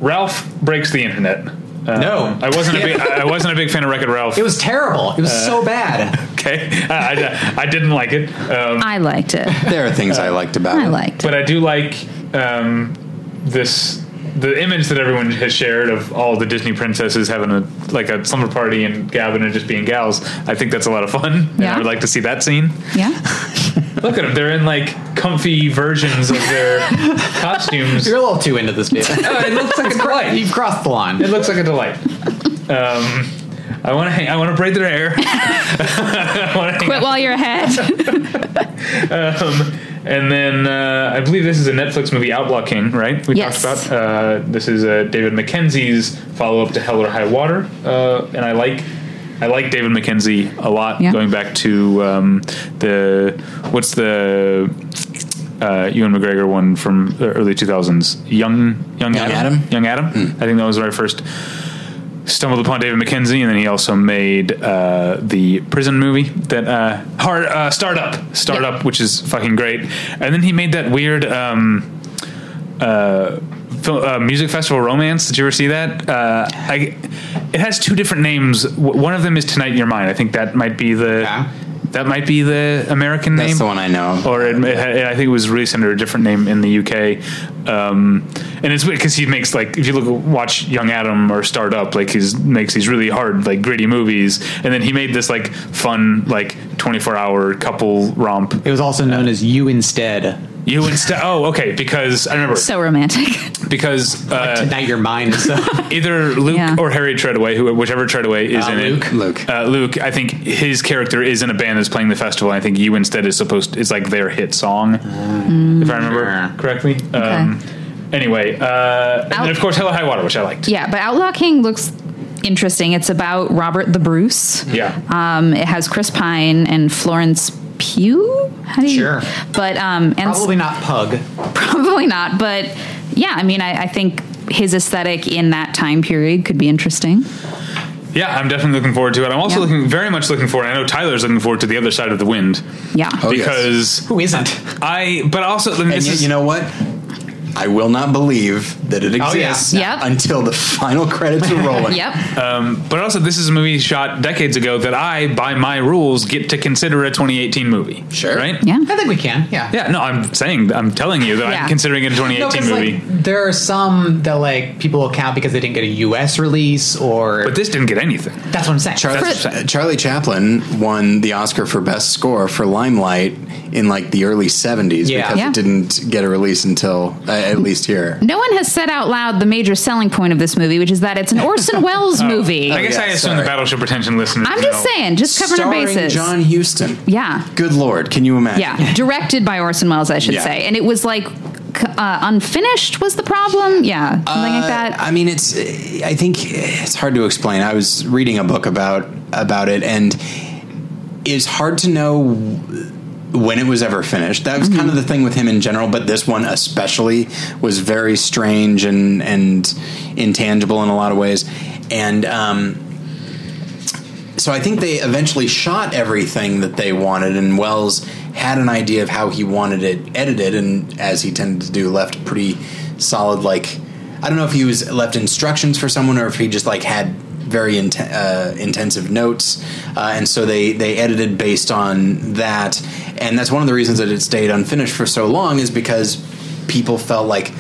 Ralph breaks the internet. Uh, No. I wasn't. A big, I I wasn't a big fan of Wreck-It Ralph. It was terrible. It was so bad. okay. [LAUGHS] I, I, I didn't like it, um, i liked it There are things I liked about i it. liked it but I do like um, this. The image that everyone has shared of all the Disney princesses having a like a slumber party and Gavin and just being gals, I think that's a lot of fun. And Yeah. I would like to see that scene. yeah Look at them. They're in like comfy versions of [LAUGHS] their costumes. [LAUGHS] You're a little too into this, [LAUGHS] David. Oh, it looks like a delight. You've crossed the line. It looks like a delight. Um, I want to hang. I want to braid their hair. I wanna hang Quit while you're ahead. Um, [LAUGHS] and then uh, I believe this is a Netflix movie, Outlaw King, right? We Yes. talked about. Uh, this is uh, David Mackenzie's follow-up to Hell or High Water, uh, and I like I like David Mackenzie a lot. Yeah. Going back to um, the what's the uh, Ewan McGregor one from the early two thousands, Young Young Adam, Adam? Young Adam. I think that was where I first stumbled upon David Mackenzie, and then he also made uh, the prison movie that uh, hard uh, startup, startup, which is fucking great. And then he made that weird um, uh, fil- uh, music festival romance. Did you ever see that? Uh, I, it has two different names. W- one of them is Tonight in Your Mind. I think that might be the Yeah. that might be the American name That's the one I know. or it, it, had- I think it was released under a different name in the UK. Um, and it's weird because he makes like if you look watch Young Adam or Start Up, like he's makes these really hard like gritty movies, and then he made this like fun like twenty four hour couple romp. It was also known as You Instead. You instead, oh okay, because I remember so romantic. because uh, Tonight Your Mind [LAUGHS] is the either Luke Yeah. or Harry Treadaway, who whichever Treadaway is Uh, in Luke. it. Luke. Uh, Luke. I think his character is in a band that's playing the festival. And I think you instead is supposed is like their hit song, if I Yeah. Mm. remember correctly. Um, anyway, uh, and then Out- of course Hello High Water, which I liked. Yeah, but Outlaw King looks interesting. It's about Robert the Bruce. Yeah. Um, it has Chris Pine and Florence Pugh. How do you? Sure. But um, and s- [LAUGHS] probably not Pug. probably not. But yeah, I mean, I, I think his aesthetic in that time period could be interesting. Yeah, I'm definitely looking forward to it. I'm also Yeah. looking very much looking forward. I know Tyler's looking forward to the other side of the wind Yeah. Oh, yes. because Who isn't? I. But also, I mean, And this yet, is- you know what? I will not believe that it Oh, yeah. exists Yep. until the final credits are rolling. Yep. But also, this is a movie shot decades ago that I, by my rules, get to consider a 2018 movie. Sure. Right? Yeah. [LAUGHS] I think we can. Yeah. Yeah, no, I'm saying, I'm telling you that Yeah. I'm considering it a 2018 'cause, movie. Like, there are some that like people will count because they didn't get a U.S. release, or but this didn't get anything. that's what I'm saying. Charlie, That's- uh, Charlie Chaplin won the Oscar for Best Score for Limelight in like the early 70s Yeah. because Yeah. it didn't get a release until uh, at least here. No one has said out loud the major selling point of this movie, which is that it's an Orson Welles movie. I guess yeah, I assume sorry. the Battleship Retention listeners. I'm just know. saying, just covering our Starring bases. John Huston. yeah. Good Lord, can you imagine? Yeah, directed by Orson Welles, I should Yeah. say, and it was like c- uh, unfinished was the problem. Yeah, something like Uh, that. I mean, it's. I think it's hard to explain. I was reading a book about about it, and it's hard to know when it was ever finished. That was kind Mm-hmm. of the thing with him in general, but this one especially was very strange and and intangible in a lot of ways, and. Um, so I think they eventually shot everything that they wanted, and Wells had an idea of how he wanted it edited, and as he tended to do, left pretty solid. Like I don't know if he was left instructions for someone or if he just like had very int- uh, intensive notes, uh, and so they they edited based on that, and that's one of the reasons that it stayed unfinished for so long is because people felt like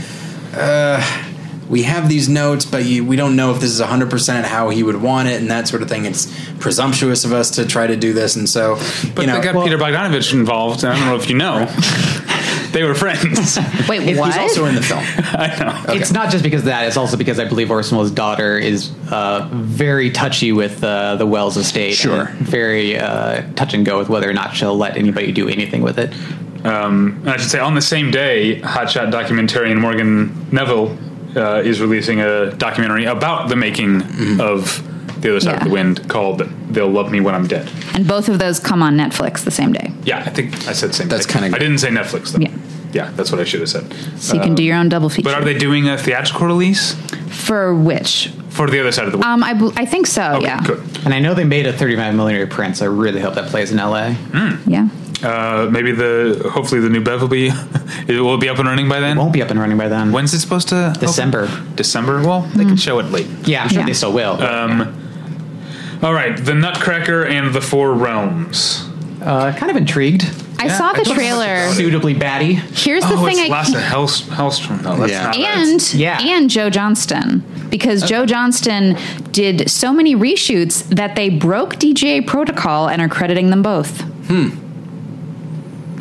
we have these notes, but you, we don't know if this is 100% how he would want it and that sort of thing. It's presumptuous of us to try to do this. And so, But you know, they got Peter Bogdanovich involved, and I don't know if you [LAUGHS] know. they were friends. Wait, he's what? also in the film. It's not just because of that. It's also because I believe Orson Welles' daughter is uh, very touchy with uh, the Wells estate. Sure. and Very uh, touch and go with whether or not she'll let anybody do anything with it. Um, and I should say, on the same day, Hotshot documentarian Morgan Neville uh, is releasing a documentary about the making Mm-hmm. of The Other Side of Yeah. the Wind called They'll Love Me When I'm Dead. and both of those come on Netflix the same day, Yeah, I think I said same That's day. kinda- I didn't say Netflix, though. Yeah. Yeah, that's what I should have said. so you can do your own double feature. But are they doing a theatrical release for which? for The Other Side of the Wind? Um, I, bel- I think so. Okay, yeah, good. And I know they made a 35 millimeter print, so I really hope that plays in LA. yeah. Uh, maybe the hopefully the new Bev will be [LAUGHS] it will be up and running by then. Won't be up and running by then. When's it supposed to? open? December. December. Well, they Mm. can show it late. Yeah, I'm sure Yeah. they still will. All right, The Nutcracker and the Four Realms. uh, kind of intrigued. I saw the trailer. Suitably batty. Here's the oh, thing it's I Lasse Hell- Hellstrom. No, that's Yeah. not. that's- and Yeah. and Joe Johnston because Joe Johnston did so many reshoots that they broke DGA protocol and are crediting them both. Hmm.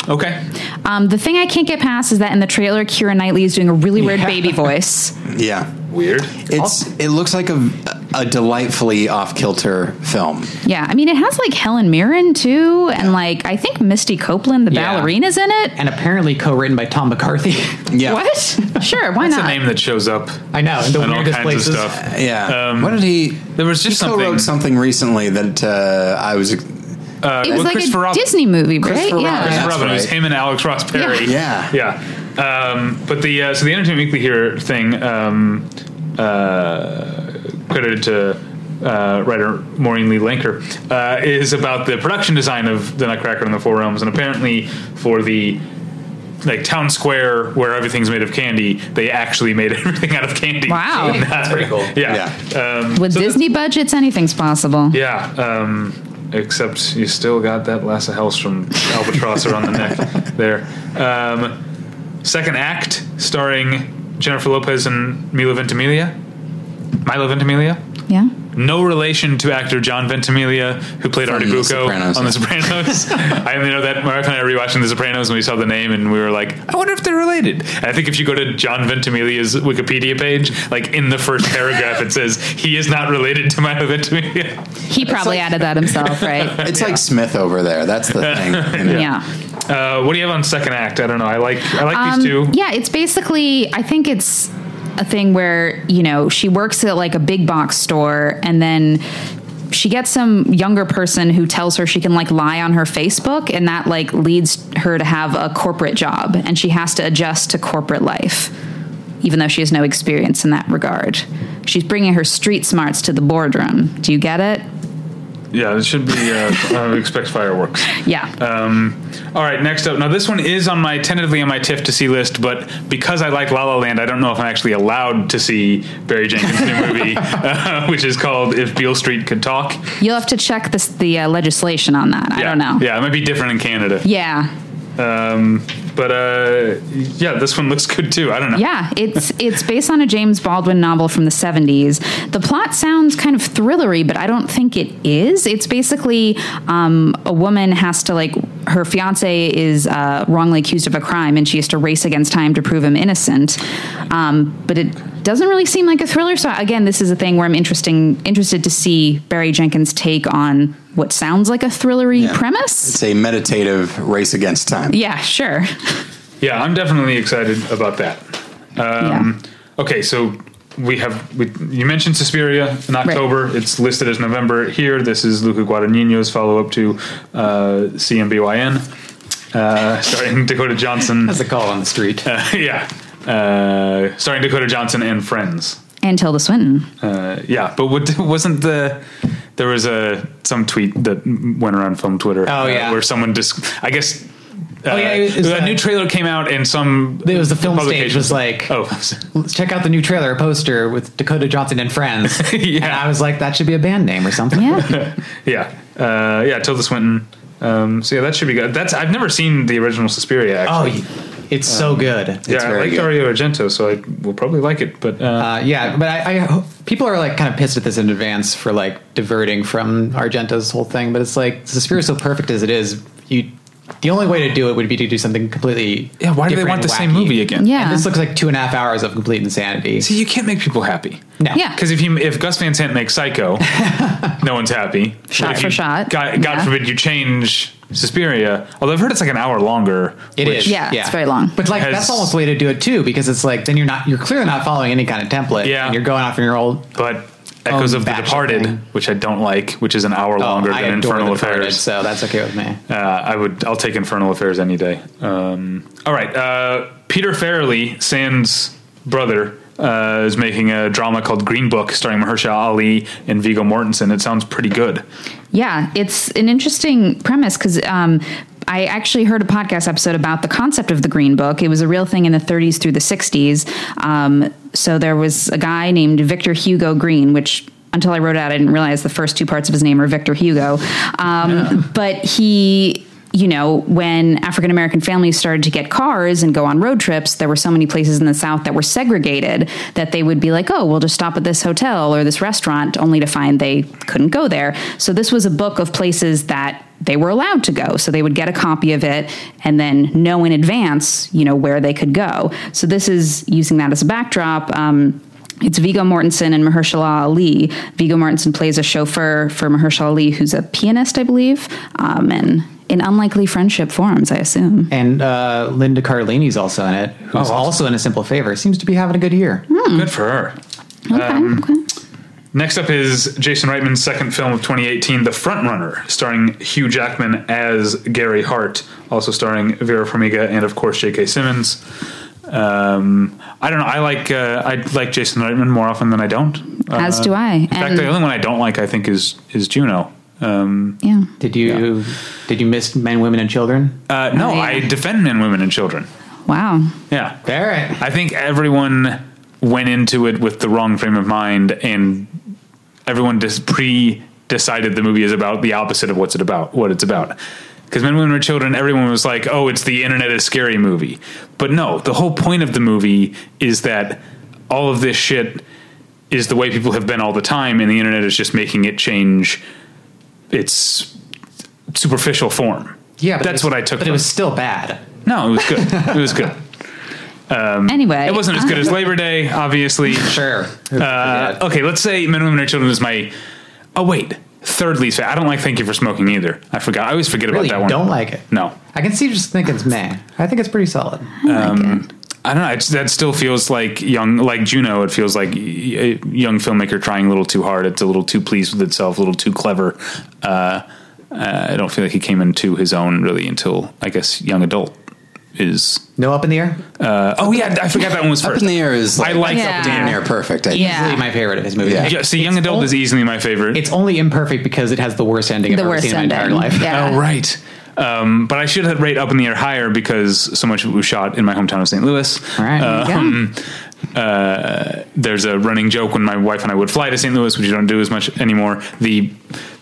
Okay. Um, the thing I can't get past is that in the trailer, Kira Knightley is doing a really weird Yeah. baby voice. [LAUGHS] Yeah. Weird. It's it looks like a a delightfully off kilter film. Yeah, I mean, it has like Helen Mirren too, and like I think Misty Copeland, the Yeah. ballerina's in it. and apparently co-written by Tom McCarthy. Yeah. What? [LAUGHS] Sure, why That's not? a name that shows up I know, in the in all weirdest kinds places. of stuff. Yeah. Um, what did he? There was just he something. co-wrote something recently that uh, I was. it was well, like Christopher a Robin- Disney movie, right? Christopher Yeah. Robin. Christopher That's Robin. It was right. him and Alex Ross Perry. Yeah. Yeah. Um, but the uh, so the entertainment weekly here thing um, uh, credited to uh, writer Maureen Lee Lanker uh, is about the production design of the Nutcracker and the Four Realms, and apparently for the like town square where everything's made of candy, they actually made [LAUGHS] everything out of candy. Wow. So That's pretty cool. Yeah. Um, With so the- Disney budgets, anything's possible. yeah. Um, except you still got that Lassa House from Albatross around the neck [LAUGHS] there. Um, second act starring Jennifer Lopez and Milo Ventimiglia. Milo Ventimiglia? Yeah. No relation to actor John Ventimiglia, who played From Artie The Bucco Sopranos. on The [LAUGHS] Sopranos. I only know that my wife and I were rewatching The Sopranos and we saw the name and we were like, I wonder if they're related. And I think if you go to John Ventimiglia's Wikipedia page, like in the first paragraph, it says he is not related to Milo Ventimiglia. He probably added that himself, right? It's like Smith over there. That's [LAUGHS] the thing. you [LAUGHS] know. yeah. Uh, what do you have on second act? I don't know. I like I like these two. Um, Yeah, it's basically I think it's a thing where, you know, she works at like a big box store and then she gets some younger person who tells her she can like lie on her Facebook and that like leads her to have a corporate job and she has to adjust to corporate life even though she has no experience in that regard. She's bringing her street smarts to the boardroom. Do you get it? Yeah, it should be. Uh, I would expect fireworks. Yeah. Um, all right, next up. Now this one is on my tentatively on my TIFF to see list, but because I like La La Land, I don't know if I'm actually allowed to see Barry Jenkins' new [LAUGHS] movie, uh, which is called If Beale Street Could Talk. You'll have to check this, the uh, legislation on that. I Yeah. don't know. Yeah, it might be different in Canada. Yeah. Um, but uh, yeah, this one looks good too. I don't know. Yeah, it's it's based on a James Baldwin novel from the 70s. The plot sounds kind of thrillery, but I don't think it is. It's basically um, a woman has to like her fiance is uh, wrongly accused of a crime, and she has to race against time to prove him innocent. Um, but it doesn't really seem like a thriller. So again, this is a thing where I'm interesting interested to see Barry Jenkins' take on what sounds like a thrillery Yeah. premise. It's a meditative race against time. Yeah, sure. Yeah, I'm definitely excited about that. Um, Okay, so we have we, you mentioned Suspiria in October. It's listed as November here. This is Luca Guadagnino's follow up to uh, CMBYN, uh, starring [LAUGHS] Dakota Johnson. That's a call on the [LAUGHS] street. yeah, uh, starring Dakota Johnson and friends. and Tilda Swinton. Uh, yeah, but what, [LAUGHS] wasn't the there was a some tweet that went around from Twitter? Oh, uh, yeah. where someone just I guess. uh, yeah, it was, a uh, new trailer came out and some It was the film stage publication- was like, oh [LAUGHS] let's check out the new trailer poster with Dakota Johnson and friends. [LAUGHS] Yeah. And I was like, that should be a band name or something. Yeah, Yeah, uh, yeah, Tilda Swinton. Um, so yeah, that should be good. That's I've never seen the original Suspiria. Oh, Actually. you- it's so good. yeah, I very like good. Dario Argento, so I will probably like it. But uh, Uh, yeah, but I, I hope- people are like kind of pissed at this in advance for like diverting from Argento's whole thing. But it's like the spirit so perfect as it is. You, the only way to do it would be to do something completely. yeah, why do they different want the and same wacky. movie again? Yeah. And this looks like two and a half hours of complete insanity. [LAUGHS] See, you can't make people happy. No. Yeah. Because if you if Gus Van Sant makes Psycho, no one's happy. Shot If for you- shot, God, God yeah. forbid you change Suspiria. Although I've heard it's like an hour longer. It is. Yeah, it's very long. But like Has- that's almost the way to do it too, because it's like then you're not you're clearly not following any kind of template. Yeah. And you're going off on your old But Echoes of the batch of Departed, thing. which I don't like, which is an hour longer oh, I than adore Infernal the Departed, Affairs. so that's okay with me. Uh, I would. I'll take Infernal Affairs any day. Um, all right. Uh, Peter Farrelly, Sans' brother, uh, is making a drama called Green Book, starring Mahershala Ali and Viggo Mortensen. It sounds pretty good. Yeah, it's an interesting premise because um, I actually heard a podcast episode about the concept of the Green Book. It was a real thing in the 30s through the 60s. Um, so there was a guy named Victor Hugo Green, which until I wrote it out, I didn't realize the first two parts of his name are Victor Hugo. Um, But he you know, when African American families started to get cars and go on road trips, there were so many places in the South that were segregated that they would be like, oh, we'll just stop at this hotel or this restaurant, only to find they couldn't go there. So this was a book of places that they were allowed to go. So they would get a copy of it and then know in advance, you know, where they could go. So this is using that as a backdrop. Um, it's Vigo Mortensen and Mahershala Ali. Vigo Mortensen plays a chauffeur for Mahershala Ali, who's a pianist, I believe, um, and in unlikely friendship forums, I assume. And uh, Linda Carlini's also in it, who's Oh, awesome. also in A Simple Favor. Seems to be having a good year. Hmm. Good for her. Um, Okay, okay. Next up is Jason Reitman's second film of 2018, The Front Runner, starring Hugh Jackman as Gary Hart, also starring Vera Farmiga and of course J.K. Simmons. Um, I don't know. I like uh, I like Jason Reitman more often than I don't. As Uh, do I. In fact, And- the only one I don't like, I think, is is Juno. Um, Yeah. Did you did you miss Men, Women, and Children? uh, no, Oh, yeah. I defend men, women, and children. Wow. Yeah, All right. I think everyone went into it with the wrong frame of mind, and everyone just pre decided the movie is about the opposite of what's it about, what it's about. Because when we were children, everyone was like, "Oh, it's the internet is scary movie," but no, the whole point of the movie is that all of this shit is the way people have been all the time, and the internet is just making it change its superficial form. Yeah, but it that's was- what I took. But it from was still bad. no, it was good. it was [LAUGHS] good. anyway, It wasn't as good as Labor Day, [LAUGHS] obviously. Sure. Uh, Yeah. okay, let's say Men, Women, and Children is my. Oh wait, third least. fa- I don't like Thank You for Smoking either. I forgot. I always forget Really, about that you one. don't like it. No, I can see you just thinking it's meh. I think it's pretty solid. I don't know. It's, that still feels like young, like Juno. It feels like y- a young filmmaker trying a little too hard. It's a little too pleased with itself, a little too clever. Uh, uh, I don't feel like he came into his own really until I guess young adult is. No up in the air. Uh, oh yeah, I forgot that one was Up first. in the air is I like, like Yeah. up in the air. damn near perfect. I think. Yeah. Easily my favorite of his movies. Yeah. Yeah, see, young adult only- is easily my favorite. It's only imperfect because it has the worst ending the I've ever worst seen in ending. my entire life. Yeah. [LAUGHS] Oh, right. Um, but I should have rate up in the air higher because so much of it was shot in my hometown of St. Louis. [LAUGHS] Um, uh, All right. Yeah. [LAUGHS] There's a running joke when my wife and I would fly to St. Louis, which you don't do as much anymore. The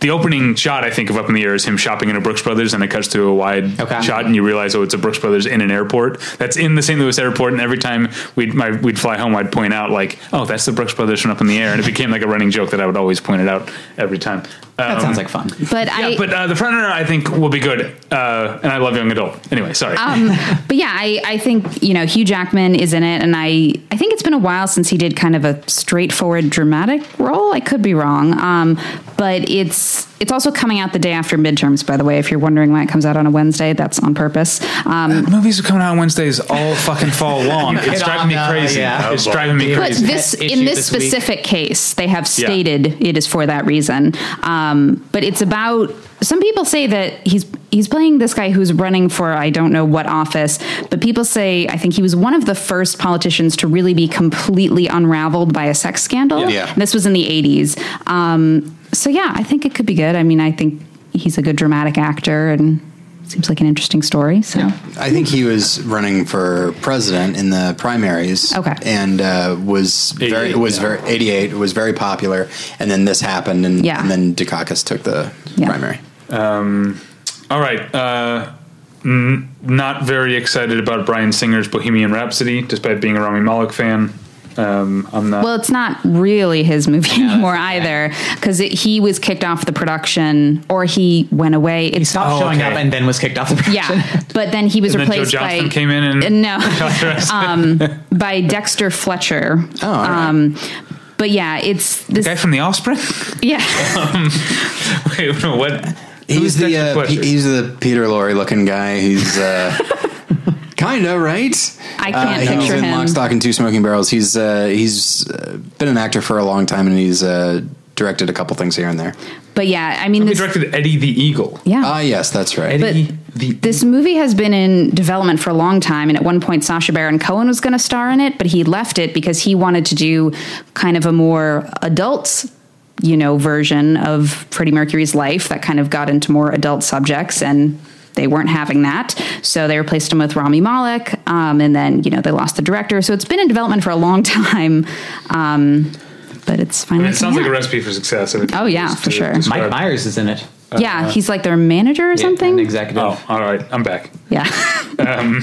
the opening shot I think of up in the air is him shopping in a Brooks Brothers, and it cuts to a wide Okay. shot, and you realize oh, it's a Brooks Brothers in an airport. That's in the St. Louis airport, and every time we'd my, we'd fly home, I'd point out like, oh, that's the Brooks Brothers from up in the air, and it became like a running joke that I would always point it out every time. that Um, sounds like fun. but yeah, I, but uh, the front runner I think will be good, uh, and I love young adult. Anyway, sorry. Um, but yeah, I, I think you know Hugh Jackman is in it, and I I think it's been a while since he did kind of a straightforward dramatic role. I could be wrong, um, but it's it's also coming out the day after midterms. By the way, if you're wondering why it comes out on a Wednesday, that's on purpose. Um, Movies are coming out on Wednesdays all fucking [LAUGHS] fall long. it's hit driving me on, uh, crazy. Oh, yeah. It's driving me but crazy. this Issue in this this week. specific case, they have stated it is for that reason. Um, but it's about some people say that he's he's playing this guy who's running for I don't know what office, but people say I think he was one of the first politicians to really be completely unraveled by a sex scandal. Yeah. And This was in the eighties. Um, so yeah, I think it could be good. I mean, I think he's a good dramatic actor and seems like an interesting story. So I think he was running for president in the primaries. Okay. and uh, was very 88, was very eighty eight was very popular, and then this happened, and, Yeah. and then Dukakis took the Yeah. primary. All right. Uh, n- not very excited about Brian Singer's Bohemian Rhapsody, despite being a Rami Malek fan. Um, I'm not. Well, it's not really his movie anymore that's- either, because he was kicked off the production or he went away. He It's stopped Oh, showing okay. up and then was kicked off the [LAUGHS] production. yeah, but then he was and then Joe replaced Johnston by came in and. Uh, [LAUGHS] no by Dexter Fletcher. Oh, all right. um, but yeah, it's this. Guy from The Offspring? Yeah, [LAUGHS] [LAUGHS] Wait, no, what? He's Who's the Dexter uh, P- Fletcher? he's the Peter Lorre looking guy. [LAUGHS] He's uh, kind of right. I Uh, can't he was picture in him. Lock, Stock, and Two Smoking Barrels. He's uh, he's uh, been an actor for a long time, and he's uh, directed a couple things here and there. But yeah, I mean He this. directed Eddie the Eagle. yeah. Ah, yes, that's right. But Eddie the this movie has been in development for a long time, and at one point, Sasha Baron Cohen was going to star in it, but he left it because he wanted to do kind of a more adult, you know, version of Freddie Mercury's life that kind of got into more adult subjects, and they weren't having that, so they replaced him with Rami Malek, um, and then you know they lost the director, so it's been in development for a long [LAUGHS] time, um, but it's finally. It sounds coming like a out. recipe for success. I would Oh, yeah, just for to sure. describe- Mike Myers is in it. yeah, he's like their manager or An something. executive. uh, Oh, all right. I'm back. Yeah. [LAUGHS]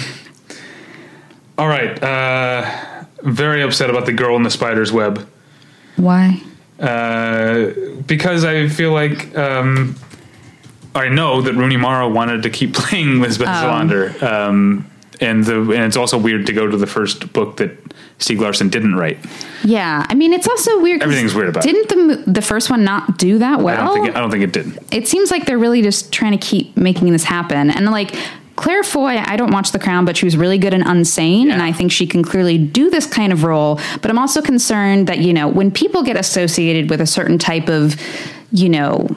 All right. Uh, very upset about the girl in the spider's web Why? uh, because I feel like um, I know that Rooney Mara wanted to keep [LAUGHS] playing Lisbeth Um. Salander, um, and the and it's also weird to go to the first book that Stieg Larsson didn't write. Yeah, I mean, it's also weird. 'cause Everything's weird about it. Didn't the mo- the first one not do that I well? don't think it, I don't think it did. it seems like they're really just trying to keep making this happen. And like Claire Foy, I don't watch The Crown, but she was really good in Unsane, and I think she can clearly do this kind of role. But I'm also concerned that you know when people get associated with a certain type of, you know.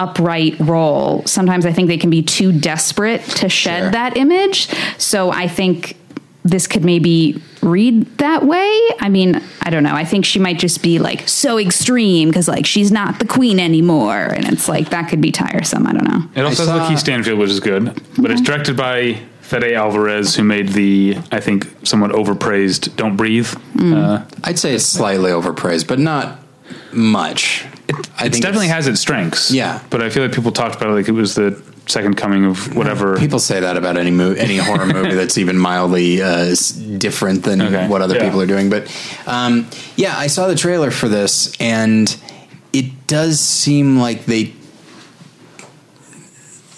Upright role. Sometimes I think they can be too desperate to shed Sure. that image. So I think this could maybe read that way. I mean, I don't know. I think she might just be like so extreme because like she's not the queen anymore, and it's like that could be tiresome. I don't know. It also saw- has Lakeith Stanfield, which is good, but it's directed by Fede Alvarez, who made the I think somewhat overpraised "Don't Breathe." Uh, I'd say it's slightly overpraised, but not much. I it think definitely it's- has its strengths. Yeah. but I feel like people talked about it like it was the second coming of whatever. People say that about any mo- any horror movie that's even mildly uh, s- different than Okay. what other Yeah. people are doing. But um, yeah, I saw the trailer for this, and it does seem like they.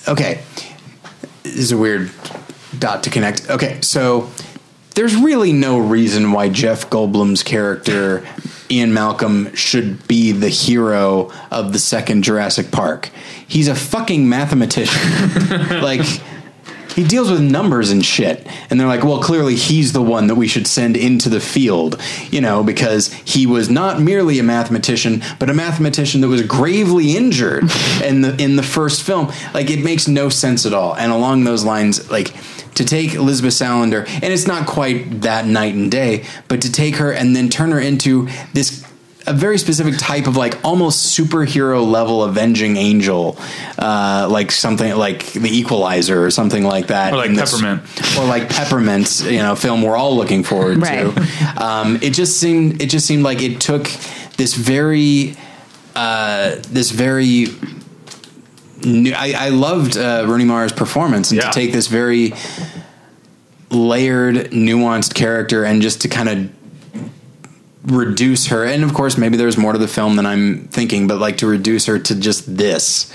Okay, this is a weird dot to connect. Okay, so there's really no reason why Jeff Goldblum's character Ian Malcolm should be the hero of the second Jurassic Park. He's a fucking mathematician. like he deals with numbers and shit. And they're like, well, clearly he's the one that we should send into the field, you know, because he was not merely a mathematician, but a mathematician that was gravely injured in the in the first film. Like it makes no sense at all. And along those lines, like to take Elizabeth Salander, and it's not quite that night and day, but to take her and then turn her into this a very specific type of like almost superhero level avenging angel, uh, like something like the Equalizer or something like that, Or like in Peppermint. or like Peppermint, you know, film we're all looking forward Right. to. Um, it just seemed it just seemed like it took this very uh, this very new, I, I loved uh, Rooney Mara's performance, and Yeah. to take this very layered, nuanced character and just to kind of reduce her and of course maybe there's more to the film than i'm thinking but like to reduce her to just this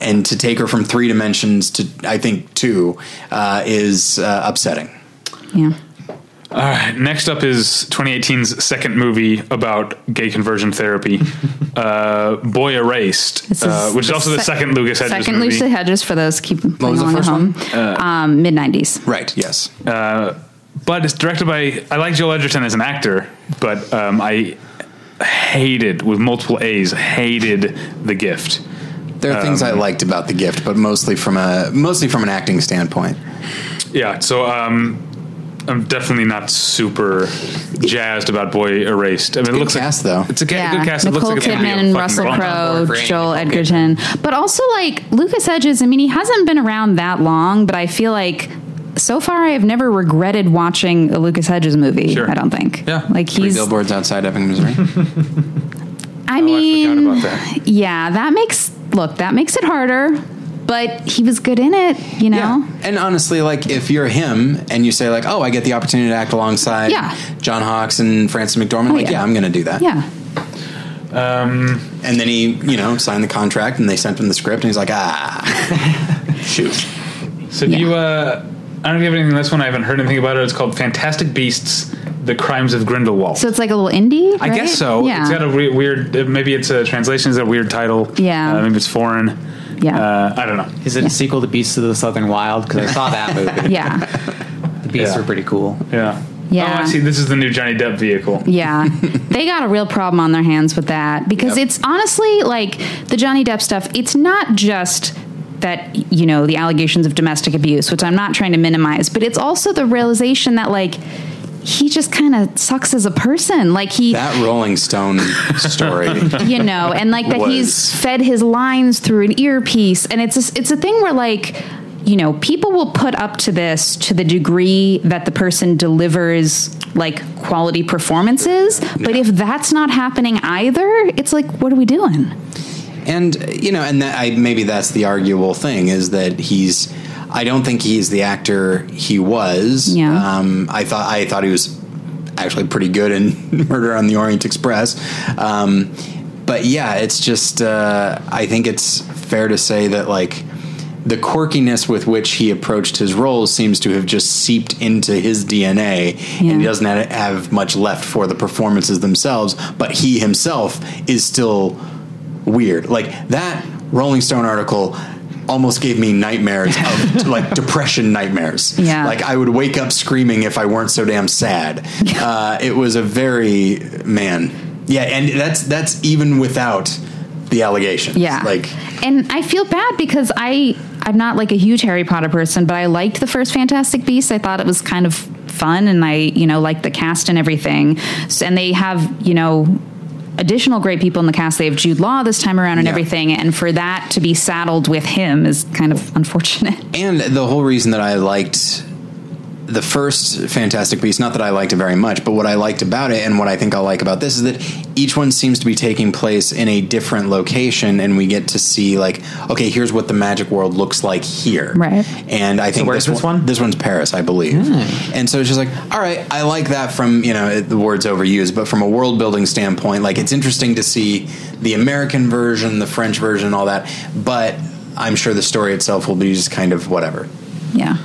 and to take her from three dimensions to i think two uh, is uh, upsetting Yeah. All right, next up is 2018's second movie about gay conversion [LAUGHS] therapy, uh, Boy Erased, This uh, which is also the sec- second Lucas Hedges Second movie. Lucas Hedges for those keep What was the along at first Uh, home. um, Mid nineties. right yes but it's directed by I like Joel Edgerton as an actor, but um, I hated with multiple A's hated The Gift. there are things i liked about the gift but mostly from a mostly from an acting standpoint Yeah, so um, I'm definitely not super jazzed about Boy Erased. I mean, it good looks cast, like, though. It's a ca- Yeah, good cast. it Nicole looks like it's gonna Kidman be a and fucking Russell bomb. Crowe, for any Joel Nicole Edgerton, but also like Lucas Hedges. I mean, he hasn't been around that long, but I feel like so far I have never regretted watching a Lucas Hedges movie. Sure. I don't think. Yeah. like Three he's. billboards outside ebbing missouri I Oh, mean, I forgot about that. Yeah, that makes look that makes it harder, but he was good in it, you know. And honestly, like if you're him and you say like, "Oh, I get the opportunity to act alongside Yeah. John Hawks and Francis McDormand," Oh, like, yeah. yeah. I'm going to do that. Yeah, And then he, you know, signed the contract and they sent him the script and he's [LAUGHS] like, "Ah, shoot." So do Yeah. you? Uh, I don't know if you have anything. on This one I haven't heard anything about it. It's called Fantastic Beasts: The Crimes of Grindelwald. so it's like a little indie. I right? guess so. Yeah, It's got a re- weird. uh, Maybe it's a translation. Is a weird title? Yeah. Uh, maybe it's foreign. Yeah. Uh, I don't know. Is it a sequel to Beasts of the Southern Wild? Because I [LAUGHS] saw that movie. [LAUGHS] yeah, The beasts Yeah. were pretty cool. Yeah. Yeah. Oh, I see. This is the new Johnny Depp vehicle. [LAUGHS] yeah. they got a real problem on their hands with that because Yep. it's honestly like the Johnny Depp stuff. It's not just that you know the allegations of domestic abuse, which I'm not trying to minimize, but it's also the realization that like he just kind of sucks as a person. Like he That Rolling Stone story. [LAUGHS] you know, and like that Was. he's fed his lines through an earpiece, and it's a, it's a thing where like you know people will put up to this to the degree that the person delivers like quality performances, but if that's not happening either, it's like what are we doing? and you know, and that I, maybe that's the arguable thing is that he's. I don't think he's the actor he was. Yeah. Um, I thought I thought he was actually pretty good in [LAUGHS] Murder on the Orient Express. Um, but yeah, it's just uh, I think it's fair to say that like the quirkiness with which he approached his roles seems to have just seeped into his DNA, and he Yeah. doesn't ha- have much left for the performances themselves. But he himself is still weird. Like that Rolling Stone article almost gave me nightmares [LAUGHS] of like depression nightmares. Yeah. Like I would wake up screaming if I weren't so damn [LAUGHS] sad. Uh, it was a very man. Yeah, and that's that's even without the allegations. Yeah. Like and I feel bad because I I'm not like a huge Harry Potter person, but I liked the first Fantastic Beasts. I thought it was kind of fun, and I you know liked the cast and everything. S- and they have you know additional great people in the cast. They have Jude Law this time around and Yeah. everything, and for that to be saddled with him is kind of unfortunate. [LAUGHS] and the whole reason that I liked the first Fantastic Beast, not that I liked it very much, but what I liked about it and what I think I'll like about this is that each one seems to be taking place in a different location and we get to see like, okay, here's what the magic world looks like here. Right. And I think where's this, this one, one? this one's Paris, I believe. Hmm. And so it's just like, all right, I like that from, you know, it- the word's overused, but from a world building standpoint, like it's interesting to see the American version, the French version, all that. But I'm sure the story itself will be just kind of whatever. Yeah.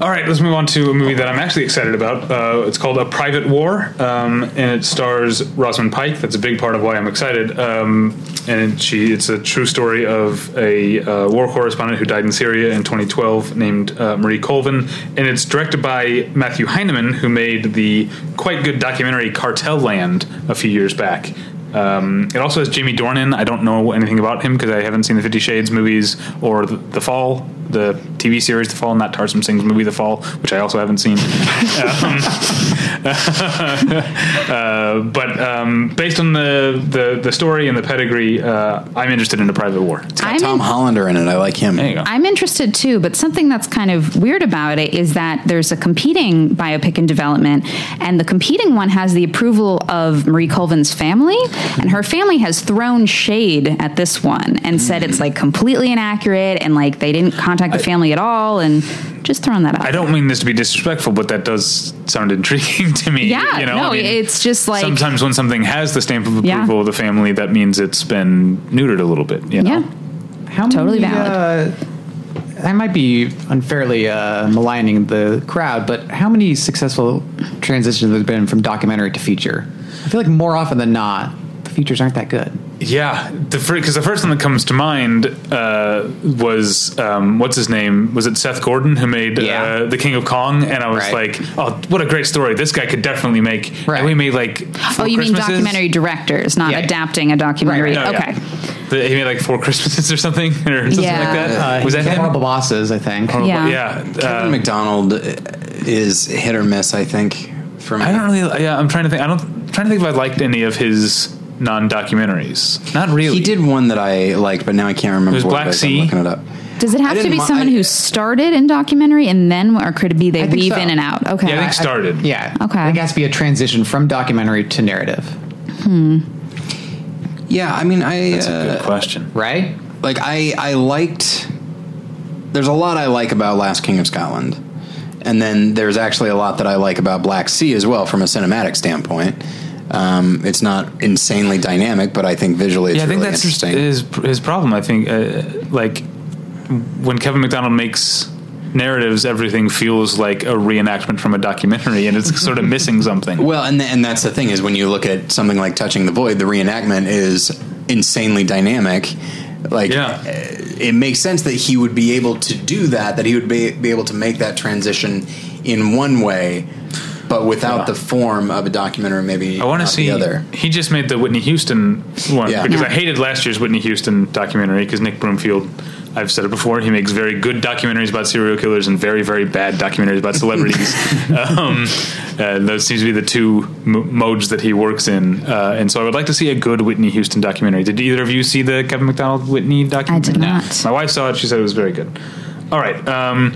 All right, let's move on to a movie that I'm actually excited about. Uh, it's called A Private War, um, and it stars Rosamund Pike. That's a big part of why I'm excited. Um, and she, it's a true story of a uh, war correspondent who died in Syria in 2012, named uh, Marie Colvin. And it's directed by Matthew Heineman, who made the quite good documentary Cartel Land a few years back. Um, it also has Jamie Dornan. I don't know anything about him because I haven't seen the Fifty Shades movies or The, the Fall, the TV series The Fall, not Tarsem Singh's movie The Fall, which I also haven't seen. um, [LAUGHS] uh, but um, based on the, the, the story and the pedigree, uh, I'm interested in A Private War. I'm in- Tom Hollander in it. I like him. There you go. I'm interested too, but something that's kind of weird about it is that there's a competing biopic in development, and the competing one has the approval of Marie Colvin's family, and her family has thrown shade at this one and said it's like completely inaccurate and like they didn't contact the family at all, and just throwing that out. I don't mean this to be disrespectful, but that does sound [LAUGHS] intriguing to me. Yeah, you know, no, I mean, it's just like sometimes when something has the stamp of Yeah. approval of the family, that means it's been neutered a little bit. You know? yeah, How Totally many, valid. Uh, I might be unfairly uh, maligning the crowd, but how many successful transitions have been from documentary to feature? I feel like more often than not, the features aren't that good. Yeah, the because the first one that comes to mind uh, was um, what's his name? Was it Seth Gordon who made Yeah. uh, the King of Kong? And I was Right. like, oh, what a great story! This guy could definitely make. Right. And we made like. Oh, four you mean Christmases? documentary directors, not Yeah. adapting a documentary? No, okay. yeah. The- he made like four Christmases or something [LAUGHS] or something Yeah. like that. Uh, was that him? Horrible Bosses? I think. Yeah. Yeah. Kevin Uh, McDonald is hit or miss, I think. For me, I don't really. Yeah, I'm trying to think. I don't trying to think if I liked any of his non-documentaries. Not really. He did one that I liked, but now I can't remember. It was what Black it is. Sea. I'm looking it up. Does it I have to didn't be mi- someone I- who started in documentary and then, or could it be they think weave so. in and out? Okay. Yeah, I think started. Yeah. Okay. I think it has to be a transition from documentary to narrative, Yeah, I mean, I That's a uh, good question. right? like I I liked. There's a lot I like about Last King of Scotland, and then there's actually a lot that I like about Black Sea as well from a cinematic standpoint. Um, it's not insanely dynamic, but I think visually it's yeah, I think really that's interesting. his his problem. I think uh, like when Kevin McDonald makes narratives, everything feels like a reenactment from a documentary, and it's sort of missing something. Well, and th- and that's the thing is when you look at something like Touching the Void, the reenactment is insanely dynamic. Like, Yeah. eh, it makes sense that he would be able to do that. That he would be, be able to make that transition in one way, but without the form of a documentary. Maybe I want to not see. the other. He just made the Whitney Houston one Yeah. because Yeah. I hated last year's Whitney Houston documentary because Nick Broomfield. I've said it before. He makes very good documentaries about serial killers and very, very bad documentaries about [LAUGHS] celebrities. um, uh, those seems to be the two m- modes that he works in. Uh, and so I would like to see a good Whitney Houston documentary. Did either of you see the Kevin McDonald Whitney documentary? I did not. My wife saw it. She said it was very good. All right. Um,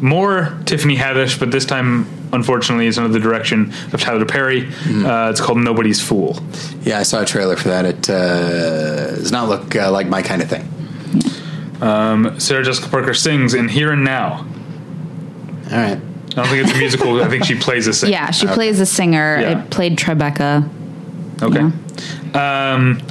more Tiffany Haddish, but this time, unfortunately, is under the direction of Tyler Perry. Mm-hmm. Uh, it's called Nobody's Fool. Yeah, I saw a trailer for that. It uh, does not look uh, like my kind of thing. Sarah Jessica Parker sings in Here and Now. All right. I don't think it's a musical. I think she plays a singer. [LAUGHS] Yeah, she plays a singer. Yeah. It played Tribeca. Okay. Yeah. Um,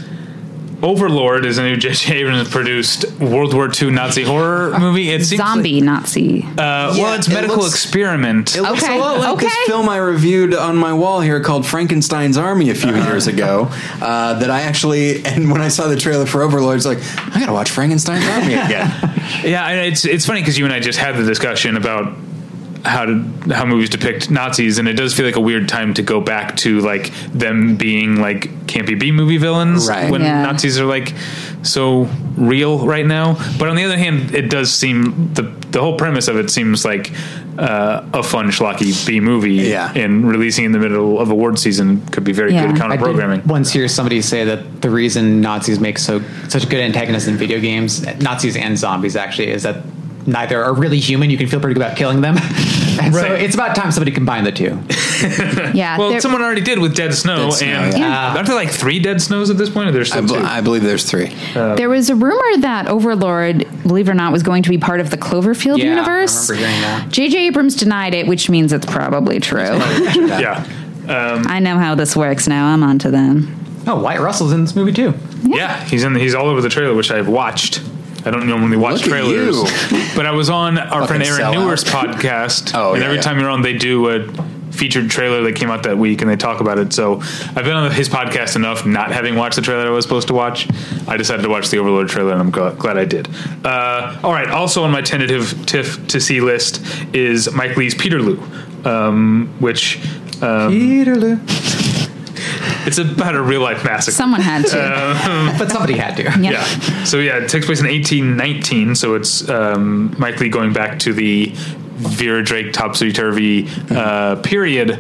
Overlord is a new [LAUGHS] J.J. Abrams produced World War II Nazi horror movie. It seems Zombie Nazi. uh, well, it's it medical looks- experiment. It looks Okay, a lot like this okay. film I reviewed on my wall here called Frankenstein's Army a few years ago. Uh, that I actually, [LAUGHS] and when I saw the trailer for Overlord, it's like, I gotta watch Frankenstein's [LAUGHS] Army again. [LAUGHS] yeah, I- it's it's funny because you and I just had the discussion about how to, how movies depict Nazis, and it does feel like a weird time to go back to like them being like campy B movie villains Right. when Yeah. Nazis are like so real right now. But on the other hand, it does seem the the whole premise of it seems like uh, a fun schlocky B movie, Yeah. and releasing in the middle of award season could be very Yeah. good I counter did programming. Once hear somebody say that the reason Nazis make so such good antagonists in video games, Nazis and zombies actually, is that neither are really human. You can feel pretty good about killing them. [LAUGHS] and so Right. it's about time somebody combined the two. Yeah. Well, there- someone already did with Dead Snow, Dead Snow, and yeah. aren't there like three Dead Snows at this point? Or there's I, still bel- two? I believe there's three. there was a rumor that Overlord, believe it or not, was going to be part of the Cloverfield Yeah, I universe. remember hearing that. J.J. Abrams denied it, which means it's probably [LAUGHS] true. yeah. I know how this works now. I'm onto them. Oh, Wyatt Russell's in this movie too. Yeah, he's in. He's all over the trailer, which I've watched. I don't normally watch Look at trailers, you. but I was on our Fucking friend Aaron sellout. [LAUGHS] Newer's podcast, Oh, and yeah, every yeah. time you're on, they do a featured trailer that came out that week, and they talk about it. So I've been on his podcast enough, not having watched the trailer I was supposed to watch. I decided to watch the Overlord trailer, and I'm gl- glad I did. Uh, all right. Also on my tentative TIFF to see list is Mike Lee's Peterloo, um, which um, it's about a real life massacre. Someone had to. But somebody had to. yeah. Yeah. So yeah, it takes place in 1819. So it's um, Mike Lee going back to the Vera Drake topsy turvy uh, period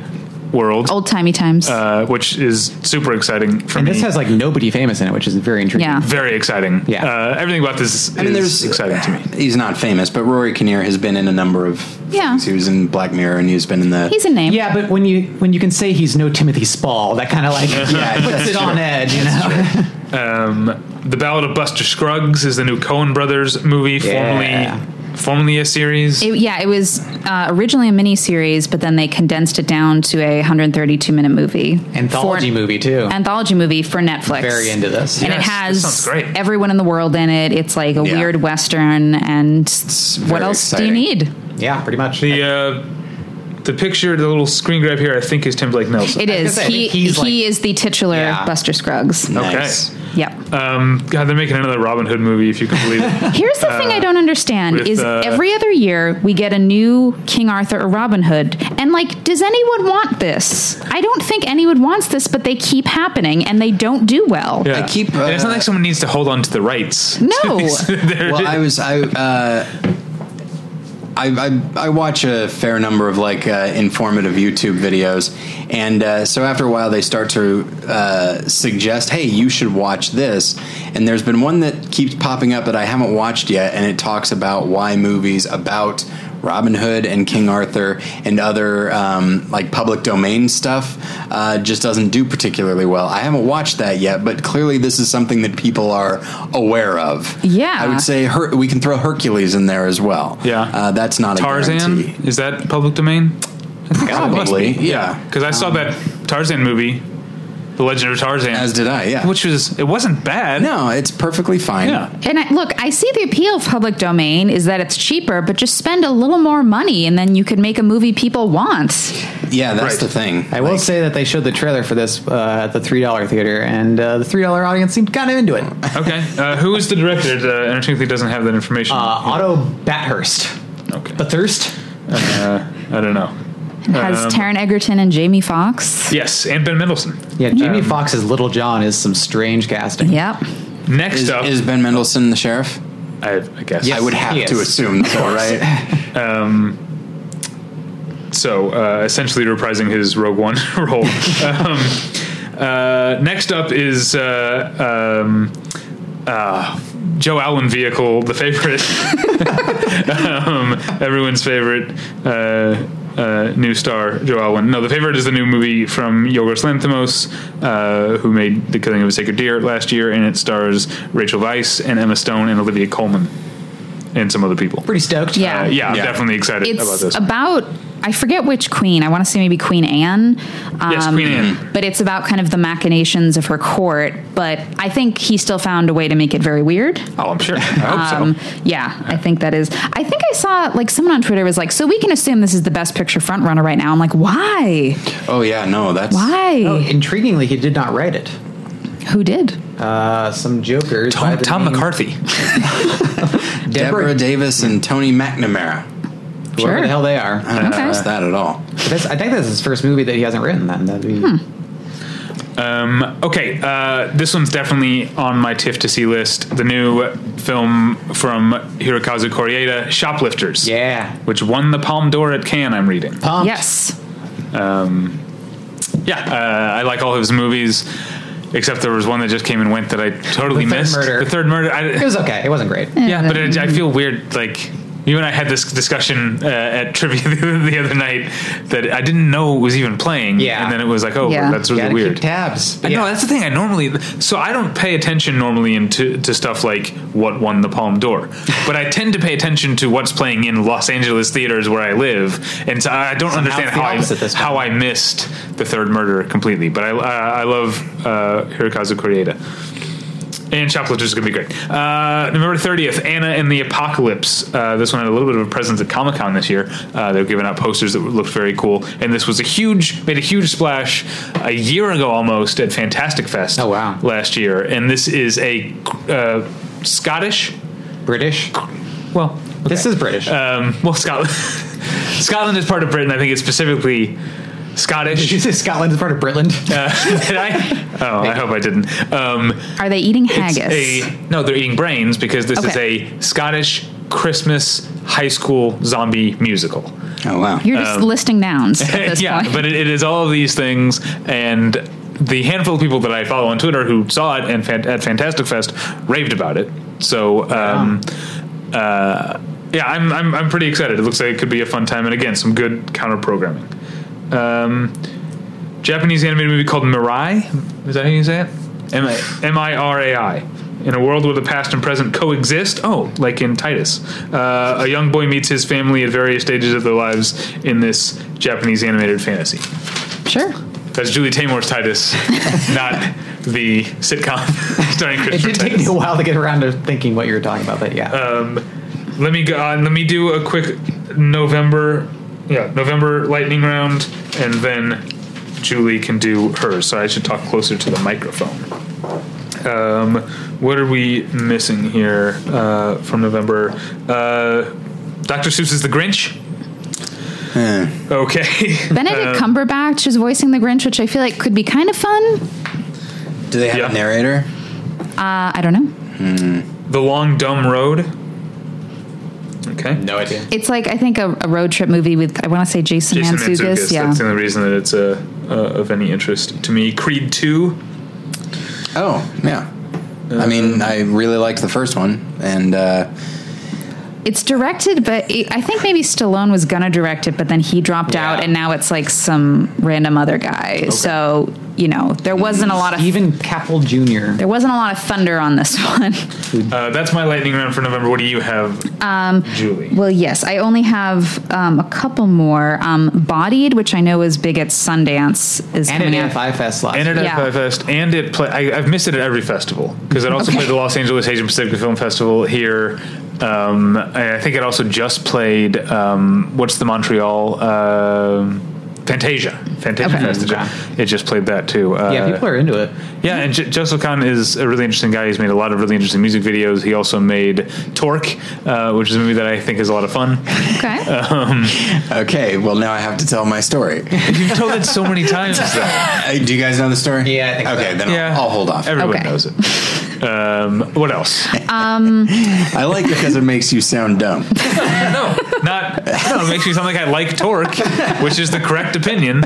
world, Old timey times. uh, which is super exciting for And me. this has like nobody famous in it, which is very intriguing. yeah. Very exciting. Yeah. Uh, everything about this is I mean, there's exciting [SIGHS] to me. [SIGHS] He's not famous, but Rory Kinnear has been in a number of. Yeah. things. he was in Black Mirror, and he's been in the. He's a name. Yeah, but when you when you can say he's no Timothy Spall, that kind of [LAUGHS] like puts it on edge, you know. Um, the Ballad of Buster Scruggs is the new Cohen Brothers movie, Yeah. formerly formerly a series. It, yeah, it was uh, originally a mini series, but then they condensed it down to a 132 minute movie. Anthology For- movie too. Anthology movie for Netflix. Very into this. And Yes, it this has sounds great. everyone in the world in it. It's like a Yeah. weird Western, and what very else exciting. do you need? Yeah, pretty much. The uh, the picture, the little screen grab here, I think is Tim Blake Nelson. It is. say, I He, think he's he like- is the titular Yeah. Buster Scruggs. okay. Nice. Yep. Um, God, they're making another Robin Hood movie, if you can believe [LAUGHS] it. Here's the thing I don't understand uh, with, is uh, every other year we get a new King Arthur or Robin Hood and like does anyone want this? I don't think anyone wants this but they keep happening and they don't do well. Yeah. I keep, and it's not uh, like someone needs to hold on to the rights. [LAUGHS] No. They're well, just- I was I. Uh, I, I, I watch a fair number of like uh, informative YouTube videos, and uh, so after a while they start to uh, suggest, "Hey, you should watch this." And there's been one that keeps popping up that I haven't watched yet, and it talks about why movies about Robin Hood and King Arthur and other um, like public domain stuff uh, just doesn't do particularly well. I haven't watched that yet, but clearly this is something that people are aware of. Yeah. I would say Her- we can throw Hercules in there as well. Yeah. uh, that's not a Tarzan guarantee. is that public domain? Probably, yeah. Because I saw that Tarzan movie, The Legend of Tarzan, As did I, yeah. which was it wasn't bad. No, it's perfectly fine. yeah, And I, look, I see the appeal of public domain is that it's cheaper, but just spend a little more money and then you could make a movie people want. Yeah, that's Right. the thing. I will say that they showed the trailer for this uh, at the three dollar theater, and uh, the three dollar audience seemed kind of [LAUGHS] into it. Uh, okay. Uh, who is the director? Uh, Entertainment Weekly doesn't have that information. Uh, Uh, Otto Bathurst, okay, Bathurst, uh, I don't know. It has Um, Taron Egerton and Jamie Foxx. Yes, and Ben Mendelsohn. yeah, Jamie Foxx's Little John is some strange casting. Yep. Next Is, up, is Ben Mendelsohn the sheriff? I, I guess. I would have he to is. assume so, [LAUGHS] right? so uh, essentially reprising his Rogue One [LAUGHS] role. um, uh, next up is uh, um, uh, Joe Allen vehicle, the favorite, [LAUGHS] um, everyone's favorite. Uh, uh, new star Joe Alwyn. No, the favorite is the new movie from Yorgos Lanthimos, uh, who made *The Killing of a Sacred Deer* last year, and it stars Rachel Weisz and Emma Stone and Olivia Colman, and some other people. Pretty stoked. Yeah. Uh, yeah, I'm Yeah. definitely excited about It's this. about I forget which queen. I want to say maybe Queen Anne. Um, Yes, Queen Anne. But it's about kind of the machinations of her court. But I think he still found a way to make it very weird. Oh, I'm [LAUGHS] sure. I hope Um, so. yeah, I think that is. I think I saw like someone on Twitter was like, "So we can assume this is the best picture front runner right now." I'm like, why? Oh yeah, no, that's Why? Oh, intriguingly, he did not write it. Who did? Uh, some jokers. by Tom, the Tom name- McCarthy. Deborah, Deborah- Davis and Tony McNamara. Whoever Sure. the hell they are. Uh. I don't Okay. trust that at all. This, I think that's his first movie that he hasn't written. Then that'd be Hmm. Um, okay, uh, this one's definitely on my TIFF to see list. The new film from Hirokazu Koreeda, Shoplifters. yeah. Which won the Palme d'Or at Cannes, I'm reading. Pumped. Yes. Yeah, uh, I like all his movies, except there was one that just came and went that I totally The Third missed. Murder. The Third Murder. I, It was okay. It wasn't great. yeah, but it, I feel weird. Like you and I had this discussion uh, at trivia [LAUGHS] the other night that I didn't know was even playing. Yeah. and then it was like, oh, Yeah. that's really Gotta weird. keep tabs. I Yeah. No, that's the thing. I normally so I don't pay attention normally into to stuff like what won the Palm d'Or, but I tend to pay attention to what's playing in Los Angeles theaters where I live, and so I don't understand it's the how I, opposite this time. how I missed the third murder completely. But I I, I love uh, Hirokazu Koreeda. And Shoplifters is going to be great. Uh, November 30th, Anna and the Apocalypse. Uh, this one had a little bit of a presence at Comic Con this year. Uh, they were giving out posters that looked very cool. And this was a huge, made a huge splash a year ago almost at Fantastic Fest. Oh, wow. Last year. And this is a uh, Scottish, British. well, This is British. um, well, Scotland. [LAUGHS] Scotland is part of Britain. I think it's specifically Scottish. Did [LAUGHS] you say Scotland is part of Britland? Uh, [LAUGHS] did I? Oh, I hope I didn't. Um, Are they eating it's haggis? a- no, they're eating brains because this Okay. is a Scottish Christmas high school zombie musical. Eh, Oh wow. You're just listing nouns [LAUGHS] at this um, yeah, point. but it, it is all of these things and. The handful of people that I follow on Twitter who saw it and fan- at Fantastic Fest raved about it. So, um, uh, yeah, I'm, I'm I'm pretty excited. It looks like it could be a fun time, and again, some good counter programming. Um, Japanese animated movie called Mirai. Is that how you say it? M M I R A I. In a world where the past and present coexist, oh, like in Titus, uh, a young boy meets his family at various stages of their lives in this Japanese animated fantasy. sure. That's Julie Taymor's [LAUGHS] Titus, not the sitcom [LAUGHS] starring it Christopher did take Titus. me a while to get around to thinking what you were talking about, but yeah. Let me go. Uh, let me do a quick November, yeah, November lightning round, and then Julie can do hers. So I should talk closer to the microphone. Um, what are we missing here uh, from November? Uh, Dr. Seuss is the Grinch. Eh. Okay. [LAUGHS] Benedict Cumberbatch is voicing the Grinch, which I feel like could be kind of fun. Do they have Yeah. a narrator? Uh, I don't know. the Long Dumb Road. Okay. no idea. It's like I think a, a road trip movie with I want to say Jason, Jason Mantzoukas. Mantzoukas. Yeah. That's the only reason that it's uh, uh, of any interest to me. Creed 2. Oh yeah. I Uh, mean, I really liked the first one, and uh, It's directed, but it, I think maybe Stallone was gonna direct it, but then he dropped out, and now it's like some random other guy. So you know, there wasn't a lot of Even Capel Jr. there wasn't a lot of thunder on this [LAUGHS] one. Uh, that's my lightning round for November. What do you have, Um, Julie? Well, yes, I only have um, a couple more. Um, Bodied, which I know is big at Sundance, is And an coming out. AFI Fest last and year. it yeah. at Fi Fest, and it play. I, I've missed it at every festival because it also Okay. played the Los Angeles Asian Pacific Film Festival here. Um, I I think it also just played um, what's the Montreal um Fantasia Fantasia Okay. Fest. It ju- Okay. It just played that too. Uh, Yeah, people are into it. Yeah, and J- Joseph Kahn is a really interesting guy. He's made a lot of really interesting music videos. He also made Torque, uh, which is a movie that I think is a lot of fun. Okay. okay, well now I have to tell my story. [LAUGHS] You've told it so [LAUGHS] many times. though. Uh, do you guys know the story? Yeah, I think so. okay, then I'll- Oh, I'll, hold off. Everyone Okay. knows it. Um, what else? I like it because it makes you sound dumb. [LAUGHS] no, not. No, it makes me sound like I like Torque, which is the correct opinion.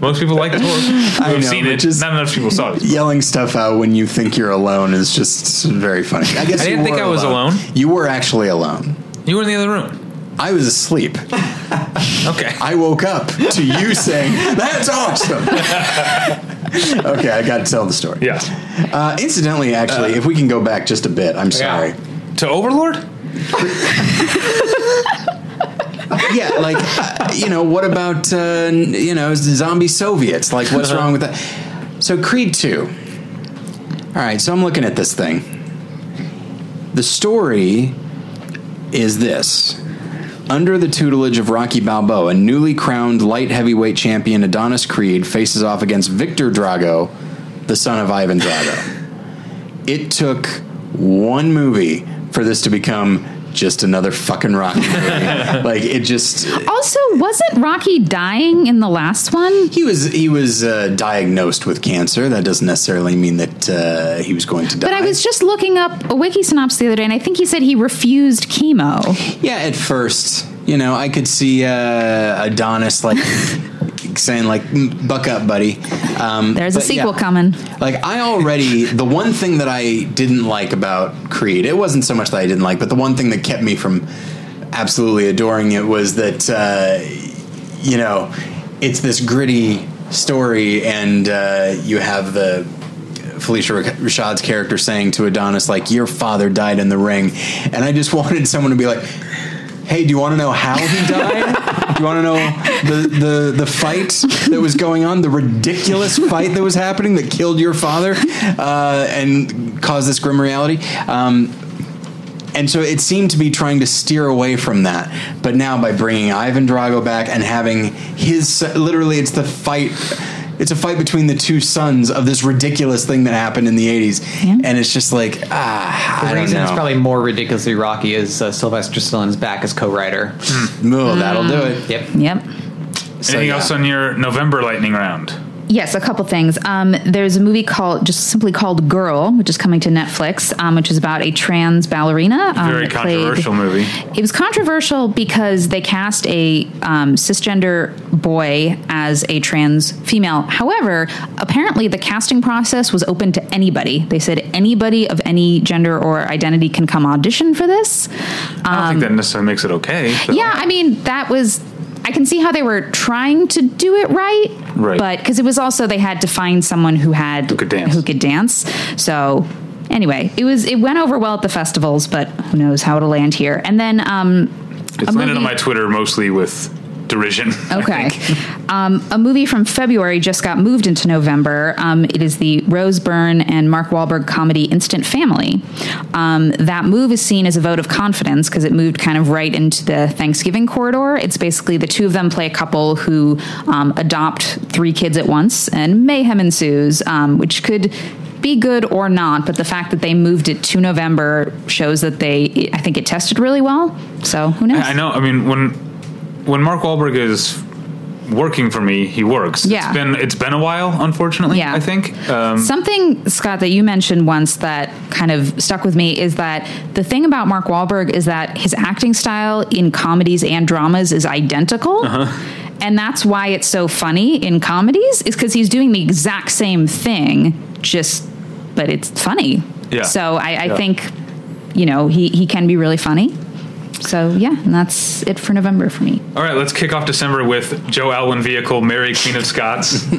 Most people like Torque. I've know, seen it. which is- not enough people saw it. Yelling stuff out when you think you're alone is just very funny. I guess I you didn't think were I was alone. You were actually alone. You were in the other room. I was asleep. Okay. I woke up to [LAUGHS] you saying, "That's awesome." [LAUGHS] okay, I got to tell the story. Yeah. Uh, incidentally, actually, if we can go back just a bit, I'm sorry. To Overlord. yeah, like uh, you know, what about uh, n- you know zombie Soviets? Like, what's wrong with that? So Creed two. All right, so I'm looking at this thing. The story is this. Under the tutelage of Rocky Balboa, newly crowned light heavyweight champion Adonis Creed faces off against Victor Drago, the son of Ivan Drago. It took one movie for this to become just another fucking Rocky movie. like it just Also, wasn't Rocky dying in the last one? he was he was uh, diagnosed with cancer. That doesn't necessarily mean that uh, he was going to die. But I was just looking up a wiki synopsis the other day, and I think he said he refused chemo. Yeah, at first, you know, I could see uh, Adonis like [LAUGHS] saying like, "Mm, "Buck up, buddy." Mm-hmm. Um, There's a but sequel coming. Like I already, the one thing that I didn't like about Creed, it wasn't so much that I didn't like, but the one thing that kept me from absolutely adoring it was that uh, you know, it's this gritty story, and uh, you have the Felicia Rashad's character saying to Adonis, like, "Your father died in the ring," and I just [LAUGHS] wanted someone to be like, "Hey, do you want to know how he died? do you want to know the the the fight that was going on, the ridiculous fight that was happening that killed your father uh, and caused this grim reality?" Um, and so it seemed to be trying to steer away from that. But now by bringing Ivan Drago back and having his literally it's the fight it's a fight between the two sons of this ridiculous thing that happened in the 80s. Yeah. And it's just like ah I The don't reason know. it's probably more ridiculously rocky is uh, Sylvester Stallone's back as co-writer. Ugh, that'll do it. yep. Yep. So, Anything yeah. else on your November lightning round? Yes, a couple things. Um, there's a movie called just simply called Girl, which is coming to Netflix, um, which is about a trans ballerina. Um, Very that played- controversial movie. It was controversial because they cast a um, cisgender boy as a trans female. However, apparently the casting process was open to anybody. They said anybody of any gender or identity can come audition for this. I don't think that necessarily makes it okay. but- um, Yeah, I mean that was. I can see how they were trying to do it right, Right. But because it was also they had to find someone who had who could dance. Who could dance. So anyway, it was it went over well at the festivals, but who knows how it'll land here. And then um, It's a landed on movie- my Twitter mostly with derision. [LAUGHS] I Okay. think. Um, a movie from February just got moved into November. Um, it is the Rose Byrne and Mark Wahlberg comedy Instant Family. Um, that move is seen as a vote of confidence because it moved kind of right into the Thanksgiving corridor. It's basically the two of them play a couple who um, adopt three kids at once, and mayhem ensues, um, which could be good or not. But the fact that they moved it to November shows that they, I think it tested really well. So who knows? I I know. I mean, when when Mark Wahlberg is working for me, he works. Yeah. It's been it's been a while, unfortunately. Yeah. I think. Um, Something, Scott, that you mentioned once that kind of stuck with me is that the thing about Mark Wahlberg is that his acting style in comedies and dramas is identical. Uh-huh. And that's why it's so funny in comedies, is because he's doing the exact same thing, just, but it's funny. Yeah. So I, I Yeah. think, you know, he, he can be really funny. So yeah, and that's it for November for me. all right, let's kick off December with Joe Alwyn vehicle Mary Queen of [LAUGHS] Scots.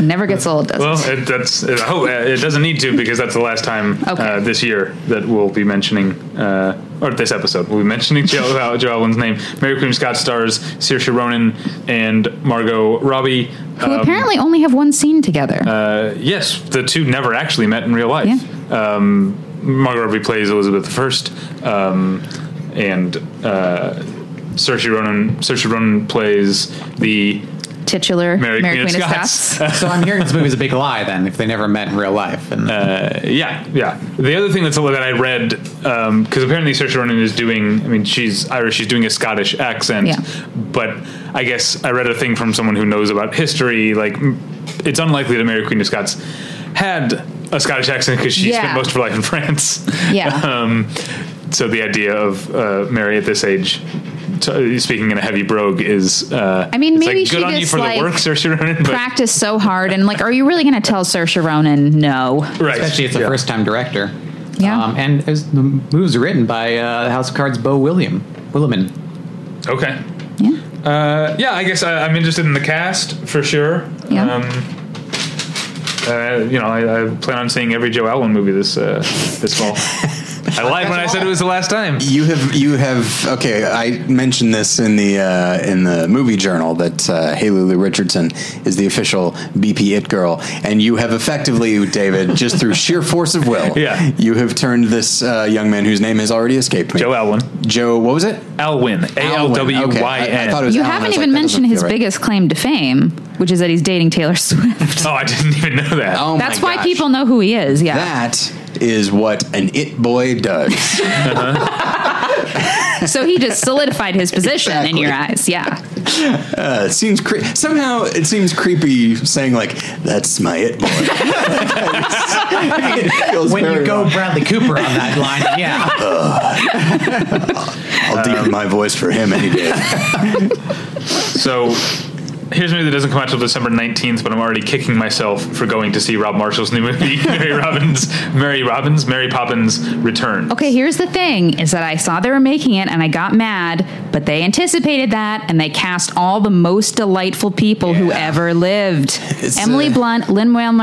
Never gets old, does well, it? it, that's it, I hope uh, it doesn't need to because that's the last time uh, Okay. this year that we'll be mentioning. Uh, or this episode, we'll be mentioning [LAUGHS] Joe, Al- Joe Alwyn's name. Mary Queen of Scots stars Saoirse Ronan and Margot Robbie. Who apparently only have one scene together. uh, Yes, the two never actually met in real life. Um, Margot Robbie plays Elizabeth I, um, and uh, Saoirse Ronan. Saoirse Ronan plays the Titular Mary, Queen, of Scots. so I'm hearing this movie's a big lie then, if they never met in real life. And yeah, yeah. The other thing that's that I read because apparently Saoirse Ronan is doing. I mean, she's Irish. She's doing a Scottish accent. Yeah. But I guess I read a thing from someone who knows about history. Like, m- it's unlikely that Mary Queen of Scots had a Scottish accent because she Yeah. spent most of her life in [LAUGHS] France. Yeah. [LAUGHS] um, so the idea of uh, Mary at this age. T- speaking in a heavy brogue is. Uh, I mean, it's maybe like, she good on you just, for like, the work, Saoirse Ronan. But, practice so hard and like are you really going to tell Saoirse Ronan no right, especially it's a yeah. first time director. Yeah. Um, and it was, the move's written by uh, House of Cards' Bo William Williman. Okay. yeah Uh, yeah, I guess I, I'm interested in the cast for sure. Yeah. Um, [LAUGHS] uh, you know, I, I plan on seeing every Joe Alwyn movie this uh, this fall. I lied when I said it was the last time. You have you have okay. I mentioned this in the uh, in the movie journal that uh, Haley Lou Richardson is the official BP It Girl, and you have effectively, David, [LAUGHS] just through sheer force of will, Yeah. you have turned this uh, young man whose name has already escaped me, Joe Alwyn. Joe, what was it? Alwyn. A L W Okay, Y I- I thought it N. was You Allen. I haven't even was like, that doesn't mentioned his feel right. biggest claim to fame, which is that he's dating Taylor [LAUGHS] Swift. Oh, I didn't even know that. Oh my That's why gosh. people know who he is. Yeah. That is what an it boy does. So he just solidified his position in your eyes. Yeah. Uh, it seems cre- somehow it seems creepy saying like that's my it boy. [LAUGHS] It feels When you very go wrong. Bradley Cooper on that [LAUGHS] line, yeah. I'll deepen my voice for him any day. So here's a movie that doesn't come out till December 19th, but I'm already kicking myself for going to see Rob Marshall's new [LAUGHS] movie, Mary Robbins, Mary Robbins, Mary Poppins Return. Okay, here's the thing is that I saw they were making it and I got mad, but they anticipated that and they cast all the most delightful people who ever [LAUGHS] lived. It's, Emily uh, Blunt, Lynn Manuel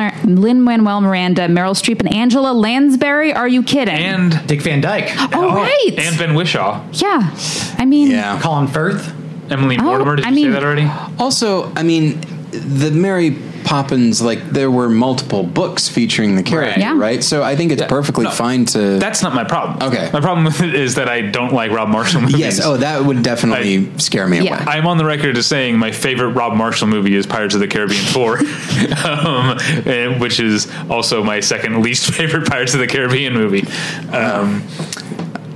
Miranda, Meryl Streep, and Angela Lansbury. Are you kidding? And Dick Van Dyke, oh, right. and Ben Wishaw, yeah. I mean, Yeah. Colin Firth. Emily Oh, Mortimer. Did I you mean- say that already? Also, I mean, the Mary Poppins like there were multiple books featuring the character, Right. Yeah. right? So I think it's perfectly fine to. That's not my problem. Okay. My problem with it is that I don't like Rob Marshall movies. yes. Oh, that would definitely scare me Yeah. away. I'm on the record as saying my favorite Rob Marshall movie is Pirates of the Caribbean 4, [LAUGHS] um, and- which is also my second least [LAUGHS] favorite Pirates of the Caribbean movie. Um,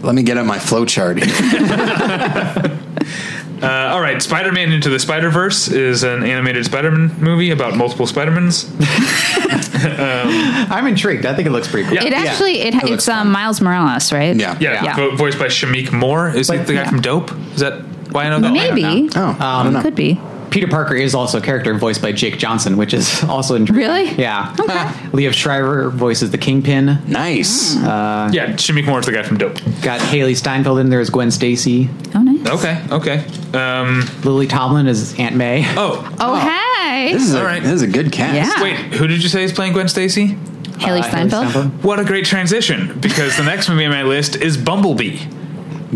Let me get out my flowchart. here. uh, all right, Spider Man Into the Spider Verse is an animated Spider Man movie about multiple Spider-Mans. I'm intrigued. I think it looks pretty cool. Yeah. it actually it, It looks it's um, Miles Morales, right? yeah. Yeah, Yeah. vo- voiced by Shamik Moore. Is he But- the guy from Dope? Is that why I know that? I don't know. Maybe. Um, Oh, I don't know. Could be. Peter Parker is also a character voiced by Jake Johnson, which is also intriguing. Really? Yeah. Okay. [LAUGHS] Leo Shriver voices the Kingpin. Nice. Yeah, Shamik Moore is the guy from Dope. Got Haley Steinfeld in there as Gwen Stacy. Oh, nice. Okay, okay. Um, Lily Tomlin as Aunt May. oh, Oh, hey. this is all a, right. This is a good cast. Yeah. wait, who did you say is playing Gwen Stacy? Haley Uh, Haley Steinfeld. What a great transition! Because the next movie on my list is Bumblebee.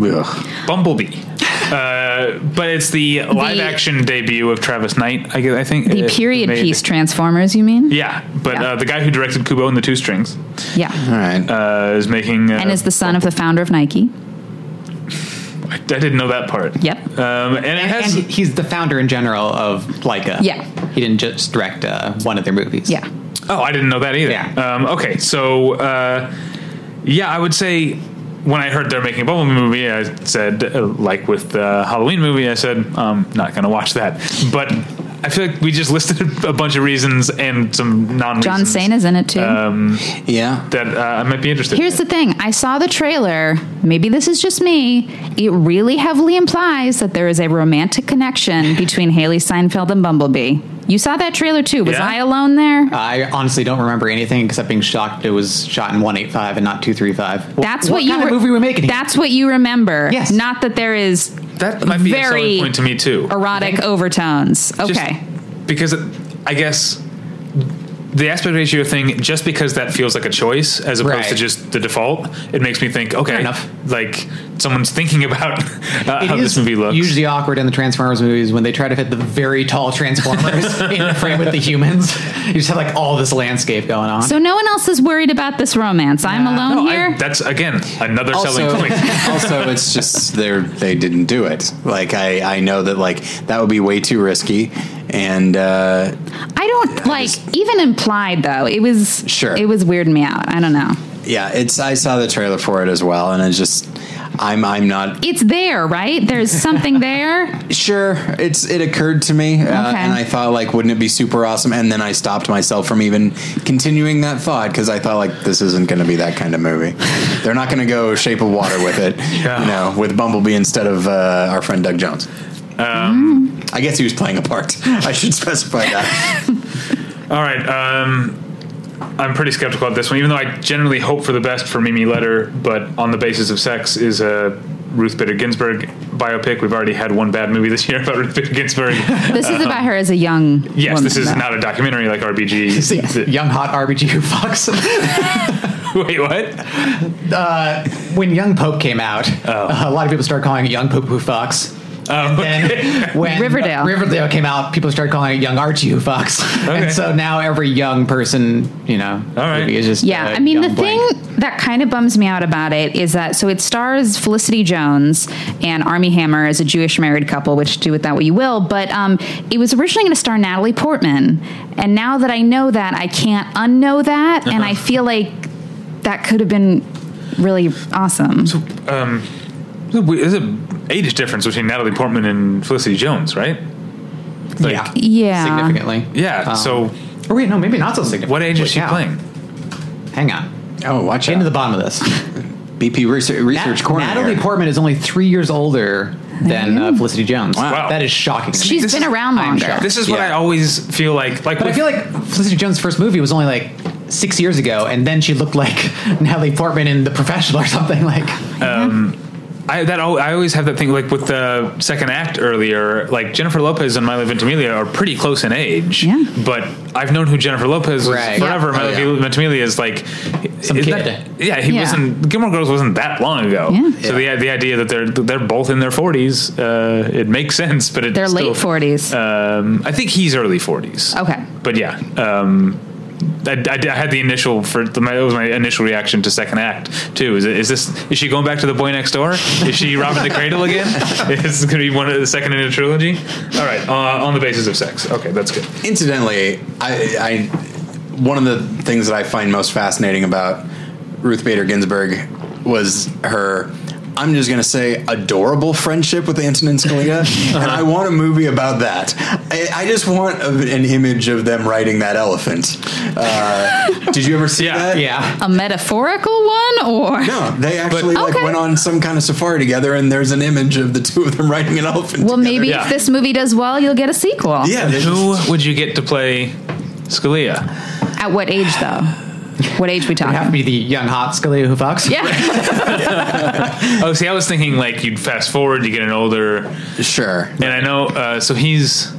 Ugh. Bumblebee. Uh, but it's the live action debut of Travis Knight. I, guess, I think The Uh, period maybe. piece Transformers, you mean? Yeah, but Yeah. Uh, the guy who directed Kubo and the Two Strings Yeah. All right. uh, is making. Uh, And is the son of the founder of Nike. I didn't know that part. Yep. Um, and it And, has. and he- he's the founder in general of Leica. Yeah. He didn't just direct uh, one of their movies. Yeah. oh, I didn't know that either. Yeah. Um, okay, so uh, yeah, I would say when I heard they're making a Bumblebee movie, I said, uh, like with the Halloween movie, I said, I'm not going to watch that. But I feel like we just [LAUGHS] listed a bunch of reasons and some non. John Cena is in it too. yeah. that uh, I might be interested. in. Here's the thing I saw the trailer. Maybe this is just me. It really heavily implies that there is a romantic connection between Haley Seinfeld and Bumblebee. You saw that trailer too. Was Yeah. I alone there? I honestly don't remember anything except being shocked it was shot in 185 and not 235. Well, that's what, you kind re- of movie we're making. here? That's what you remember. Yes. Not that there is That might be a very selling point to me too. erotic overtones. Okay. Just because it, I guess the aspect ratio thing, just because that feels like a choice as opposed Right. to just the default, it makes me think, okay, enough. like someone's thinking about [LAUGHS] uh, It how this is movie looks. usually awkward in the Transformers movies when they try to fit the very [LAUGHS] tall Transformers in the frame with the humans. You just have like all this landscape going on. so no one else is worried about this romance. I'm alone No, Oh, I- here. that's again another also, selling point. [LAUGHS] also, it's just they they didn't do it. Like I, I know that like that would be way too risky, and uh, I don't like even implied though. It was Sure. It was weirding me out. I don't know. yeah, it's I saw the trailer for it as well, and it's just I'm I'm not It's there, right? There's something [LAUGHS] there. sure. It's it occurred to me, uh, Okay. and I thought like wouldn't it be super awesome? And then I stopped myself from even continuing that thought because I thought like this isn't going to be that kind of movie. They're not going to go Shape of Water [LAUGHS] with it, Yeah. you know, with Bumblebee instead of uh, our friend Doug Jones. Um, I guess he was playing a part. [LAUGHS] I should specify that. [LAUGHS] All right. Um, I'm pretty skeptical of this one, even though I generally hope for the best for Mimi Letter, but on the basis of sex is a Ruth Bader Ginsburg biopic. We've already had one bad movie this year [LAUGHS] about Ruth Bader [LAUGHS] Ginsburg. This is about her as a young. yes, woman, this is though. [LAUGHS] not a documentary like RBG. It's a young hot RBG who fucks. [LAUGHS] Wait, what? Uh, when Young Pope came out, Oh. a lot of people started calling it Young Pope Who Fucks. and then [LAUGHS] when Riverdale. Riverdale came out, people started calling it Young Archie Who Fucks. Okay. And so now every young person, you know, All right. movie is just Yeah, uh, I mean the young blank. thing that kind of bums me out about it is that so it stars Felicity Jones and Army Hammer as a Jewish married couple, which do with that what you will. But um, it was originally going to star Natalie Portman, and now that I know that, I can't unknow that, and I feel like that could have been really awesome. Um, there's a age difference between Natalie Portman and Felicity Jones, right? Like, yeah, Yeah. significantly. Yeah. Um, so, or wait, no, maybe not so significant. what age is she playing? Hang on, Oh, watch get out. into the bottom [LAUGHS] of this. BP research, research Nat- corner. Natalie here. Portman is only three years older than uh, Felicity Jones. Wow. that is shocking. to me. Mm-hmm. She's This been is- around I'm longer. shocked. This is what Yeah. I always feel like. Like, But I with- feel like Felicity Jones' first movie was only like six years ago, and then she looked like [LAUGHS] Natalie Portman in The Professional or something. Like, I that al- I always have that thing like with the second act earlier. Like Jennifer Lopez and Milo Ventimiglia are pretty close in age, Yeah. but I've known who Jennifer Lopez was Right. forever. Yeah. Milo Oh, Ventimiglia is like Some isn't kid. that- yeah, he Yeah. wasn't. Gilmore Girls wasn't that long ago. Yeah. So the the idea that they're they're both in their forties, uh, it makes sense. But it They're still- late forties. Um, I think he's early forties. Okay. but yeah. Um, I, I, I had the initial for the, my, that was my initial reaction to second act too. Is, it, is this is she going back to the boy next door? Is she robbing the cradle [LAUGHS] again? Is this going to be one of the second in a trilogy? All right, uh, on the basis of sex. Okay, that's good. Incidentally, I, I one of the things that I find most fascinating about Ruth Bader Ginsburg was her. I'm just going to say adorable friendship with Antonin [LAUGHS] Scalia, Uh-huh. and I want a movie about that. I, I just want a, an image of them riding that elephant. Uh, did you ever [LAUGHS] see Yeah, that? yeah. A metaphorical one, or No, they actually like Okay. went on some kind of safari together, and there's an image of the two of them [LAUGHS] riding an elephant. well, together. maybe Yeah. if this movie does well, you'll get a sequel. Yeah, they just- Who would you get to play Scalia? At what age, though? What age we I have to talking? be the young hot Scalia who fucks. Yeah. [LAUGHS] Oh, see, I was thinking like you'd fast forward, you get an older, sure. and I know. Uh, so he's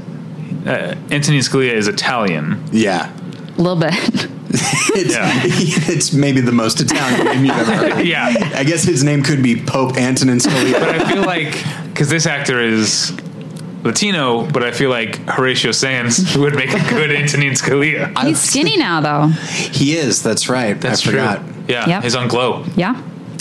uh, Anthony Scalia is Italian. Yeah. [LAUGHS] A little bit. It's, Yeah. it's maybe the [LAUGHS] most Italian name you've ever heard. Yeah. I guess his name could be Pope Antonin Scalia. but I feel like because this actor is Latino, but I feel like Horatio Sands [LAUGHS] would make a good Antonin Scalia. He's skinny now, though. [LAUGHS] he is. That's right. I forgot. Yeah, Yep. he's on Glow. Yeah.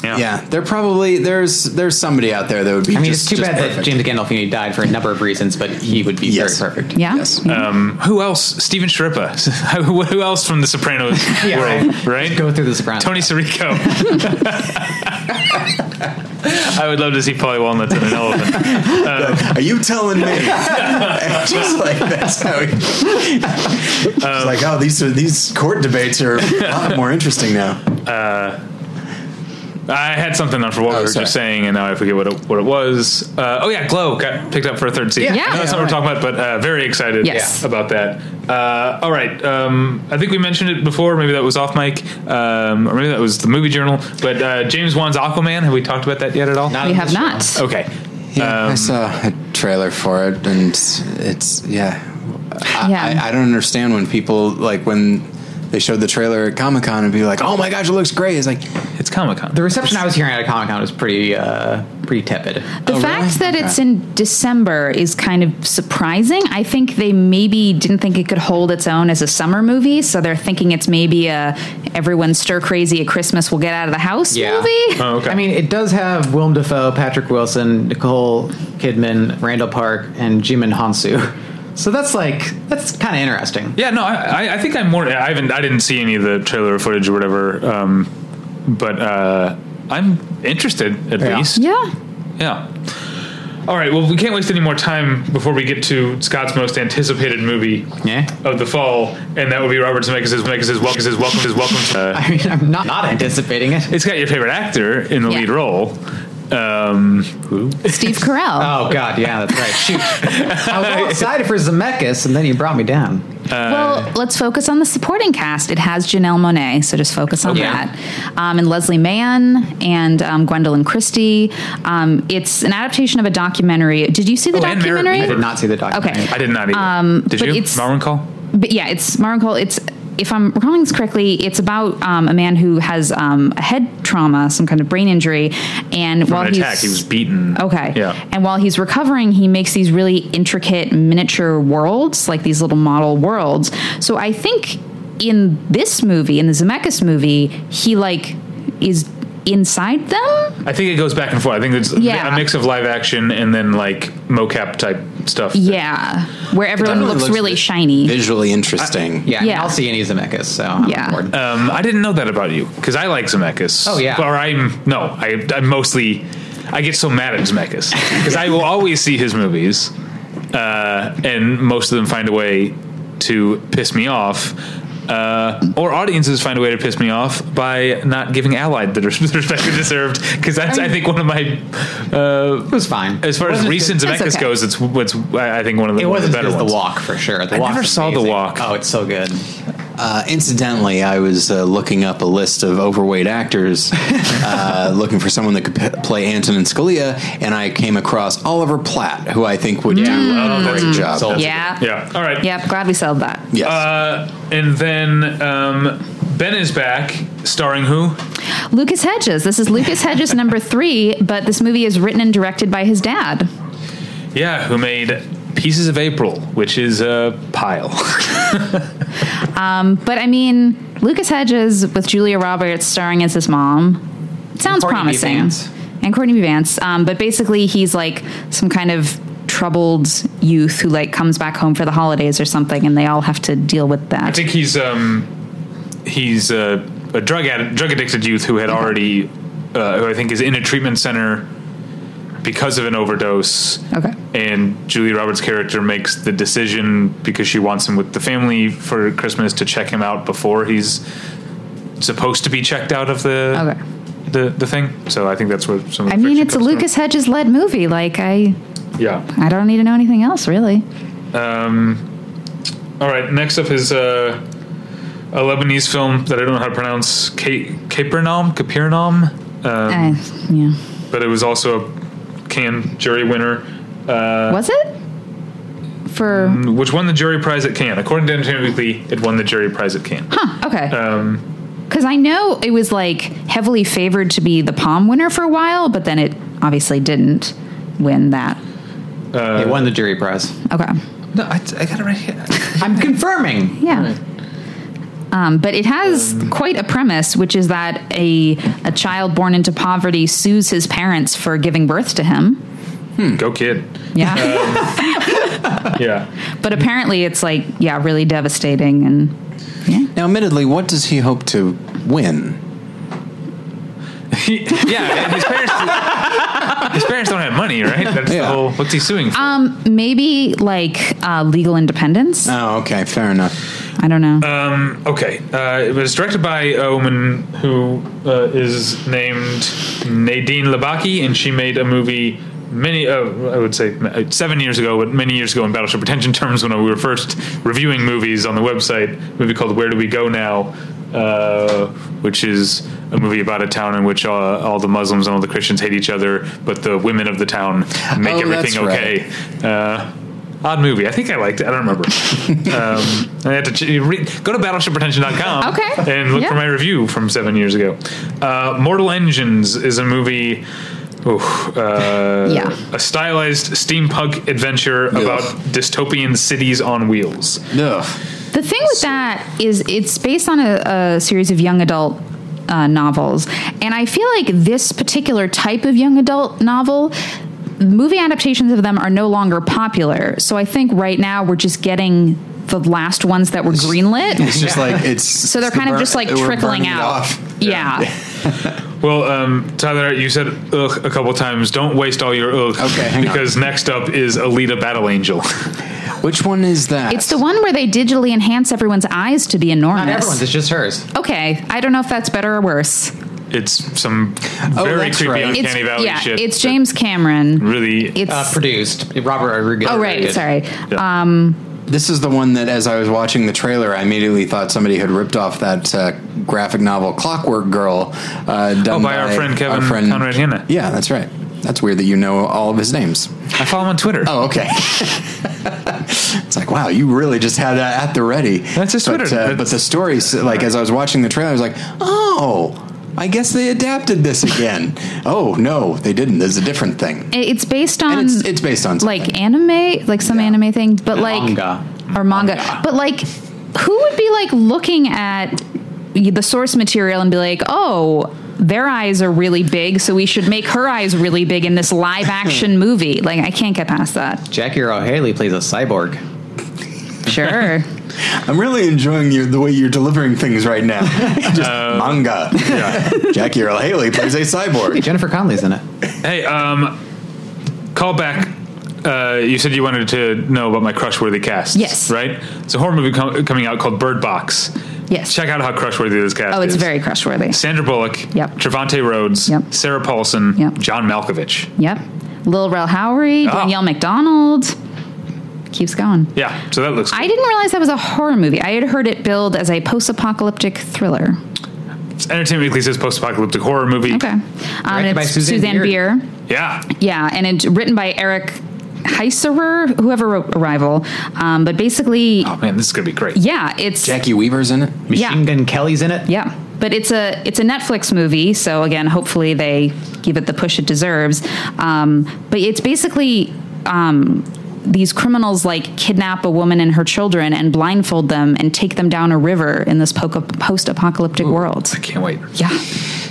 Yeah. Yeah, there probably there's there's somebody out there that would be. I mean, just, it's too just bad that perfect. James Gandolfini died for a number of reasons, but he would be Yes. very perfect. Yeah. Yes. Yeah. Um, who else? Steven Sharippa. [LAUGHS] who who else from The [LAUGHS] Sopranos world? Right. Go through the Sopranos. Tony Sirico. [LAUGHS] I would love to see Polly Walnuts in an elephant. Are you [LAUGHS] telling me? [LAUGHS] And just like that's how. He, It's Um, like, oh, these are these court debates are a lot more interesting now. I had something on for what Oh, we were sorry. just saying, and now I forget what it, what it was. Uh, oh yeah, Glow got picked up for a third season. Yeah. I know that's not Yeah, what we're talking about, but uh, very excited Yes. about that. Uh, all right, um, I think we mentioned it before. Maybe that was off mic, um, or maybe that was the movie journal. But uh, James Wan's Aquaman. Have we talked about that yet at all? we have not. Okay. Yeah, Um, I saw a trailer for it, and it's yeah. I, Yeah. I, I don't understand when people like when they showed the trailer at Comic Con and be like, "Oh my gosh, it looks great!" It's like It's Comic Con. The reception I was hearing at Comic Con was pretty, uh, pretty tepid. The Oh, fact really? that Okay. it's in December is kind of surprising. I think they maybe didn't think it could hold its own as a summer movie, so they're thinking it's maybe a everyone stir crazy at Christmas will get out of the house Yeah. movie. Oh, okay. I mean, it does have Willem Dafoe, Patrick Wilson, Nicole Kidman, Randall Park, and Jimin Hansu. So that's like that's kind of interesting. Yeah, no, I, I- I think I'm more. I haven't. I didn't see any of the trailer footage or whatever. Um, but uh, I'm interested at Yeah. least. Yeah. Yeah. All right. Well, we can't waste any more time before we get to Scott's most anticipated movie Yeah. of the fall, and that would be Robert Zemeckis' Zemeckis' Welcome Zemeckis' Welcome Zemeckis' Welcome. Uh, [LAUGHS] I mean, I'm not not anticipating it. it's got your favorite actor in the Yeah. lead role. Um, who? Steve Carell. Oh God, yeah, that's right. Shoot, I was all excited for Zemeckis, and then you brought me down. well, let's focus on the supporting cast. It has Janelle Monet, so just focus on Okay. that. Um, and Leslie Mann and um, Gwendolyn Christie. Um, it's an adaptation of a documentary. Did you see the Oh, and Mer- documentary? I did not see the documentary. Okay. I did not either. Um, Did but you? it's- Marwan Call? but yeah, it's Marvel. It's if I'm recalling this correctly, it's about um, a man who has um, a head trauma, some kind of brain injury, and From while an he's attack, he was beaten. Okay. Yeah. And while he's recovering, he makes these really intricate miniature worlds, like these little model worlds. So I think in this movie, in the Zemeckis movie, he like is inside them. I think it goes back and forth. I think it's Yeah. a mix of live action and then like mocap type stuff. Yeah. Where everyone definitely looks, looks really vi- shiny. Visually interesting. Yeah, I mean, Yeah. I'll see any Zemeckis, so I'm Yeah. on board. Um, I didn't know that about you because I like Zemeckis. Oh, yeah. Or I'm no, I I mostly I get so mad at Zemeckis because I will always see his movies, uh, and most of them find a way to piss me off. Uh, or audiences find a way to piss me off by not giving Allied the res- [LAUGHS] the respect it deserved because that's I think one of my uh, it was fine. as far as Um, Wasn't recent That's Zemeckis okay. goes it's what's I I think one of the, It one of the wasn't better just the ones. walk for sure. The I Walk's never saw The amazing. Walk. Oh, it's so good. Uh, incidentally, I was uh, looking up a list of overweight actors, uh, looking for someone that could p- play Antonin Scalia, and I came across Oliver Platt, who I think would do Mm. Oh, a that's- great job. So- yeah. yeah. All right. Yep. Glad we sold that. Yes. Uh, and then um, Ben is back, starring who? Lucas Hedges. This [LAUGHS] is Lucas Hedges number three, but this movie is written and directed by his dad. Yeah, who made Pieces of April, which is a pile. [LAUGHS] But I mean, Lucas Hedges with Julia Roberts starring as his mom. It sounds Courtney B. promising. Vance. And Courtney B. Vance. Um, but basically, he's like some kind of troubled youth who like comes back home for the holidays or something, and they all have to deal with I that. think he's um, he's uh, a drug addict, drug addicted youth who had already, uh, who I think is in a treatment center because of an overdose. Okay. And Julia Roberts' character makes the decision because she wants him with the family for Christmas to check him out before he's supposed to be checked out of the Okay. the the thing. So I think that's where some. Of the I mean, friction it's a comes from. Lucas Hedges led movie. Like, I Yeah. I don't need to know anything else, really. All right. Next up is uh, a Lebanese film that I don't know how to pronounce. Ca- Capernaum, Capernaum, I, yeah. but it was also a Cannes jury winner, uh, Was it? For. which won the jury prize at Cannes. According to Entertainment Weekly, it won the jury prize at Cannes. Okay. Because I know it was like heavily favored to be the Palm winner for a while, but then it obviously didn't win that. it won the jury prize. Okay. Uh, No, I, I got it right here. I'm confirming. Yeah. Um, but it has quite a premise, which is that a a child born into poverty sues his parents for giving birth to him. Go kid. Yeah. Yeah. [LAUGHS] but apparently, it's like yeah, really devastating and. now, admittedly, what does he hope to win? yeah. and His [LAUGHS] parents. His parents don't have money, right? That's the Yeah. whole. What's he suing for? Um, maybe like uh, legal independence. Oh, okay, fair enough. I don't know. Um, okay, uh, it was directed by a woman who uh, is named Nadine Labaki, and she made a movie many, uh, I would say, uh, seven years ago, but many years ago in Battleship Retention terms when we were first reviewing movies on the website. A movie called Where Do We Go Now, uh, which is a movie about a town in which uh, all the Muslims and all the Christians hate each other, but the women of the town make Oh, that's everything okay. Uh, odd movie. I think I liked it. I don't remember. Um, I had to ch- re- go to battleshipretention.com Okay. and look Yeah. for my review from seven years ago. Uh, Mortal Engines is a movie. oof, uh, Yeah. A stylized steampunk adventure about dystopian cities on wheels. Ugh. The thing with that is it's based on a, a series of young adult uh, novels, and I feel like this particular type of young adult novel. Movie adaptations of them are no longer popular, so I think right now we're just getting the last ones that were greenlit. It's just like it's. So they're kind of just like trickling out. Yeah. Well, um, Tyler, you said ugh a couple times. Don't waste all your ugh. Okay, hang on. Because next up is Alita Battle Angel. [LAUGHS] Which one is that? it's the one where they digitally enhance everyone's eyes to be enormous. Not everyone's. It's just hers. okay, I don't know if that's better or worse. it's some very Oh, that's creepy right. Uncanny It's Valley yeah, shit. it's James Cameron. Really. It's Uh, produced Robert Rodriguez. oh right, directed. sorry. Yeah. This is the one that, as I was watching the trailer, I immediately thought somebody had ripped off that uh, graphic novel Clockwork Girl, uh, done Oh, by our friend Kevin Conrad Hanna. Yeah, that's right. That's weird that you know all of his names. Oh, I follow him on Twitter. Oh, okay. [LAUGHS] it's like like, wow, you really just had that at the ready. That's his but, Twitter. uh, but That's- the story, like as I was watching the trailer, I was like, oh. I guess they adapted [LAUGHS] this again. oh no, they didn't. There's a different thing. It- It's based on it's- it's based on Um, like anime, like some anime thing, but like Manga. or manga. But like, who would be like looking at the source material and be like, oh. Their eyes are really big, so we should make her eyes really big in this live action movie. Like, I can't get past that. Jackie Earl Haley plays a cyborg. Sure. I'm really enjoying you, the way you're delivering things right [LAUGHS] now. Just Uh, manga. [LAUGHS] Jackie Earl Haley plays a cyborg. Jennifer Conley's in it. Hey, um, call back. Uh, you said you wanted to know about my crushworthy cast. Yes. Right? It's a horror movie com- coming out called Bird Box. Yes. Check out how crushworthy this cast oh, is. it's very crush worthy. Sandra Bullock. Yep. Trevante Rhodes. Yep. Sarah Paulson. Yep. John Malkovich. Yep. Lil Rel Howery, Oh. Danielle McDonald. Keeps going. Yeah, so that looks I didn't realize that was a horror movie. I had heard it billed as a post apocalyptic thriller. Entertainment Weekly says post apocalyptic horror movie. Okay. Um, Directed it's by Suzanne Suzanne, Bier. Bier. Yeah. Yeah, and it's written by Eric Heiserer, whoever wrote Arrival. Um, but basically, Oh, man, this is going to be great. yeah, it's. Jackie Weaver's in it. Machine Yeah. Gun Kelly's in it. Yeah, but it's a it's a Netflix movie, so again, hopefully they give it the push it deserves. Um, but it's basically um, these criminals like kidnap a woman and her children and blindfold them and take them down a river in this post apocalyptic world. Can't wait. Yeah,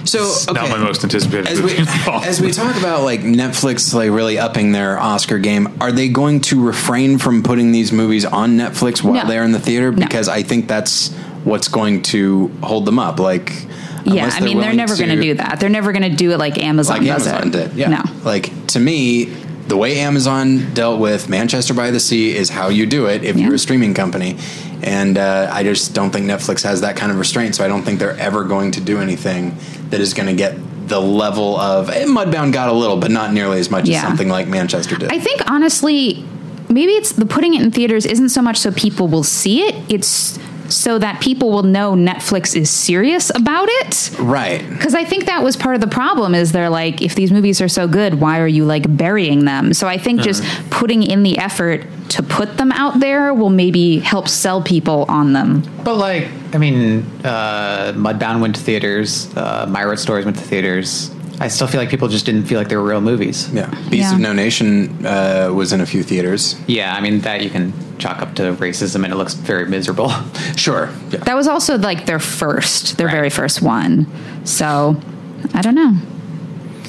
So It's not my most anticipated As we, movie of all. as we talk about like Netflix, like really upping their Oscar game, are they going to refrain from putting these movies on Netflix while No. they're in the theater? No. Because I think that's what's going to hold them up. Like, yeah. unless I mean, they're willing never going to do that. They're never going to do it like Amazon like does Amazon it. did. Yeah. No. Like to me, the way Amazon dealt with Manchester by the Sea is how you do it if Yeah. you're a streaming company. And uh, I just don't think Netflix has that kind of restraint, so I don't think they're ever going to do anything that is going to get the level of eh, Mudbound got a little, but not nearly as much as Yeah. something like Manchester did. I think honestly, maybe it's the putting it in theaters isn't so much so people will see it. It's so that people will know Netflix is serious about it. right. Because I think that was part of the problem is they're like, if these movies are so good, why are you like burying them? So I think just Mm-hmm. putting in the effort to put them out there will maybe help sell people on them. But like, I mean, uh, Mudbound went to theaters. Uh, Myra Stories went to theaters. I still feel like people just didn't feel like they were real movies. Yeah. Beast Yeah. of No Nation uh, was in a few theaters. Yeah, I mean that you can chalk up to racism, and it looks very [LAUGHS] miserable. Sure. Yeah. That was also like their first, their Right. very first one. So I don't know.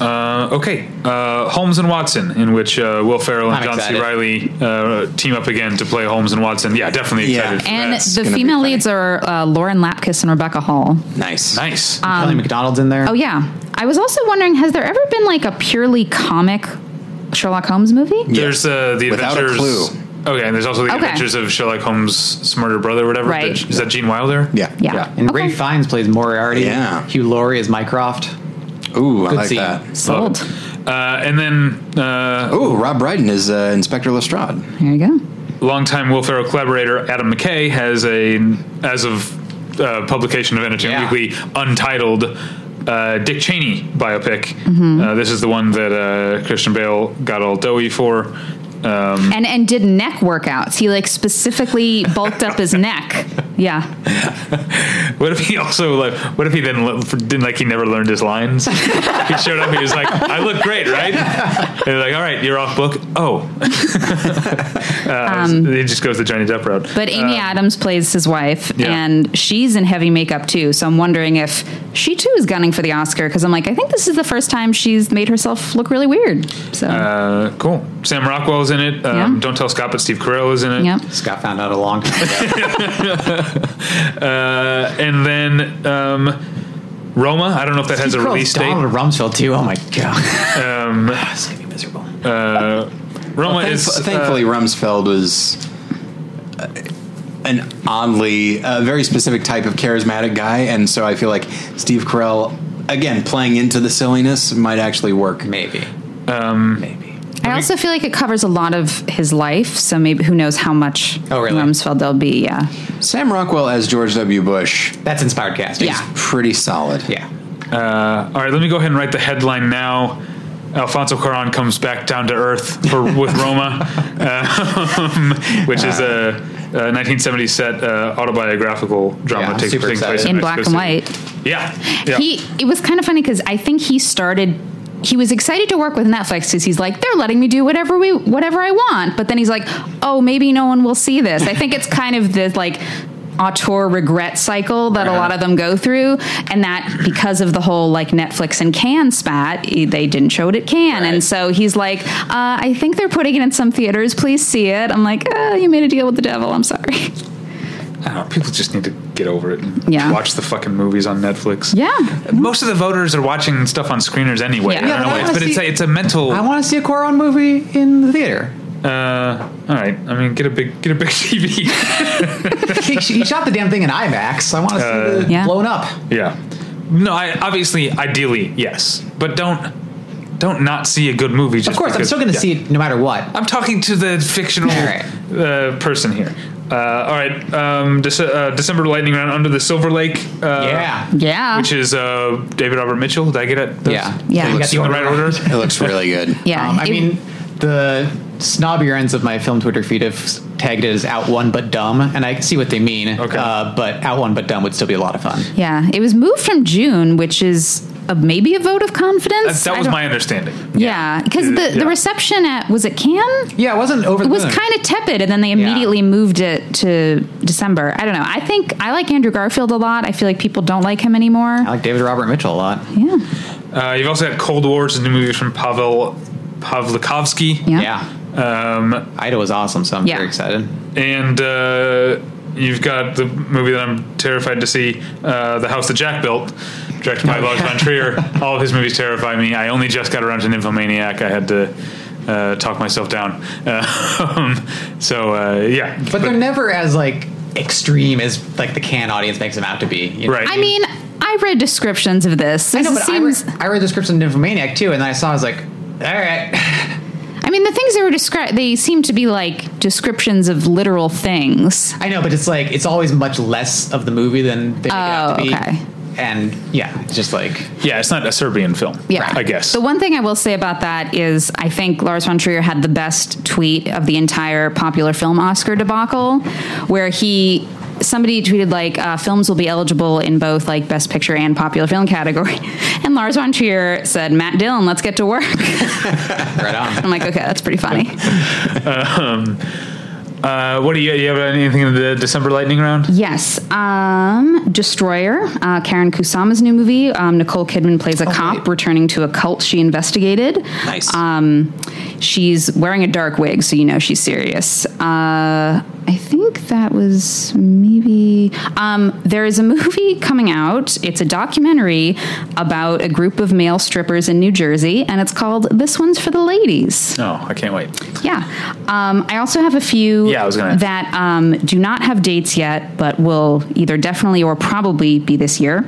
Uh, okay, uh, Holmes and Watson, in which uh, Will Ferrell and I'm John C. excited. Riley uh, team up again to play Holmes and Watson. Yeah, definitely Yeah. excited. for And that. the gonna be female funny. leads are uh, Lauren Lapkus and Rebecca Hall. Nice. nice. um, Kelly McDonald's in there. Oh, yeah. I was also wondering has there ever been like a purely comic Sherlock Holmes movie? There's uh, the Without a adventures. clue. Okay, and there's also the Okay. adventures of Sherlock Holmes' smarter brother, whatever. Right. Is that Gene Wilder? Yeah. Yeah. And Okay. Ray Fiennes plays Moriarty. Yeah. Hugh Laurie is Mycroft. Ooh, I Good like scene. that. Sold. Uh, and then uh, Ooh, Rob Brydon is uh, Inspector Lestrade. There you go. longtime Will Ferrell collaborator Adam McKay has a, as of uh, publication of Entertainment Yeah. Weekly, untitled uh, Dick Cheney biopic. Mm-hmm. Uh, this is the one that uh, Christian Bale got all doughy for. Um, and and did neck workouts. He like specifically bulked up his neck. Yeah, what if he also like? What if he didn't le- didn't like? He never learned his lines. he showed up. He was like, "I look great, right?" And they're like, "All right, you're off book." Oh, [LAUGHS] uh, he just goes the Johnny Depp road. Um, but Amy Um, Adams plays his wife, Yeah. and she's in heavy makeup too. So I'm wondering if she too is gunning for the Oscar because I'm like, I think this is the first time she's made herself look really weird. So Uh, cool. Sam Rockwell's in it. Um, Yeah. Don't tell Scott, but Steve Carell is in it. yeah, Scott found out a long [LAUGHS] time ago. Uh, and then um, Roma. I don't know if that has a Girl, release date. Donald Rumsfeld too. Oh my god. Um, [LAUGHS] it's gonna be miserable. uh, Roma Well, is thankf- uh, thankfully Rumsfeld was uh, an oddly uh, very specific type of charismatic guy, and so I feel like Steve Carell again playing into the silliness might actually work. Maybe. Um, Maybe. I also feel like it covers a lot of his life. So maybe who knows how much Oh, really? Rumsfeld there'll be. Yeah, Sam Rockwell as George W. Bush, That's inspired casting. Yeah. pretty solid. Yeah. all right, let me go ahead and write the headline now. Alfonso Cuarón comes back down to earth for, with Roma, um, which is a, a 1970 set uh, autobiographical drama Yeah, takes super takes place excited. Mexico In black and City. white. Yeah, yeah. He it was kind of funny because I think he started. He was excited to work with Netflix because he's like, they're letting me do whatever we whatever I want. But then he's like, oh, maybe no one will see this. I think it's kind of the like auteur regret cycle that a lot of them go through, and that because of the whole like Netflix and Cannes spat, eh, they didn't show it at Cannes, and so he's like, uh, I think they're putting it in some theaters. Please see it. I'm like, uh, you made a deal with the devil. I'm sorry. I don't know, people just need to get over it and Yeah. watch the fucking movies on Netflix. Yeah. Most of the voters are watching stuff on screeners anyway. Yeah. I Yeah, don't know but I why, wanna but it's see- a, it's a mental. I want to see a Quaron movie in [LAUGHS] the theater. uh, all right, I mean, get a big get a big [LAUGHS] TV. he, he shot the damn thing in IMAX. I want to see the Uh, Yeah. blown up. Yeah. No, I obviously, ideally, yes, but don't don't not see a good movie. Just Of course, I'm because- still going to yeah. see it no matter what. I'm talking to the fictional [LAUGHS] All right. uh, person here. Uh, all right, um, Dece- uh, December lightning round under the Silver Lake. Uh, yeah. Yeah. Which is uh, David Robert Mitchell. Did I get it? Those- Yeah. Yeah. You got the in the order right right. order. It looks really good. yeah. Um, I It- mean, the snobbier ends of my film Twitter feed have s- tagged it as out one but dumb, and I see what they mean. Okay. Uh, but out one but dumb would still be a lot of fun. Yeah, it was moved from June, which is a, maybe a vote of That, confidence. that I was don't- my understanding. Yeah, because Uh, the, yeah. the reception at was it Cannes? Yeah, it wasn't over. It was kind of tepid, and then they immediately moved it to December. I don't know. I think I like Andrew Garfield a lot. I feel like people don't like him anymore. I like David Robert Mitchell a lot. Yeah, Uh, you've also had Cold Wars and new movies from Pavel Pavlikovsky. yeah, Yeah. Um, Ida was awesome, so I'm Yeah. very excited. and uh, you've got the movie that I'm terrified to see, uh, The House That Jack Built, directed Oh, by Lars von Trier. [LAUGHS] All of his movies terrify me. I only just got around to Nymphomaniac. I had to uh, talk myself down. [LAUGHS] Uh, so uh, yeah, But they're never as like extreme as like the can audience makes them out to be. you know? right. I mean, I read descriptions of this. I know, This but seems. I, read, I read the scripts of Nymphomaniac too, and then I saw I was like, all right. I mean, the things they were described, they seem to be like descriptions of literal things. [LAUGHS] I know, but it's like it's always much less of the movie than they make it out to Oh, be. okay. And yeah, it's just like yeah, it's not a Serbian film. Yeah. I guess. The one thing I will say about that is I think Lars von Trier had the best tweet of the entire popular film Oscar debacle, where he. Somebody tweeted like uh, films will be eligible in both like best picture and popular film category, [LAUGHS] and Lars von Trier said Matt Dillon, let's get to work. [LAUGHS] right on. I'm like, okay, that's pretty [LAUGHS] funny. Um, uh, what do you, you have? Anything in the December lightning round? Yes, um, Destroyer, uh, Karen Kusama's new movie. Um, Nicole Kidman plays a Oh, cop returning to a cult she investigated. [LAUGHS] Nice. Um, she's wearing a dark wig, so you know she's serious. Uh, I think that was maybe. Um, there is a movie [LAUGHS] coming out. It's a documentary about a group of male strippers in New Jersey, and it's called "This One's for the Ladies." No, I can't wait. Yeah. Um, I also have a few Yeah, I was gonna- that um, do not have dates yet, but will either definitely or probably be this year.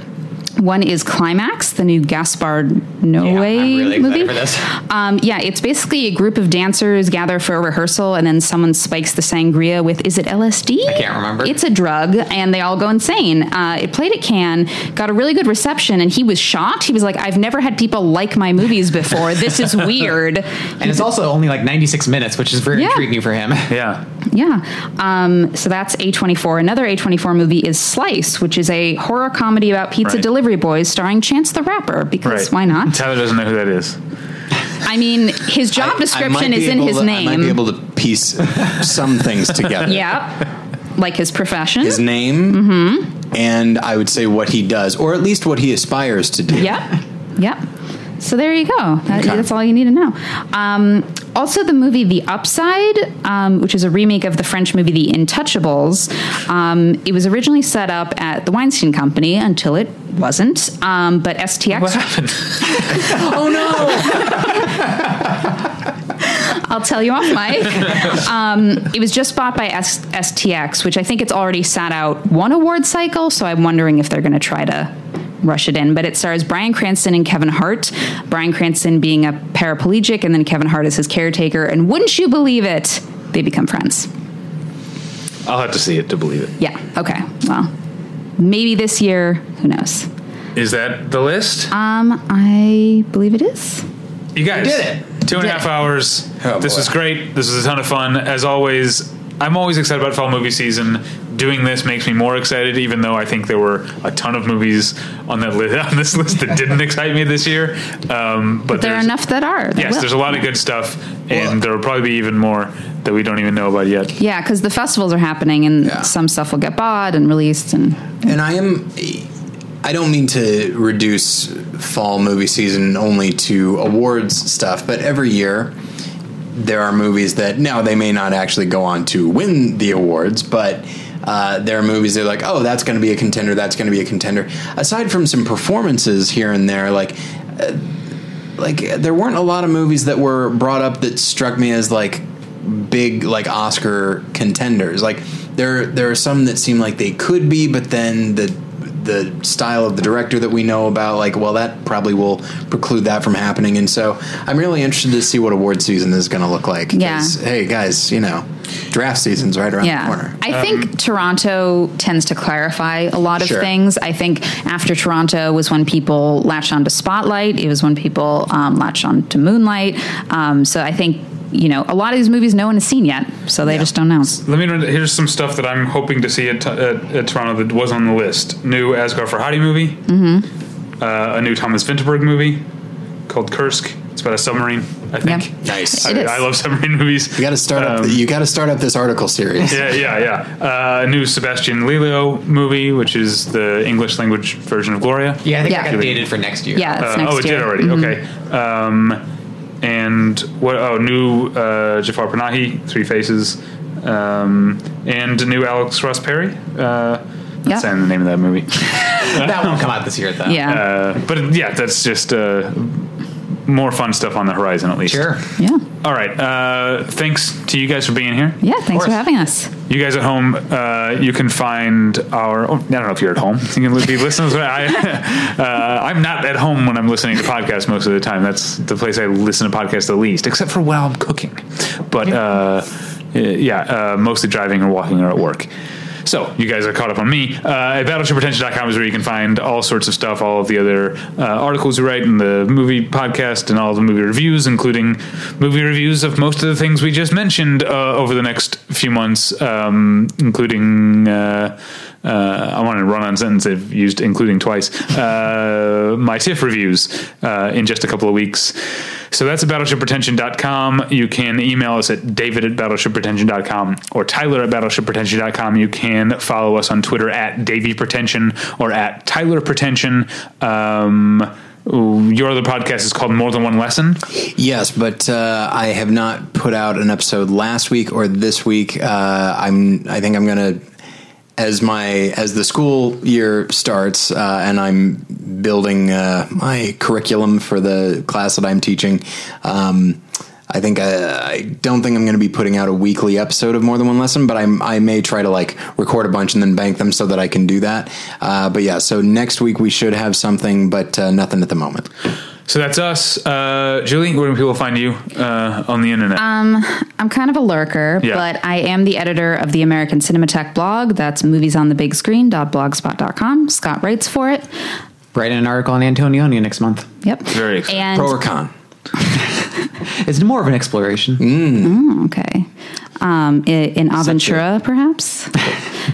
One is Climax, the new Gaspar Noé Yeah, I'm really excited movie. for this. Um, yeah, it's basically a group of dancers gather for a rehearsal, and then someone spikes the sangria with is it LSD? I can't remember. It's a drug, and they all go insane. Uh, it played at Cannes, got a really good reception, and he was shocked. He was like, "I've never had people like my movies before. This [LAUGHS] is weird." And it's also only like 96 minutes, which is very Yeah. intriguing for him. [LAUGHS] Yeah, Yeah. Um, so that's A24. Another A24 movie is Slice, which is a horror comedy about pizza Right. delivery boys starring Chance the Rapper, because right. why [LAUGHS] not? Tyler doesn't know who that is. I mean, his job description is in his name. I might be able to piece [LAUGHS] some things together. yep. Like his profession. His name, Mm-hmm. and I would say what he does, or at least what he aspires [LAUGHS] to do. Yep. Yep. So there you go. That, Okay. That's all you need to know. Um, also, the movie The Upside, um, which is a remake of the French movie The Intouchables, um, it was originally set up at the Weinstein Company until it wasn't. Um, but STX. What happened? [LAUGHS] Oh [LAUGHS] no! I'll tell you off, Mike. [LAUGHS] Um, it was just bought by S- STX, which I think it's already sat out one award cycle. So I'm wondering if they're going to try to rush it in. But it stars Brian Cranston and Kevin Hart. Brian Cranston being a paraplegic, and then Kevin Hart is his caretaker. And wouldn't you believe it? They become friends. I'll have to see it to believe it. Yeah. Okay. Well, maybe this year. Who knows? Is that the list? Um, I believe it is. You guys did it. Two and a half hours. Oh, this boy. was great. This was a ton of fun. As always, I'm always excited about fall movie season. Doing this makes me more excited, even though I think there were a ton of movies on that li- [LAUGHS] on this list that didn't excite me this year. Um, but, There are there's- enough that are. that Yes, will. there's a lot of good stuff, and there will probably be even more that we don't even know about yet. Yeah, because the festivals are happening, and Yeah. some stuff will get bought and released, and And I am. I don't mean to reduce fall movie season only to awards stuff, but every year there are movies that now they may not actually go on to win the awards, but uh, there are movies that are like, oh, that's going to be a contender, that's going to be a contender. Aside from some performances here and there, like like uh, there weren't a lot of movies that were brought up that struck me as like big like Oscar contenders. Like there there are some that seem like they could be, but then the the style of the director that we know about, like, well, that probably will preclude that from happening. And so I'm really interested to see what award season is going to look like. 'Cause, Hey, guys, you know, draft season's right around yeah. the corner. I um, think Toronto tends to clarify a lot of Sure. things. I think after Toronto was when people latched onto Spotlight. It was when people um, latched onto Moonlight. Um, so I think you know a lot of these movies no one has seen yet, so they just don't know. Let me run. Here's some stuff that I'm hoping to see at, uh, at, at Toronto that was on the list. New Asghar Farhadi movie. Mm-hmm. Uh, a new Thomas Vinterberg movie called Kursk. It's about a submarine, I think. Yeah. Nice. It I, is. I love submarine [LAUGHS] movies. You got to start up. Um, you got to start up this article series. yeah, yeah, yeah. Uh, a new Sebastian Lelio movie, which is the English language version of Gloria. Yeah, I think Yeah. I got dated for next year. Yeah, it's Uh, next oh, it year. Mm-hmm. did already. Okay. Um, and what? Oh, new uh, Jafar Panahi, Three Faces, um, and new Alex Ross Perry. Uh, Yeah. Saying the name of that movie, That won't come out this year, though. Yeah, uh, but yeah, that's just uh, more fun stuff on the horizon, at least. Sure. yeah, All right. Uh, thanks to you guys for being here. yeah. Thanks for course. having us. You guys at home, uh, you can find our. Oh, I don't know if you're at home. You can be listening. to- I, [LAUGHS] uh, I'm not at home when I'm listening to podcasts most of the time. That's the place I listen to podcasts the least, except for while I'm cooking. But uh, yeah, uh, mostly driving or walking or at work. So you guys are caught up on me. Uh, at battleshipretention.com is where you can find all sorts of stuff, all of the other uh, articles we write, and the movie podcast, and all the movie reviews, including movie reviews of most of the things we just mentioned uh, over the next few months, um, including. Uh, uh, I want to run on sentence I've used including twice. Uh, my TIFF reviews uh, in just a couple of weeks. So that's at battleshipretention.com. You can email us at david at battleshipretention.com or tyler at battleshipretention.com. You can follow us on Twitter at davypretension or at tylerpretension. Um, ooh, your other podcast is called More Than One Lesson. Yes, but uh, I have not put out an episode last week or this week. Uh, I'm. I think I'm gonna. As my as the school year starts, uh, and I'm building uh, my curriculum for the class that I'm teaching. Um, I think uh, I, I don't think I'm going to be putting out a weekly episode of more than one lesson, but I'm, I may try to like record a bunch and then bank them so that I can do that. Uh, but yeah, so next week we should have something, but uh, nothing at the moment. So that's us. Uh, Julie, where can people find you uh, on the internet? I'm kind of a lurker, Yeah. but I am the editor of the American Cinematech blog. That's moviesonthebigscreen.blogspot.com. Scott writes for it. Write an article on Antonioni next month. Yep. Very exciting. And Pro or con? It's more of an exploration. okay. Um, i- in Aventura, perhaps.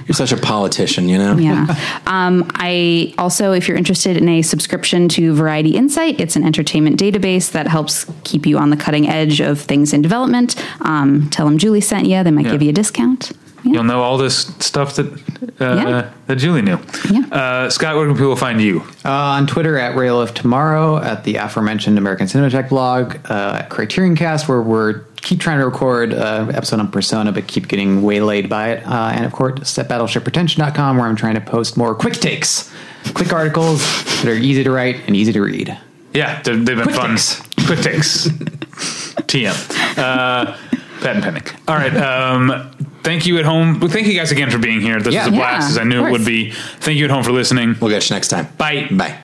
You're such a politician, you know? Yeah. um, I also, if you're interested in a subscription to Variety Insight, it's an entertainment database that helps keep you on the cutting edge of things in development. Um, tell them Julie sent you; they might Yeah. give you a discount. You'll know all this stuff that uh, Yeah. that Julie knew. Yeah. Uh, Scott, where can people find you? Uh, on Twitter at Rail of Tomorrow, at the aforementioned American Cinematech blog, uh, at Criterion Cast, where we're keep trying to record uh, episode on Persona, but keep getting waylaid by it. Uh, and of course, at BattleshipRetention.com, where I'm trying to post more quick takes, quick articles that are easy to write and easy to read. Yeah, they've, they've been Quick fun. takes. Quick takes. [LAUGHS] TM. Uh, Pat and Panic. All right. Um, thank you at home. Well, thank you guys again for being here. This Yeah. was a Yeah, blast, as I of knew it would course. be. Thank you at home for listening. We'll catch you next time. Bye. Bye.